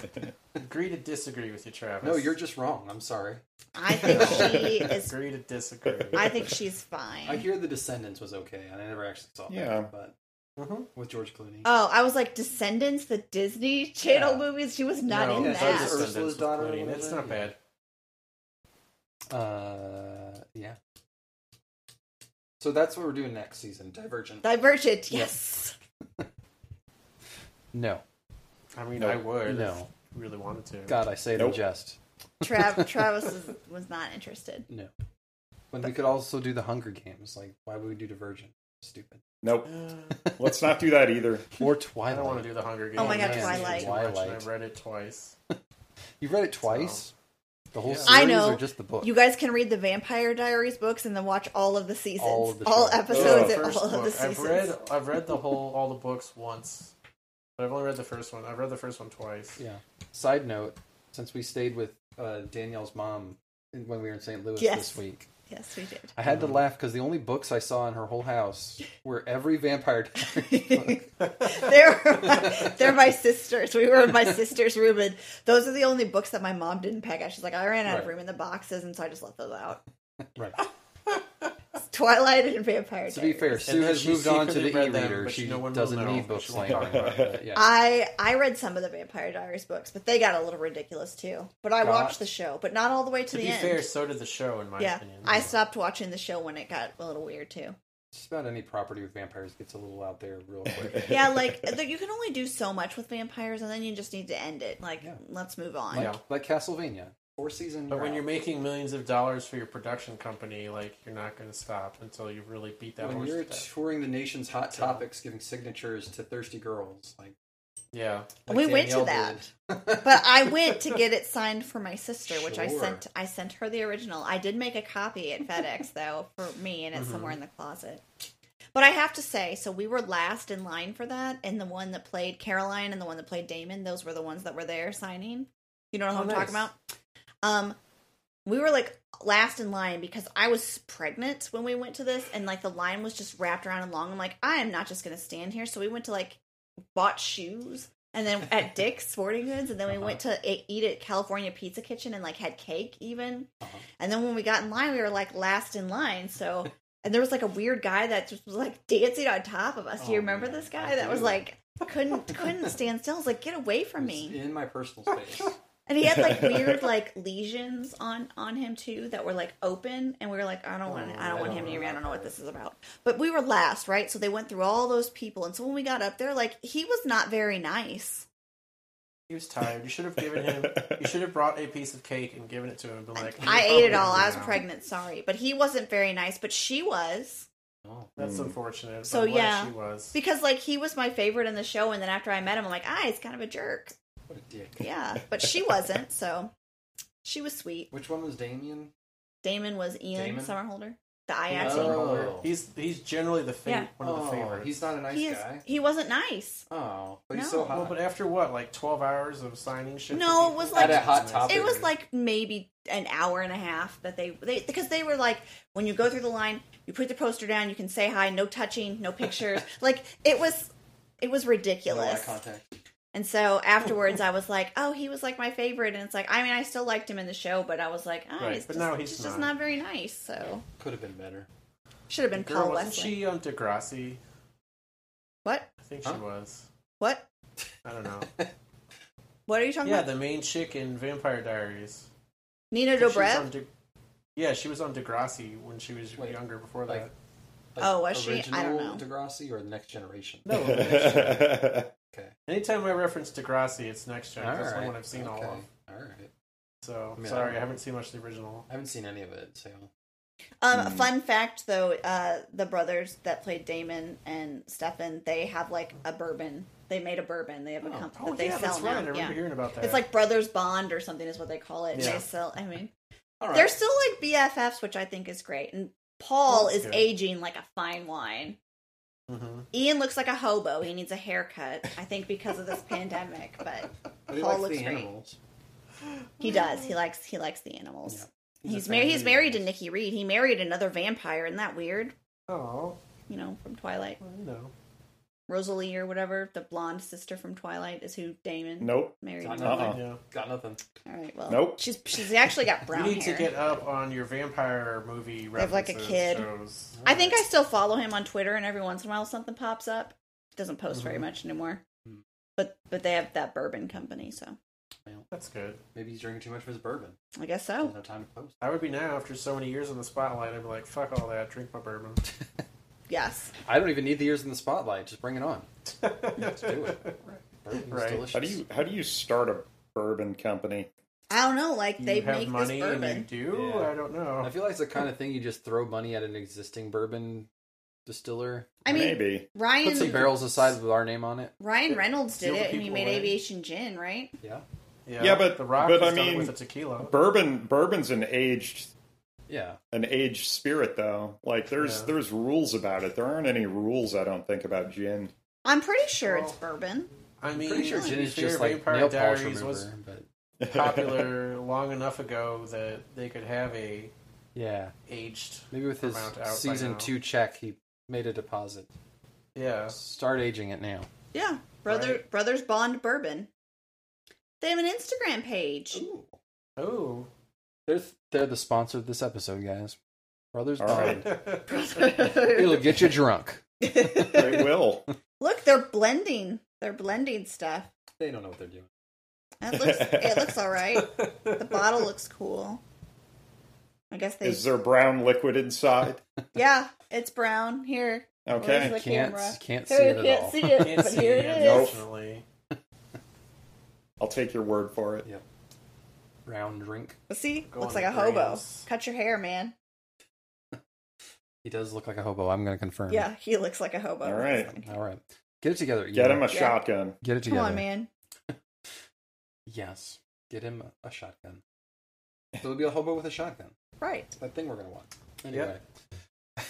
Speaker 2: Agree to disagree with you, Travis.
Speaker 6: No, you're just wrong. I'm sorry.
Speaker 5: I think she is.
Speaker 2: Agree to disagree.
Speaker 5: I think she's
Speaker 6: I
Speaker 5: fine.
Speaker 6: hear The Descendants was okay, and I never actually saw it.
Speaker 4: Yeah.
Speaker 6: but
Speaker 2: Mhm.
Speaker 6: with George Clooney.
Speaker 5: Oh, I was like Descendants, the Disney Channel
Speaker 6: Yeah.
Speaker 5: movies. She was not
Speaker 2: No,
Speaker 5: in
Speaker 6: it's
Speaker 2: it's
Speaker 6: not
Speaker 5: that.
Speaker 2: just
Speaker 6: Ursula's
Speaker 2: Ursula's
Speaker 6: daughter or
Speaker 2: Clooney. It's
Speaker 6: whatever.
Speaker 2: not bad.
Speaker 6: Uh, yeah. So that's what we're doing next season. Divergent.
Speaker 5: Divergent, yes.
Speaker 6: No,
Speaker 2: I mean,
Speaker 4: No.
Speaker 2: I would. if
Speaker 6: No.
Speaker 2: you really wanted to.
Speaker 6: God, I say it in
Speaker 4: Nope.
Speaker 6: jest.
Speaker 5: Trav, Travis was, was not interested.
Speaker 6: No. When we could also do the Hunger Games. Like, why would we do Divergent? Stupid.
Speaker 4: nope.
Speaker 2: I
Speaker 4: Let's not do that either.
Speaker 6: Or Twilight.
Speaker 2: don't want to do the Hunger Games.
Speaker 5: Oh my God,
Speaker 2: It's
Speaker 5: Twilight.
Speaker 2: too much, and
Speaker 6: Twilight.
Speaker 2: I've read it twice.
Speaker 6: You read it twice. The whole
Speaker 2: Yeah.
Speaker 6: series
Speaker 5: I know.
Speaker 6: or just the book?
Speaker 5: You guys can read the Vampire Diaries books and then watch all of the seasons,
Speaker 6: All
Speaker 5: all,
Speaker 6: of the shows.
Speaker 5: episodes,
Speaker 2: Oh, The
Speaker 5: and
Speaker 2: first
Speaker 5: all of the
Speaker 2: book.
Speaker 5: seasons.
Speaker 2: I've read. I've read the whole all the books once, but I've only read the first one. I've read the first one twice.
Speaker 6: Yeah. Side note: since we stayed with uh, Danielle's mom in- when we were in St. Louis
Speaker 5: Yes.
Speaker 6: this week,
Speaker 5: Yes, we did.
Speaker 6: I had to laugh because the only books I saw in her whole house were every vampire diary book.
Speaker 5: they're they're my sisters. We were in my sister's room, and those are the only books that my mom didn't pack out. She's like, I ran out of
Speaker 6: Right.
Speaker 5: room in the boxes, and so I just left those out.
Speaker 6: right.
Speaker 5: Twilight and Vampire.
Speaker 6: To be
Speaker 5: Diaries.
Speaker 6: fair, Sue
Speaker 2: then
Speaker 6: has
Speaker 2: she
Speaker 6: moved on to the
Speaker 2: secretly read them,
Speaker 6: e-reader.
Speaker 2: but
Speaker 6: She
Speaker 2: no one will
Speaker 6: doesn't
Speaker 2: know.
Speaker 6: need books
Speaker 2: She
Speaker 6: laying
Speaker 2: won't.
Speaker 6: around. but Yeah.
Speaker 5: I I read some of the Vampire Diaries books, but they got a little ridiculous too. But I
Speaker 6: Got-
Speaker 5: watched the show, but not all the way to,
Speaker 2: To
Speaker 5: the
Speaker 2: be
Speaker 5: end.
Speaker 2: fair, so did the show, in my
Speaker 5: yeah,
Speaker 2: opinion.
Speaker 5: I stopped watching the show when it got a little weird too.
Speaker 6: Just about any property with vampires gets a little out there real quick.
Speaker 5: Yeah, like there- you can only do so much with vampires, and then you just need to end it. Like,
Speaker 6: Yeah.
Speaker 5: let's move on.
Speaker 6: like,
Speaker 2: Yeah.
Speaker 6: like Castlevania, four season.
Speaker 2: But
Speaker 6: you're
Speaker 2: when
Speaker 6: out.
Speaker 2: you're making millions of dollars for your production company, like you're not going to stop until you really beat that
Speaker 6: when
Speaker 2: horse.
Speaker 6: you're
Speaker 2: to death.
Speaker 6: touring the nation's hot topics, giving signatures to thirsty girls, like,
Speaker 2: yeah,
Speaker 6: like
Speaker 5: We went to
Speaker 6: Danielle did.
Speaker 5: But I went to get it signed for my sister, which I
Speaker 6: Sure.
Speaker 5: sent. I sent her the original. I did make a copy at FedEx though for me, and it's
Speaker 6: Mm-hmm.
Speaker 5: somewhere in the closet. But I have to say, so we were last in line for that, and the one that played Caroline and the one that played Damon, those were the ones that were there signing. You know what
Speaker 6: Oh,
Speaker 5: I'm
Speaker 6: nice.
Speaker 5: talking about? Um, we were like last in line because I was pregnant when we went to this, and like the line was just wrapped around and long. I'm like, I am not just gonna stand here. So we went to like bought shoes, and then at Dick's Sporting Goods, and then we went
Speaker 6: Uh-huh.
Speaker 5: to e- eat at California Pizza Kitchen and like had cake even.
Speaker 6: Uh-huh.
Speaker 5: And then when we got in line, we were like last in line. So and there was like a weird guy that just was like dancing on top of us. do you
Speaker 6: Oh,
Speaker 5: remember
Speaker 6: man,
Speaker 5: this
Speaker 6: I
Speaker 5: guy that was
Speaker 6: do.
Speaker 5: like couldn't couldn't stand still? I was like, get away from me.
Speaker 6: It's in my personal space.
Speaker 5: And he had like weird like lesions on on him too that were like open, and we were like, I don't want,
Speaker 6: Oh,
Speaker 5: I don't want him near me. I don't know what this is about. But we were last, right? So they went through all those people, and so when we got up there, like he was not very nice.
Speaker 2: he was tired. You should have given him. You should have brought a piece of cake and given it to him and been like,
Speaker 5: I ate it all. I was
Speaker 2: Now.
Speaker 5: pregnant. Sorry, but he wasn't very nice. But she was
Speaker 6: Oh.
Speaker 2: That's unfortunate. So
Speaker 5: So,
Speaker 2: yeah,
Speaker 5: yeah.
Speaker 2: she was.
Speaker 5: because like he was my favorite in the show, and then after I met him, I'm like, ah, he's kind of a jerk.
Speaker 6: What a dick.
Speaker 5: Yeah, but she wasn't. So she was sweet.
Speaker 6: Which one was Damien?
Speaker 5: Damon was Ian
Speaker 6: Damon?
Speaker 5: Summerholder, the IAC.
Speaker 6: Oh.
Speaker 2: He's he's generally the favorite, one of
Speaker 6: Oh,
Speaker 2: the favorites.
Speaker 6: He's not a nice
Speaker 5: he is,
Speaker 6: guy.
Speaker 5: he wasn't nice.
Speaker 6: Oh, but he's
Speaker 5: No.
Speaker 6: so hot.
Speaker 2: well, but after what, like twelve hours of signing shit?
Speaker 5: No, it was like-
Speaker 6: At a Hot Topic.
Speaker 5: It was like maybe an hour and a half that they they because they were like when you go through the line, you put the poster down, you can say hi, no touching, no pictures. like it was it was
Speaker 6: No eye
Speaker 5: ridiculous.
Speaker 6: contact.
Speaker 5: and so afterwards I was like, "Oh, he was like my favorite." And it's like, I mean, I still liked him in the show, but I was like, "Oh,
Speaker 2: Right,
Speaker 5: he's,
Speaker 2: but
Speaker 5: just,
Speaker 2: now
Speaker 5: he's
Speaker 2: he's
Speaker 5: just
Speaker 2: not."
Speaker 5: not very nice." So,
Speaker 6: Could have been better.
Speaker 5: should have been
Speaker 2: Girl,
Speaker 5: Paul
Speaker 2: wasn't
Speaker 5: Wesley.
Speaker 2: she on Degrassi?
Speaker 5: What?
Speaker 2: I think
Speaker 6: Huh?
Speaker 2: she was.
Speaker 5: What?
Speaker 2: I don't know.
Speaker 5: What are you talking
Speaker 2: yeah,
Speaker 5: about?
Speaker 2: the main chick in Vampire Diaries.
Speaker 5: Nina
Speaker 2: She was on
Speaker 5: Dobrev?
Speaker 2: De- yeah, she was on Degrassi when she was
Speaker 6: Wait,
Speaker 2: younger. Before
Speaker 6: like-
Speaker 2: that,
Speaker 5: Oh, was she? I don't
Speaker 6: original
Speaker 5: know.
Speaker 6: Degrassi or the Next Generation? Okay.
Speaker 2: anytime I reference Degrassi, it's next gen.
Speaker 6: All
Speaker 2: That's the
Speaker 6: right.
Speaker 2: one I've seen all
Speaker 6: Okay.
Speaker 2: of.
Speaker 6: All right.
Speaker 2: So
Speaker 6: I mean,
Speaker 2: sorry,
Speaker 6: I-
Speaker 2: I, haven't seen much of the original.
Speaker 6: I haven't seen any of it, so
Speaker 5: Um,
Speaker 2: Hmm.
Speaker 5: Fun fact, though, uh, the brothers that played Damon and Stefan, they have like a bourbon. They made a bourbon. They have a company
Speaker 2: Oh
Speaker 5: that they
Speaker 2: yeah,
Speaker 5: sell
Speaker 2: that's right. I
Speaker 5: now.
Speaker 2: remember
Speaker 5: Yeah.
Speaker 2: hearing about that.
Speaker 5: It's like Brothers Bond or something is what they call it. And
Speaker 2: Yeah.
Speaker 5: They sell. I mean,
Speaker 6: all right.
Speaker 5: they're still like BFFs, which I think is great. And Paul
Speaker 2: That's
Speaker 5: is
Speaker 2: good.
Speaker 5: aging like a fine wine.
Speaker 2: hmm
Speaker 5: Ian looks like a hobo. He needs a haircut, I think, because of this pandemic. But
Speaker 6: But he
Speaker 5: Paul
Speaker 6: likes
Speaker 5: looks
Speaker 6: the
Speaker 5: great.
Speaker 6: animals.
Speaker 5: he does. He likes he likes the animals.
Speaker 6: Yeah.
Speaker 5: He's,
Speaker 6: a fan
Speaker 5: married.
Speaker 6: of
Speaker 5: He's
Speaker 6: the
Speaker 5: married to
Speaker 6: animals.
Speaker 5: Nikki Reed. He married another vampire. Isn't that weird?
Speaker 2: Oh,
Speaker 5: You know, from Twilight.
Speaker 2: well, you know.
Speaker 5: Rosalie or whatever, the blonde sister from Twilight, is who Damon
Speaker 4: nope.
Speaker 5: married.
Speaker 6: Got
Speaker 5: All
Speaker 6: nothing.
Speaker 4: Uh-uh.
Speaker 2: Yeah.
Speaker 6: Got nothing.
Speaker 5: right, well,
Speaker 4: Nope.
Speaker 5: She's she's actually got
Speaker 2: You
Speaker 5: brown
Speaker 2: need
Speaker 5: hair.
Speaker 2: to get up on your vampire movie
Speaker 5: have, like, a
Speaker 2: references.
Speaker 5: kid.
Speaker 2: Shows.
Speaker 5: I think I still follow him on Twitter, and every once in a while something pops up. Doesn't post very
Speaker 2: Mhm.
Speaker 5: much anymore.
Speaker 6: Mm.
Speaker 5: But but they have that bourbon company, so
Speaker 2: That's good.
Speaker 6: Maybe he's drinking too much of his bourbon.
Speaker 5: I guess
Speaker 6: There's
Speaker 5: so.
Speaker 6: no time to post.
Speaker 2: I would be now after so many years in the spotlight. I'd be like, fuck all that. Drink my bourbon.
Speaker 5: Yes,
Speaker 6: I don't even need the years in the spotlight. Just bring it on. Let's do it. Bourbon's
Speaker 2: Right.
Speaker 6: delicious.
Speaker 4: How do you how do you start a bourbon company?
Speaker 5: I don't know. Like they
Speaker 2: you have
Speaker 5: make
Speaker 2: money
Speaker 5: this
Speaker 2: and you
Speaker 5: bourbon.
Speaker 2: do.
Speaker 6: Yeah.
Speaker 2: I don't
Speaker 6: I
Speaker 2: know.
Speaker 6: feel like it's the kind of thing you just throw money at an existing bourbon distiller.
Speaker 5: I mean,
Speaker 4: Maybe.
Speaker 6: Put some
Speaker 5: Ryan
Speaker 6: barrels aside with our name on it.
Speaker 5: Ryan Reynolds did
Speaker 2: Steal the
Speaker 5: it, and he
Speaker 2: people
Speaker 5: made
Speaker 2: away.
Speaker 5: aviation gin, right?
Speaker 6: Yeah.
Speaker 4: Yeah, but-
Speaker 2: the rock
Speaker 4: but
Speaker 2: has
Speaker 4: I
Speaker 2: done it
Speaker 4: mean-
Speaker 2: with a tequila.
Speaker 4: Bourbon bourbon's an aged
Speaker 6: Yeah.
Speaker 4: an aged spirit though. Like there's
Speaker 2: Yeah.
Speaker 4: there's rules about it. There aren't any rules I don't think about gin.
Speaker 5: I'm pretty sure it's
Speaker 2: Well,
Speaker 5: bourbon.
Speaker 2: I mean,
Speaker 6: Pretty sure
Speaker 2: to
Speaker 6: gin
Speaker 2: be
Speaker 6: is
Speaker 2: fair,
Speaker 6: just like
Speaker 2: Vampire
Speaker 6: nail polish
Speaker 2: Diaries
Speaker 6: remover,
Speaker 2: was
Speaker 6: but
Speaker 2: popular long enough ago that they could have a
Speaker 6: yeah,
Speaker 2: aged.
Speaker 6: maybe with his
Speaker 2: Amount out by
Speaker 6: season
Speaker 2: now.
Speaker 6: two check, he made a deposit. Uh,
Speaker 2: Yeah,
Speaker 6: Start aging it now.
Speaker 5: Yeah, brother,
Speaker 2: Right.
Speaker 5: brothers bond bourbon. They have an Instagram page.
Speaker 2: Oh.
Speaker 6: They're they're the sponsor of this episode, guys. Brothers
Speaker 4: All
Speaker 6: Bond.
Speaker 4: right.
Speaker 6: It'll get you drunk.
Speaker 4: they will.
Speaker 5: Look, they're blending. They're blending stuff.
Speaker 6: They don't know what they're doing.
Speaker 5: It looks, it looks all right. The bottle looks cool. I guess they.
Speaker 4: Is there brown liquid inside?
Speaker 5: Yeah, it's brown here. Where's
Speaker 4: Okay.
Speaker 5: the
Speaker 6: Can't
Speaker 5: camera?
Speaker 6: can't see
Speaker 5: Here,
Speaker 6: it
Speaker 5: you
Speaker 6: at
Speaker 5: can't
Speaker 6: all.
Speaker 5: see it,
Speaker 2: Can't
Speaker 5: but
Speaker 2: see
Speaker 5: here
Speaker 2: it,
Speaker 5: it is.
Speaker 2: unfortunately.
Speaker 4: I'll take your word for it.
Speaker 6: Round drink.
Speaker 5: But see,
Speaker 2: Go
Speaker 5: looks
Speaker 2: on
Speaker 5: like a
Speaker 2: the
Speaker 5: hobo.
Speaker 2: grains.
Speaker 5: Cut your hair, man.
Speaker 6: He does look like a hobo. I'm gonna confirm.
Speaker 5: Yeah, he looks like a hobo.
Speaker 4: All right.
Speaker 6: All right. Get it together.
Speaker 4: Get
Speaker 6: Ian.
Speaker 4: him a shotgun.
Speaker 6: Get it
Speaker 5: Come
Speaker 6: together.
Speaker 5: on, man.
Speaker 6: Yes. Get him a shotgun. So it'll be a hobo with a shotgun.
Speaker 5: Right.
Speaker 6: That thing we're gonna want. Anyway.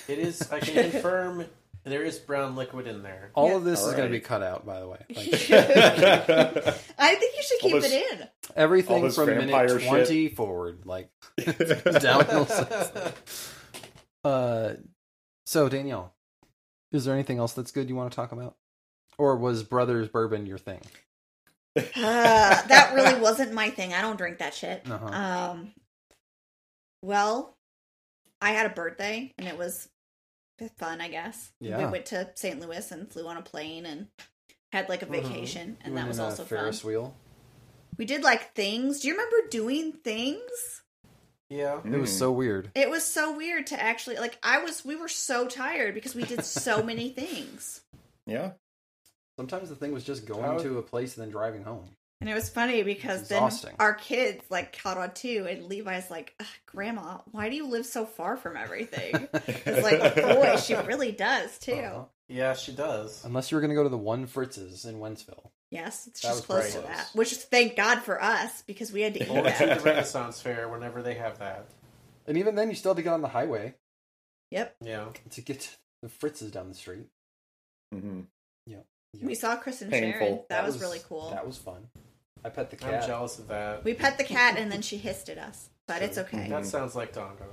Speaker 2: It is. I can confirm there is brown liquid in there.
Speaker 6: All
Speaker 5: Yeah.
Speaker 6: of this is
Speaker 4: All
Speaker 6: gonna
Speaker 4: right.
Speaker 6: be cut out, by the way. Like,
Speaker 4: All
Speaker 5: I think you should
Speaker 4: All
Speaker 5: keep
Speaker 4: this-
Speaker 5: it in.
Speaker 6: everything
Speaker 4: this
Speaker 6: from
Speaker 4: vampire
Speaker 6: minute
Speaker 4: shit.
Speaker 6: twenty forward, like downhill. uh, so Danielle, is there anything else that's good you want to talk about, or was Brothers Bourbon your thing?
Speaker 5: Uh, that really wasn't my thing. I don't drink that shit.
Speaker 6: Uh-huh.
Speaker 5: Um, well, I had a birthday and it was fun, I guess.
Speaker 6: Yeah.
Speaker 5: I went to St. Louis and flew on a plane and had like a vacation,
Speaker 6: You
Speaker 5: and that
Speaker 6: Mm-hmm. went
Speaker 5: was
Speaker 6: in a
Speaker 5: also fun.
Speaker 6: Ferris wheel.
Speaker 5: We did like things. Do you remember doing things?
Speaker 2: Yeah.
Speaker 6: It
Speaker 4: Mm.
Speaker 6: was so weird.
Speaker 5: It was so weird to actually like. I was. We were so tired because we did so many things.
Speaker 4: Mm, Yeah.
Speaker 6: Sometimes the thing was just going
Speaker 2: How-
Speaker 6: to a place and then driving home.
Speaker 5: And it was funny because
Speaker 6: It's
Speaker 5: then
Speaker 6: exhausting.
Speaker 5: our kids like caught on too, and Levi's like, "Ugh, "Grandma, why do you live so far from everything?" it's like, boy, she really does too.
Speaker 6: Uh-huh.
Speaker 2: Yeah, she does.
Speaker 6: Unless you were going to go to the one Fritz's in Wentzville.
Speaker 5: Yes, it's
Speaker 6: That
Speaker 5: just
Speaker 6: was
Speaker 5: close
Speaker 6: pretty
Speaker 5: to
Speaker 6: close.
Speaker 5: that. Which is thank God for us because we had to eat
Speaker 2: Or to
Speaker 5: that.
Speaker 2: the Renaissance Fair whenever they have that.
Speaker 6: And even then, you still had to get on the highway
Speaker 5: yep.
Speaker 2: Yeah.
Speaker 6: to get to the Fritz's down the street.
Speaker 4: hmm
Speaker 6: Yeah.
Speaker 5: We saw Chris and Sharon.
Speaker 4: Painful.
Speaker 5: That, was, really cool.
Speaker 6: That was fun. I pet the
Speaker 2: I'm
Speaker 6: cat.
Speaker 2: jealous of that.
Speaker 5: we pet the cat and then she hissed at us. But it's okay.
Speaker 6: Mm-hmm.
Speaker 2: That sounds like Dongo.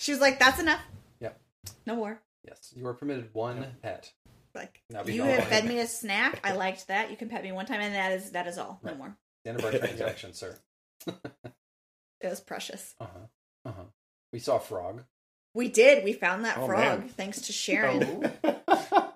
Speaker 5: She was like, That's enough.
Speaker 6: Yep.
Speaker 5: No more.
Speaker 6: Yes, you are permitted one pet.
Speaker 5: Like
Speaker 6: That'd be
Speaker 5: you
Speaker 6: all
Speaker 5: have
Speaker 6: right.
Speaker 5: fed me a snack. I liked that. You can pet me one time and that is that is all. No
Speaker 6: Right.
Speaker 5: more.
Speaker 6: The end of our transaction, sir.
Speaker 5: It was precious.
Speaker 6: Uh huh. Uh huh. We saw a frog.
Speaker 5: We did. We found that
Speaker 4: Oh,
Speaker 5: frog
Speaker 4: man.
Speaker 5: thanks to Sharon.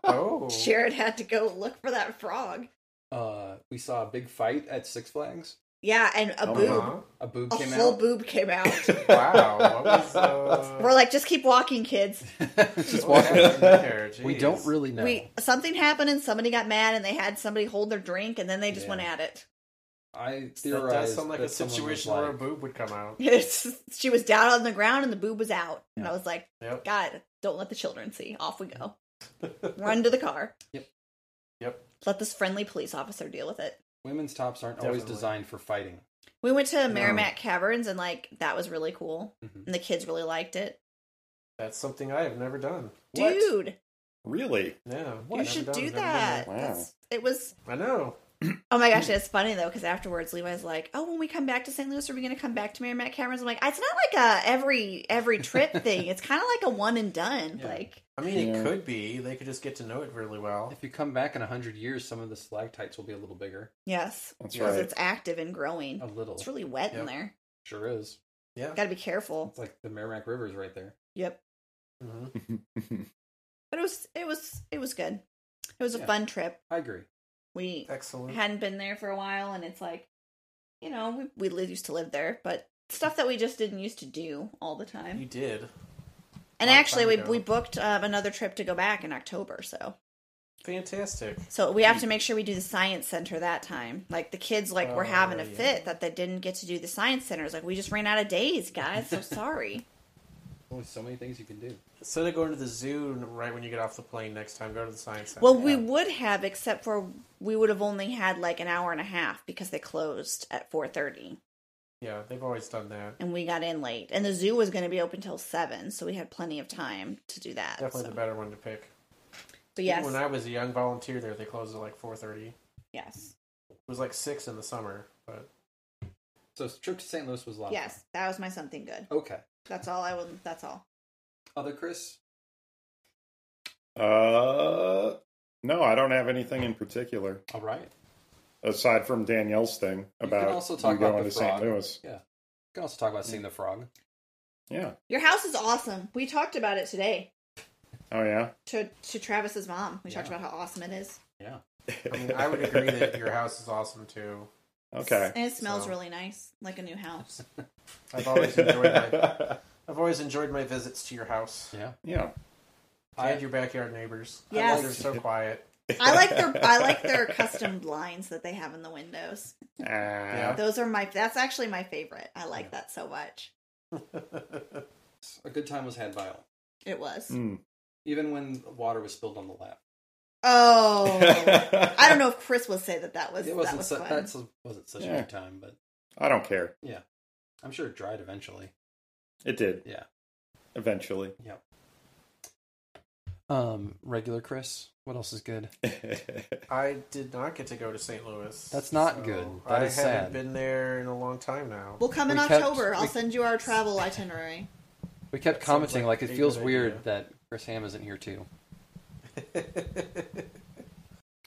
Speaker 2: Oh.
Speaker 5: Sharon had to go look for that frog.
Speaker 6: Uh, we saw a big fight at Six Flags.
Speaker 5: Yeah, and a
Speaker 4: Oh,
Speaker 5: boob,
Speaker 2: Huh?
Speaker 6: A boob
Speaker 5: a
Speaker 6: came
Speaker 5: full
Speaker 6: out.
Speaker 5: boob came out.
Speaker 2: Uh-huh. Wow. What was uh,
Speaker 5: We're like, just keep walking, kids.
Speaker 6: Just
Speaker 2: what
Speaker 6: walking.
Speaker 2: happened there?
Speaker 6: We
Speaker 2: Jeez.
Speaker 6: don't really know.
Speaker 5: We something happened and somebody got mad and they had somebody hold their drink and then they just
Speaker 6: Yeah.
Speaker 5: went at it.
Speaker 6: I
Speaker 2: That
Speaker 6: theorized
Speaker 2: does sound like a
Speaker 6: that someone was
Speaker 2: situation where a
Speaker 6: like-
Speaker 2: boob would come out.
Speaker 5: It's she was down on the ground and the boob was out, and I
Speaker 6: Yeah.
Speaker 5: was like,
Speaker 2: Yep.
Speaker 5: God, don't let the children see. Off we go. Run to the car.
Speaker 6: Yep.
Speaker 2: Yep.
Speaker 5: Let this friendly police officer deal with it.
Speaker 6: women's tops aren't always
Speaker 2: Definitely.
Speaker 6: designed for fighting.
Speaker 5: We went to Merrimack Caverns and like that was really cool,
Speaker 6: Mhm.
Speaker 5: and the kids really liked it.
Speaker 2: That's something I have never done.
Speaker 6: What?
Speaker 5: Dude,
Speaker 4: Really?
Speaker 2: Yeah.
Speaker 5: you
Speaker 2: never
Speaker 5: should
Speaker 2: done,
Speaker 5: do
Speaker 2: never done
Speaker 5: that.
Speaker 4: Wow.
Speaker 5: That's- It was.
Speaker 2: I know.
Speaker 5: Oh my gosh, it's funny though because afterwards Levi's like, "Oh, when we come back to St. Louis, are we going to come back to Merrimack Caverns?" I'm like, "It's not like a every every trip thing. It's kind of like a one and done.
Speaker 6: Yeah.
Speaker 5: Like,
Speaker 2: I mean,
Speaker 4: Yeah.
Speaker 2: it could be. They could just get to know it really well.
Speaker 6: If you come back in a hundred years, some of the stalactites will be a little bigger.
Speaker 5: yes,
Speaker 4: That's
Speaker 5: because
Speaker 4: right.
Speaker 5: it's active and growing.
Speaker 6: A little.
Speaker 5: It's really wet in
Speaker 2: Yep.
Speaker 5: there.
Speaker 6: Sure is.
Speaker 2: Yeah.
Speaker 5: Got to be careful.
Speaker 6: It's like the Merrimack River's right there.
Speaker 5: Yep.
Speaker 2: hmm
Speaker 5: But it was it was it was good. It was a
Speaker 6: Yeah.
Speaker 5: fun trip.
Speaker 6: I agree.
Speaker 5: We
Speaker 2: Excellent.
Speaker 5: hadn't been there for a while and it's like you know we, we li- used to live there but stuff that we just didn't used to do all the
Speaker 2: You
Speaker 5: time
Speaker 2: did.
Speaker 5: and
Speaker 2: long
Speaker 5: actually
Speaker 2: time
Speaker 5: we,
Speaker 2: ago.
Speaker 5: we booked um, another trip to go back in october so
Speaker 2: Fantastic.
Speaker 5: so we have to make sure we do the science center that time like the kids like were
Speaker 2: Oh,
Speaker 5: having a
Speaker 2: yeah.
Speaker 5: fit that they didn't get to do the science centers like we just ran out of days guys so sorry
Speaker 6: Only so many things you can do.
Speaker 2: Instead of going to the zoo right when you get off the plane next time, go to the science center.
Speaker 5: well we would have except for we would have only had like an hour and a half because they closed at 4.30
Speaker 2: yeah, they've always done that.
Speaker 5: and we got in late and the zoo was going to be open till 7 so we had plenty of time to do that
Speaker 2: Definitely
Speaker 5: so.
Speaker 2: the better one to pick.
Speaker 5: But yes,
Speaker 2: Even when I was a young volunteer there, they closed at like four thirty.
Speaker 5: Yes.
Speaker 2: was like six in the summer, but
Speaker 6: So trip to St. Louis was a lot. of
Speaker 5: Yes. That was my something good.
Speaker 6: fun. Okay.
Speaker 5: That's all I will. That's all.
Speaker 6: Other Chris.
Speaker 4: Uh, no, I don't have anything in particular
Speaker 6: All right.
Speaker 4: aside from Danielle's thing
Speaker 6: You can
Speaker 4: about
Speaker 6: also talk about
Speaker 4: going
Speaker 6: the
Speaker 4: to St.
Speaker 6: frog.
Speaker 4: Louis.
Speaker 6: You can also talk about seeing the frog.
Speaker 4: Yeah.
Speaker 5: Your house is awesome. We talked about it today
Speaker 4: Oh yeah.
Speaker 5: to to Travis's mom. We talked
Speaker 6: Yeah.
Speaker 5: about how awesome it is.
Speaker 6: Yeah.
Speaker 2: I mean, I would agree that your house is awesome too.
Speaker 4: Okay.
Speaker 5: And it smells
Speaker 2: So-
Speaker 5: really nice, like a new house.
Speaker 2: I've always enjoyed my I've always enjoyed my visits to your house
Speaker 6: Yeah.
Speaker 4: yeah.
Speaker 2: and your backyard neighbors. I
Speaker 5: Yes.
Speaker 2: like they're so quiet.
Speaker 5: I like their I like their custom blinds that they have in the windows.
Speaker 4: Ah.
Speaker 5: Those are my that's actually my favorite. I like that so much.
Speaker 6: A good time was had by all.
Speaker 5: It was.
Speaker 4: Mm.
Speaker 6: Even when water was spilled on the lap.
Speaker 5: Oh. I don't know if Chris will say that that was
Speaker 6: it
Speaker 5: that
Speaker 6: wasn't
Speaker 5: was
Speaker 6: su-
Speaker 5: fun.
Speaker 6: that's wasn't such a
Speaker 4: Yeah.
Speaker 6: good time, but
Speaker 4: I don't care.
Speaker 6: I'm sure it dried eventually.
Speaker 4: It did.
Speaker 6: Yeah.
Speaker 4: Eventually.
Speaker 6: Um, regular Chris. What else is good?
Speaker 4: Mm-hmm.
Speaker 2: I did not get to go to St. Louis.
Speaker 6: That's not good. That
Speaker 2: I
Speaker 6: is
Speaker 2: haven't
Speaker 6: sad.
Speaker 2: been there in a long time now.
Speaker 5: We'll come in
Speaker 6: we kept-
Speaker 5: October. I'll
Speaker 6: we-
Speaker 5: send you our travel itinerary.
Speaker 6: We kept
Speaker 2: That sounds
Speaker 6: commenting
Speaker 2: like
Speaker 6: like,
Speaker 2: a
Speaker 6: it feels
Speaker 2: good
Speaker 6: weird
Speaker 2: idea.
Speaker 6: that Chris Ham isn't here too.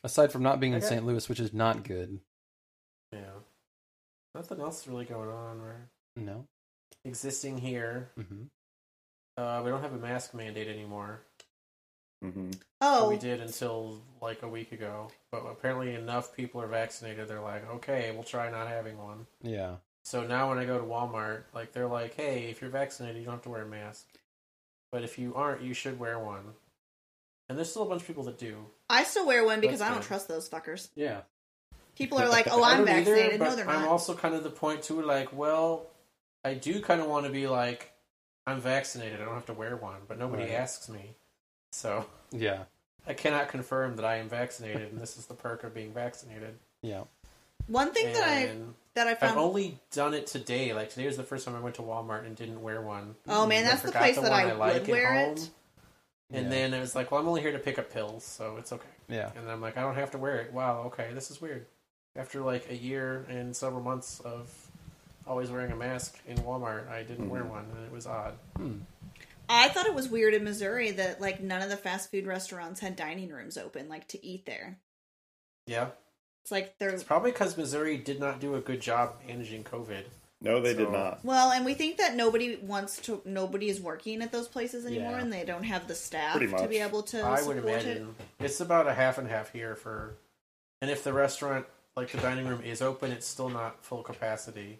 Speaker 6: Aside from not being in
Speaker 2: Okay.
Speaker 6: St. Louis, which is not good.
Speaker 2: yeah. Nothing else is really going on. We're
Speaker 6: No.
Speaker 2: existing here.
Speaker 6: hmm
Speaker 2: Uh, we don't have a mask mandate anymore.
Speaker 4: Mhm.
Speaker 2: but
Speaker 5: Oh,
Speaker 2: We did until like a week ago. But apparently, enough people are vaccinated. They're like, okay, we'll try not having one.
Speaker 6: Yeah.
Speaker 2: So now when I go to Walmart, like they're like, "Hey, if you're vaccinated, you don't have to wear a mask. But if you aren't, you should wear one." And there's still a bunch of people that do.
Speaker 5: I still wear one because
Speaker 2: That's
Speaker 5: I don't
Speaker 2: good.
Speaker 5: trust those fuckers.
Speaker 6: Yeah.
Speaker 5: People are like, "Oh,
Speaker 2: I
Speaker 5: I'm
Speaker 2: don't either,
Speaker 5: vaccinated."
Speaker 2: but
Speaker 5: no, they're
Speaker 2: I'm
Speaker 5: not.
Speaker 2: also kind of the point too. Like, well, I do kind of want to be like, "I'm vaccinated. I don't have to wear one," but nobody
Speaker 6: Right.
Speaker 2: asks me, so
Speaker 6: Yeah.
Speaker 2: I cannot confirm that I am vaccinated. and this is the perk of being vaccinated.
Speaker 6: Yeah.
Speaker 5: One thing that I
Speaker 2: And
Speaker 5: that I
Speaker 2: I've
Speaker 5: found.
Speaker 2: only done it today. Like today was the first time I went to Walmart and didn't wear one.
Speaker 5: oh man,
Speaker 2: I
Speaker 5: that's the
Speaker 2: forgot
Speaker 5: place
Speaker 2: the
Speaker 5: that
Speaker 2: one
Speaker 5: I,
Speaker 2: I like
Speaker 5: would
Speaker 2: at
Speaker 5: wear it.
Speaker 2: home. And
Speaker 6: Yeah.
Speaker 2: then it was like, well, I'm only here to pick up pills, so it's okay.
Speaker 6: Yeah.
Speaker 2: And I'm like, I don't have to wear it. Wow, okay, this is weird. After like a year and several months of always wearing a mask in Walmart, I didn't wear one, and it was odd.
Speaker 6: Hmm.
Speaker 5: I thought it was weird in Missouri that like none of the fast food restaurants had dining rooms open, like to eat there.
Speaker 2: Yeah,
Speaker 5: It's like they're
Speaker 2: it's probably because Missouri did not do a good job managing COVID.
Speaker 4: No, they did
Speaker 2: So-
Speaker 4: not.
Speaker 5: well, and we think that nobody wants to. Nobody is working at those places anymore,
Speaker 6: Yeah.
Speaker 5: and they don't have the staff
Speaker 4: Pretty
Speaker 5: to be
Speaker 4: much.
Speaker 5: able to.
Speaker 2: I would
Speaker 5: support It.
Speaker 2: imagine it's about a half and half here for, and if the restaurant like the dining room is open, it's still not full capacity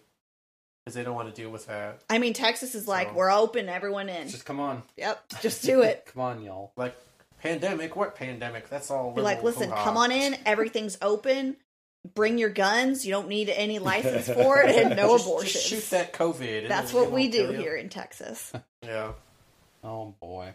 Speaker 2: because they don't want to deal with that.
Speaker 5: I mean, Texas is like
Speaker 2: So-
Speaker 5: we're open, everyone in.
Speaker 6: Just come on.
Speaker 5: yep, just do it.
Speaker 6: Come on, y'all.
Speaker 2: Like pandemic, what pandemic? That's all.
Speaker 5: Be like,
Speaker 2: liberal
Speaker 5: listen,
Speaker 2: hoo-ha."
Speaker 5: come on in. Everything's open. Bring your guns. You don't need any license for it, and no
Speaker 2: Just-
Speaker 5: abortions.
Speaker 2: Just shoot that COVID. and
Speaker 5: That's
Speaker 2: it
Speaker 5: what we
Speaker 2: won't
Speaker 5: do
Speaker 2: kill you.
Speaker 5: here in Texas.
Speaker 2: Yeah.
Speaker 6: Oh boy.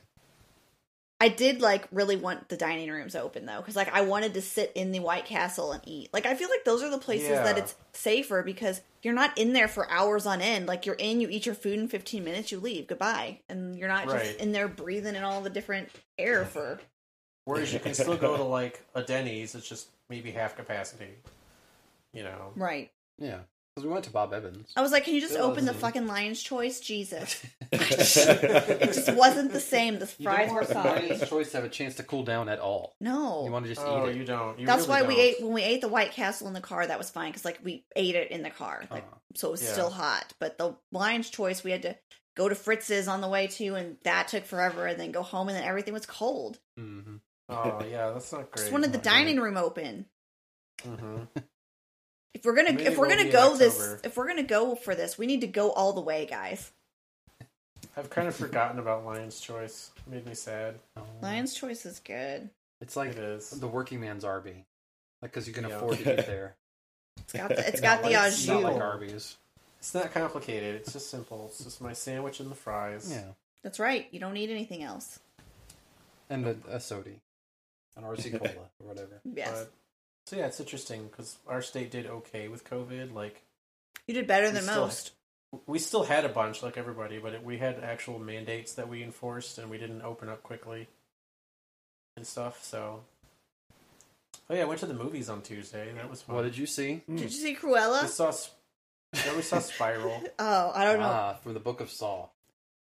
Speaker 5: I did like really want the dining rooms open though, because like I wanted to sit in the White Castle and eat. Like I feel like those are the places
Speaker 2: Yeah.
Speaker 5: that it's safer because you're not in there for hours on end. Like you're in, you eat your food in 15 minutes, you leave, goodbye, and you're not
Speaker 2: Right.
Speaker 5: just in there breathing in all the different air for.
Speaker 2: Whereas you can still go to like a Denny's. It's just maybe half capacity. You know.
Speaker 5: Right.
Speaker 6: Yeah. Because we went to Bob Evans.
Speaker 5: I was like, can you just
Speaker 6: It
Speaker 5: open the
Speaker 6: wasn't.
Speaker 5: fucking Lion's Choice, Jesus?
Speaker 4: it
Speaker 5: It just wasn't the same. The
Speaker 6: You
Speaker 5: fries
Speaker 6: don't
Speaker 5: were
Speaker 6: want the
Speaker 5: soggy.
Speaker 6: Lion's choice to have a chance to cool down at all.
Speaker 5: No.
Speaker 6: You want to just
Speaker 2: oh,
Speaker 6: eat it.
Speaker 2: you don't. You
Speaker 5: That's
Speaker 2: really
Speaker 5: why we
Speaker 2: don't.
Speaker 5: ate when we ate the White Castle in the car. That was fine because like we ate it in the car, like
Speaker 6: Uh-huh.
Speaker 5: so it was
Speaker 2: Yeah.
Speaker 5: still hot. But the Lion's Choice, we had to go to Fritz's on the way to, and that took forever. And then go home, and then everything was cold.
Speaker 6: hmm
Speaker 2: Oh yeah, that's not great.
Speaker 5: Just wanted the
Speaker 2: Not great.
Speaker 5: dining room open.
Speaker 2: Mhm.
Speaker 5: If we're gonna
Speaker 2: Maybe
Speaker 5: if we're
Speaker 2: we'll
Speaker 5: gonna
Speaker 2: be in
Speaker 5: go this
Speaker 2: October.
Speaker 5: if we're gonna go for this, we need to go all the way, guys.
Speaker 2: I've kind of forgotten about Lion's Choice. It made me sad.
Speaker 6: Oh.
Speaker 5: Lion's Choice is good.
Speaker 6: It's like
Speaker 2: It is.
Speaker 6: the working man's Arby. Like, because you can
Speaker 2: Yeah.
Speaker 6: afford to eat there.
Speaker 5: It's got the, it's
Speaker 6: Not
Speaker 5: got the
Speaker 6: like- it's Not
Speaker 5: au
Speaker 6: like
Speaker 5: jus.
Speaker 6: Arby's.
Speaker 2: It's not complicated. It's just simple. It's just my sandwich and the fries.
Speaker 6: Yeah.
Speaker 5: That's right. You don't need anything else.
Speaker 6: And a, a sodi. An RC Cola or whatever.
Speaker 5: Yes,
Speaker 2: But, so yeah, it's interesting because our state did okay with COVID. Like
Speaker 5: you did better
Speaker 2: we
Speaker 5: than
Speaker 2: still-
Speaker 5: most.
Speaker 2: we still had a bunch like everybody, but it, we had actual mandates that we enforced and we didn't open up quickly and stuff. So Oh yeah, I went to the movies on Tuesday. That was fun.
Speaker 6: What did you see?
Speaker 2: Hmm.
Speaker 4: Hmm.
Speaker 5: Did you see
Speaker 2: we
Speaker 5: Cruella?
Speaker 2: saw? Sp- yeah, we saw Spiral.
Speaker 5: Oh, I don't know.
Speaker 6: Ah, from the Book of Saul.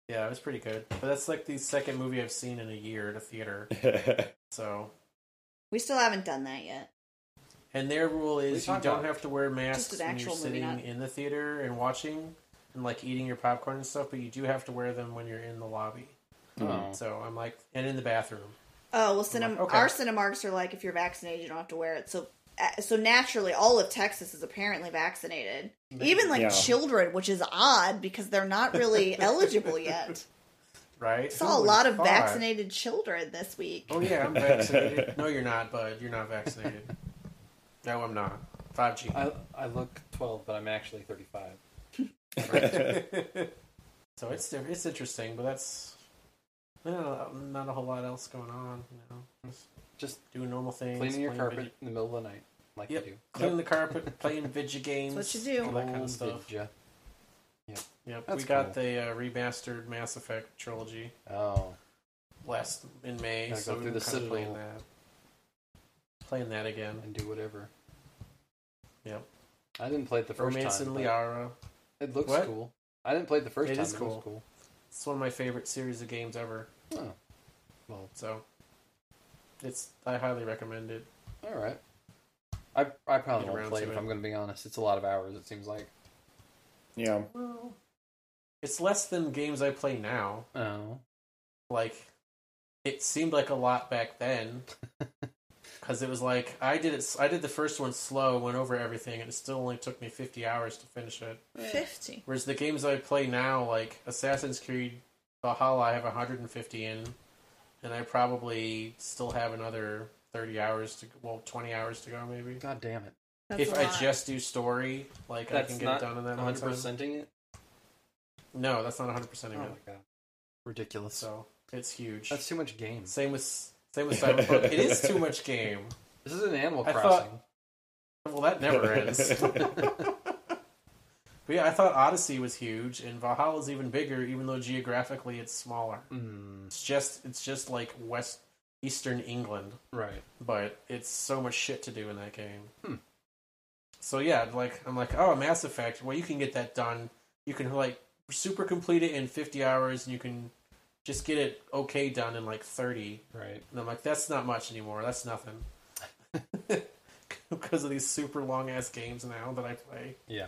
Speaker 2: Yeah, it was pretty good. But that's like the second movie I've seen in a year at a theater. So,
Speaker 5: We still haven't done that yet.
Speaker 2: and their rule is you
Speaker 6: talked
Speaker 2: don't
Speaker 6: about
Speaker 2: have to wear masks
Speaker 5: Just an
Speaker 2: when you're
Speaker 5: actual movie,
Speaker 2: sitting
Speaker 5: not-
Speaker 2: in the theater and watching and like eating your popcorn and stuff. But you do have to wear them when you're in the lobby.
Speaker 6: Oh.
Speaker 2: So I'm like, and in the bathroom.
Speaker 5: Oh well, cinem-
Speaker 2: like, okay.
Speaker 5: our Cinemarks are like if you're vaccinated, you don't have to wear it. So, uh, so naturally, all of Texas is apparently vaccinated. Even like
Speaker 4: Yeah.
Speaker 5: children, which is odd because they're not really eligible yet.
Speaker 2: Right?
Speaker 5: Saw a
Speaker 2: Who
Speaker 5: lot
Speaker 2: would've
Speaker 5: of
Speaker 2: thought?
Speaker 5: vaccinated children this week.
Speaker 2: Oh yeah, I'm vaccinated. no, you're not, bud. You're not vaccinated. no, I'm not. 5G.
Speaker 6: I, I look 12, but I'm actually 35.
Speaker 2: So it's diff- it's interesting, but that's I don't know, not a whole lot else going on. You know, just
Speaker 6: Just
Speaker 2: doing normal things,
Speaker 6: cleaning your
Speaker 2: playing
Speaker 6: carpet
Speaker 2: video-
Speaker 6: in the middle of the night, like
Speaker 2: Yep.
Speaker 6: you do.
Speaker 2: cleaning the carpet, playing video games.
Speaker 5: That's what you do.
Speaker 2: All that kind of
Speaker 6: Old
Speaker 2: stuff.
Speaker 6: Vidya.
Speaker 2: Yep,
Speaker 6: That's
Speaker 2: we got
Speaker 6: cool.
Speaker 2: the uh, remastered Mass Effect trilogy
Speaker 6: Oh,
Speaker 2: last in May,
Speaker 6: Gotta
Speaker 2: so
Speaker 6: go
Speaker 2: we
Speaker 6: through
Speaker 2: were
Speaker 6: the
Speaker 2: kind of playing
Speaker 6: Citadel.
Speaker 2: that. Playing that again.
Speaker 6: and do whatever.
Speaker 2: Yep.
Speaker 6: I didn't play it the first
Speaker 2: Romance
Speaker 6: time.
Speaker 2: and
Speaker 6: but
Speaker 2: Liara.
Speaker 6: It looks
Speaker 2: What?
Speaker 6: cool. I didn't play it the first
Speaker 2: It
Speaker 6: time.
Speaker 2: is
Speaker 6: It
Speaker 2: cool.
Speaker 6: was cool.
Speaker 2: It's one of my favorite series of games ever.
Speaker 6: Oh. Well,
Speaker 2: So it's I highly recommend it.
Speaker 6: all right. I, I probably
Speaker 2: Get
Speaker 6: won't
Speaker 2: around
Speaker 6: play it
Speaker 2: to
Speaker 6: if
Speaker 2: it.
Speaker 6: I'm going to be honest. It's a lot of hours, it seems like.
Speaker 4: yeah.
Speaker 2: Well, it's less than games I play now.
Speaker 6: Oh.
Speaker 2: Like it seemed like a lot back then because it was like I did it. I did the first one slow, went over everything, and it still only took me fifty hours to finish it.
Speaker 5: Fifty.
Speaker 2: Whereas the games I play now, like Assassin's Creed Valhalla, I have 150 in, and I probably still have another 30 hours to well, 20 hours to go maybe.
Speaker 6: God damn it.
Speaker 5: That's
Speaker 2: If
Speaker 5: a
Speaker 2: I
Speaker 5: lot.
Speaker 2: just do story, like I can get it done in that one time.
Speaker 6: 100%ing it?
Speaker 2: No, that's not 100 percent
Speaker 6: Oh
Speaker 2: of
Speaker 6: my
Speaker 2: it.
Speaker 6: god. Ridiculous.
Speaker 2: So it's huge.
Speaker 6: Oh. That's too much game.
Speaker 2: Same with same with Cyberpunk. it is too much game.
Speaker 6: This is an Animal
Speaker 2: I
Speaker 6: Crossing.
Speaker 2: thought- Well, that never ends. But yeah, I thought Odyssey was huge, and Valhalla's even bigger, even though geographically it's smaller.
Speaker 6: Mm,
Speaker 2: It's just it's just like west eastern England,
Speaker 6: right.
Speaker 2: but it's so much shit to do in that game.
Speaker 6: Hmm.
Speaker 2: So yeah, like I'm like, oh, Mass Effect. Well, you can get that done. You can like super complete it in 50 hours, and you can just get it okay done in like 30.
Speaker 6: Right.
Speaker 2: And I'm like, that's not much anymore. That's nothing. because of these super long ass games now that I play.
Speaker 6: Yeah.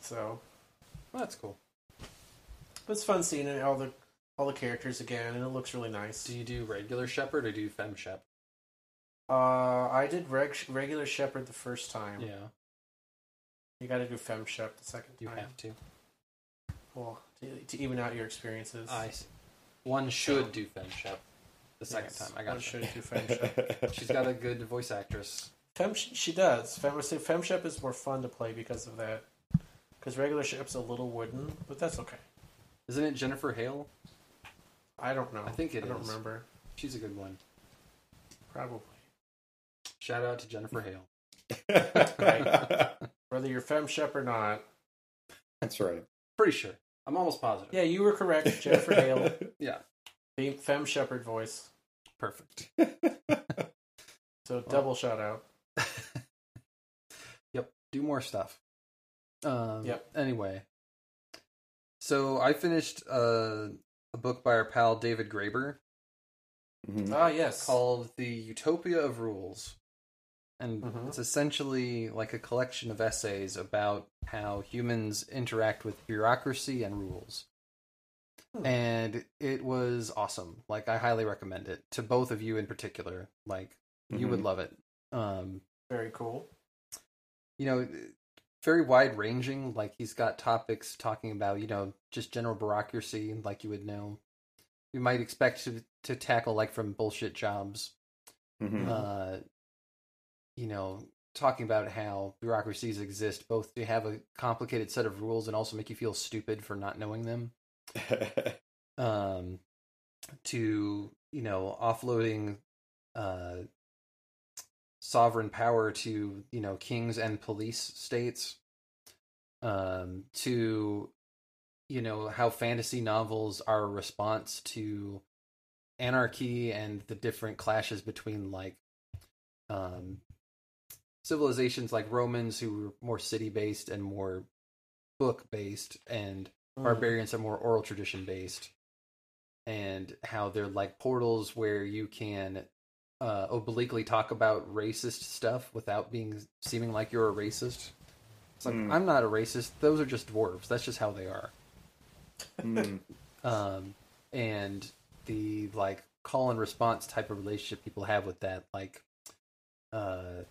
Speaker 2: So
Speaker 6: Well, that's cool.
Speaker 2: but it's fun seeing it, all the all the characters again, and it looks really nice.
Speaker 6: Do you do regular Shepherd or do you Fem Shep?
Speaker 2: Uh, I did reg- regular Shepherd the first time.
Speaker 6: Yeah,
Speaker 2: You got to do Fem Shep the second
Speaker 6: you
Speaker 2: time.
Speaker 6: have to.
Speaker 2: Well, to, to even out your experiences.
Speaker 6: I see. One should do Fem Shep the second
Speaker 2: Yes,
Speaker 6: time. I got
Speaker 2: one
Speaker 6: you.
Speaker 2: should do Fem Shep.
Speaker 6: She's got a good voice actress.
Speaker 2: Fem, she does. Fem, I say Fem Shep is more fun to play because of that. Because regular Shep's a little wooden, but that's okay.
Speaker 6: Isn't it Jennifer Hale?
Speaker 2: I don't know.
Speaker 6: I think it
Speaker 2: I don't
Speaker 6: is.
Speaker 2: remember.
Speaker 6: She's a good one.
Speaker 2: Probably.
Speaker 6: Shout out to Jennifer Hale.
Speaker 2: Whether you're Fem Shep or not.
Speaker 4: That's right.
Speaker 6: Pretty sure. I'm almost positive.
Speaker 2: Yeah, you were correct, Jennifer Hale.
Speaker 6: Yeah.
Speaker 2: the Fem Shepherd voice.
Speaker 6: Perfect.
Speaker 2: So double shout out.
Speaker 6: Yep. Do more stuff. Um,
Speaker 2: Yep.
Speaker 6: Anyway, so I finished uh, a book by our pal David Graeber. mm-hmm.
Speaker 4: Mhm.
Speaker 2: Ah, yes.
Speaker 6: called The Utopia of Rules. And
Speaker 2: Mhm.
Speaker 6: it's essentially like a collection of essays about how humans interact with bureaucracy and rules.
Speaker 2: Hmm.
Speaker 6: And it was awesome. Like, I highly recommend it to both of you in particular. Like, you would
Speaker 4: Mhm.
Speaker 6: love it. Um,
Speaker 2: Very cool.
Speaker 6: you know very wide ranging like he's got topics talking about you know just general bureaucracy like you would know you might expect to, to tackle like from bullshit jobs
Speaker 4: Mhm.
Speaker 6: uh you know talking about how bureaucracies exist both to have a complicated set of rules and also make you feel stupid for not knowing them um, to you know offloading uh, sovereign power to you know kings and police states um, to you know how fantasy novels are a response to anarchy and the different clashes between like
Speaker 1: um, civilizations like Romans who were more city based and more book based, and
Speaker 2: Mm.
Speaker 1: barbarians are more oral tradition based, and how they're like portals where you can uh, obliquely talk about racist stuff without being seeming like you're a racist. It's like
Speaker 4: Mm.
Speaker 1: I'm not a racist; those are just dwarves. That's just how they are
Speaker 4: Hmm.
Speaker 1: um, and the like call and response type of relationship people have with that, like uh,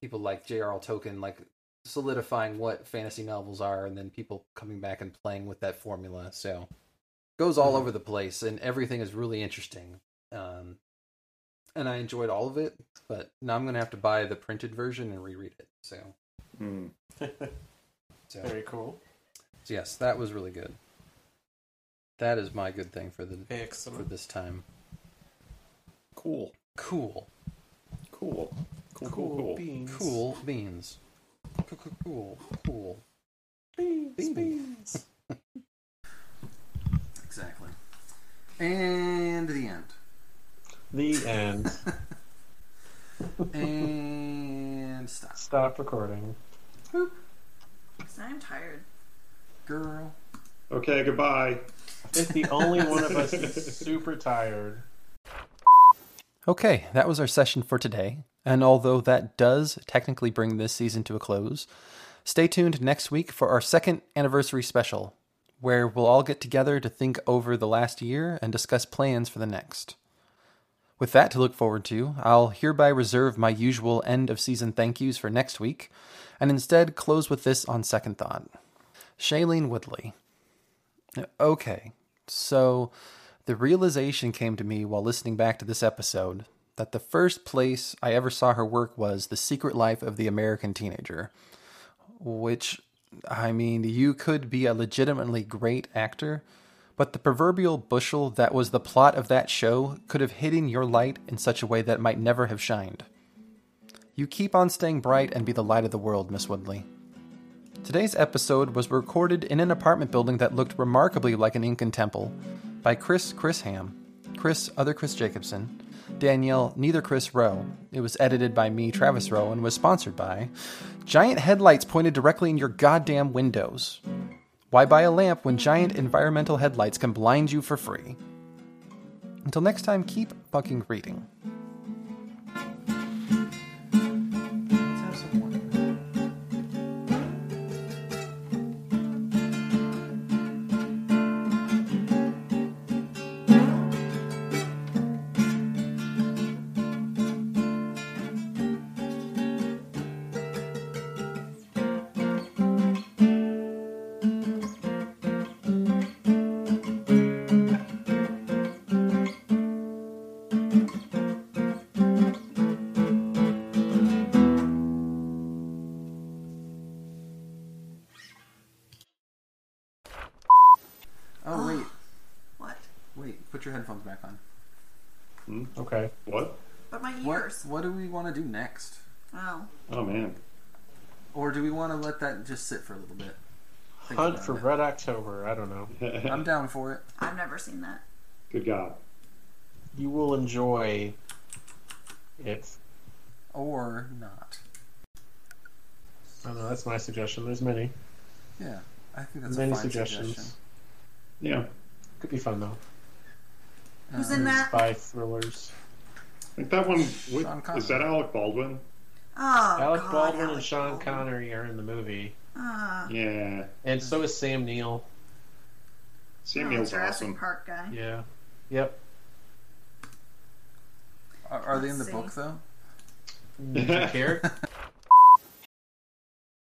Speaker 1: people like J.R.R. Tolkien, like solidifying what fantasy novels are, and then people coming back and playing with that formula. So goes all over the place, and everything is really interesting. Um, and I enjoyed all of it, but now I'm gonna have to buy the printed version and reread it. So,
Speaker 4: Hmm.
Speaker 1: so
Speaker 2: Very cool.
Speaker 1: so yes, that was really good. That is my good thing for the for
Speaker 2: Excellent.
Speaker 1: this time.
Speaker 4: Cool.
Speaker 1: Cool.
Speaker 4: Cool. Cool. Cool. Cool.
Speaker 2: beans.
Speaker 1: Cool beans. Cool, cool, Cool. Cool.
Speaker 2: Beans.
Speaker 1: Beans.
Speaker 2: beans.
Speaker 1: Exactly. And the end.
Speaker 2: the end.
Speaker 1: And stop.
Speaker 2: Stop recording.
Speaker 5: Because I'm tired.
Speaker 1: Girl.
Speaker 4: Okay. Goodbye.
Speaker 2: If the only one of us is super tired.
Speaker 6: Okay, that was our session for today. And although that does technically bring this season to a close, stay tuned next week for our second anniversary special, where we'll all get together to think over the last year and discuss plans for the next. With that to look forward to, I'll hereby reserve my usual end of season thank yous for next week, and instead close with this on second thought. Shailene Woodley. Okay, so the realization came to me while listening back to this episode that the first place I ever saw her work was The Secret Life of the American Teenager, which, I mean, you could be a legitimately great actor, but the proverbial bushel that was the plot of that show could have hidden your light in such a way that it might never have shined. You keep on staying bright and be the light of the world, Miss Woodley. Today's episode was recorded in an apartment building that looked remarkably like an Incan temple by Chris Chris Ham, Chris Other Chris Jacobson, Danielle Neither Chris Rowe. It was edited by me, Travis Rowe, and was sponsored by Giant headlights pointed directly in your goddamn windows. Why buy a lamp when giant environmental headlights can blind you for free? Until next time, keep fucking reading. Let's have some wine. Oh, wait,
Speaker 5: What?
Speaker 1: wait. Put your headphones back on.
Speaker 2: Okay.
Speaker 4: Hmm? What?
Speaker 5: But my
Speaker 1: What,
Speaker 5: ears.
Speaker 1: what do we want to do next?
Speaker 5: Oh.
Speaker 4: Oh man.
Speaker 1: Or do we want to let that just sit for a little bit? Think
Speaker 2: Hunt
Speaker 1: about
Speaker 2: for
Speaker 1: it.
Speaker 2: Red October. I don't know.
Speaker 1: I'm down for it.
Speaker 5: I've never seen that.
Speaker 4: Good God.
Speaker 2: You will enjoy it.
Speaker 1: Or not.
Speaker 2: I don't know. That's my suggestion. There's many.
Speaker 1: Yeah. I think that's
Speaker 2: many
Speaker 1: a fine
Speaker 2: suggestions.
Speaker 1: suggestion.
Speaker 4: Yeah.
Speaker 2: Could be fun though.
Speaker 5: Who's
Speaker 1: Uh,
Speaker 2: Um,
Speaker 5: in that?
Speaker 2: Spy thrillers.
Speaker 4: I think that one. Wait,
Speaker 1: Sean Connery.
Speaker 4: is that Alec Baldwin?
Speaker 5: Oh,
Speaker 2: Alec
Speaker 5: God,
Speaker 2: Baldwin and
Speaker 5: Alec
Speaker 2: Sean
Speaker 5: Baldwin.
Speaker 2: Connery are in the movie,
Speaker 5: Ah,
Speaker 4: Yeah.
Speaker 2: and so is Sam Neill.
Speaker 4: Sam
Speaker 5: oh,
Speaker 4: Neill's
Speaker 5: Jurassic
Speaker 4: awesome.
Speaker 5: Park guy.
Speaker 2: Yeah. Yep.
Speaker 1: Are, are they in the
Speaker 5: Let's see.
Speaker 1: book, though?
Speaker 2: Do you care?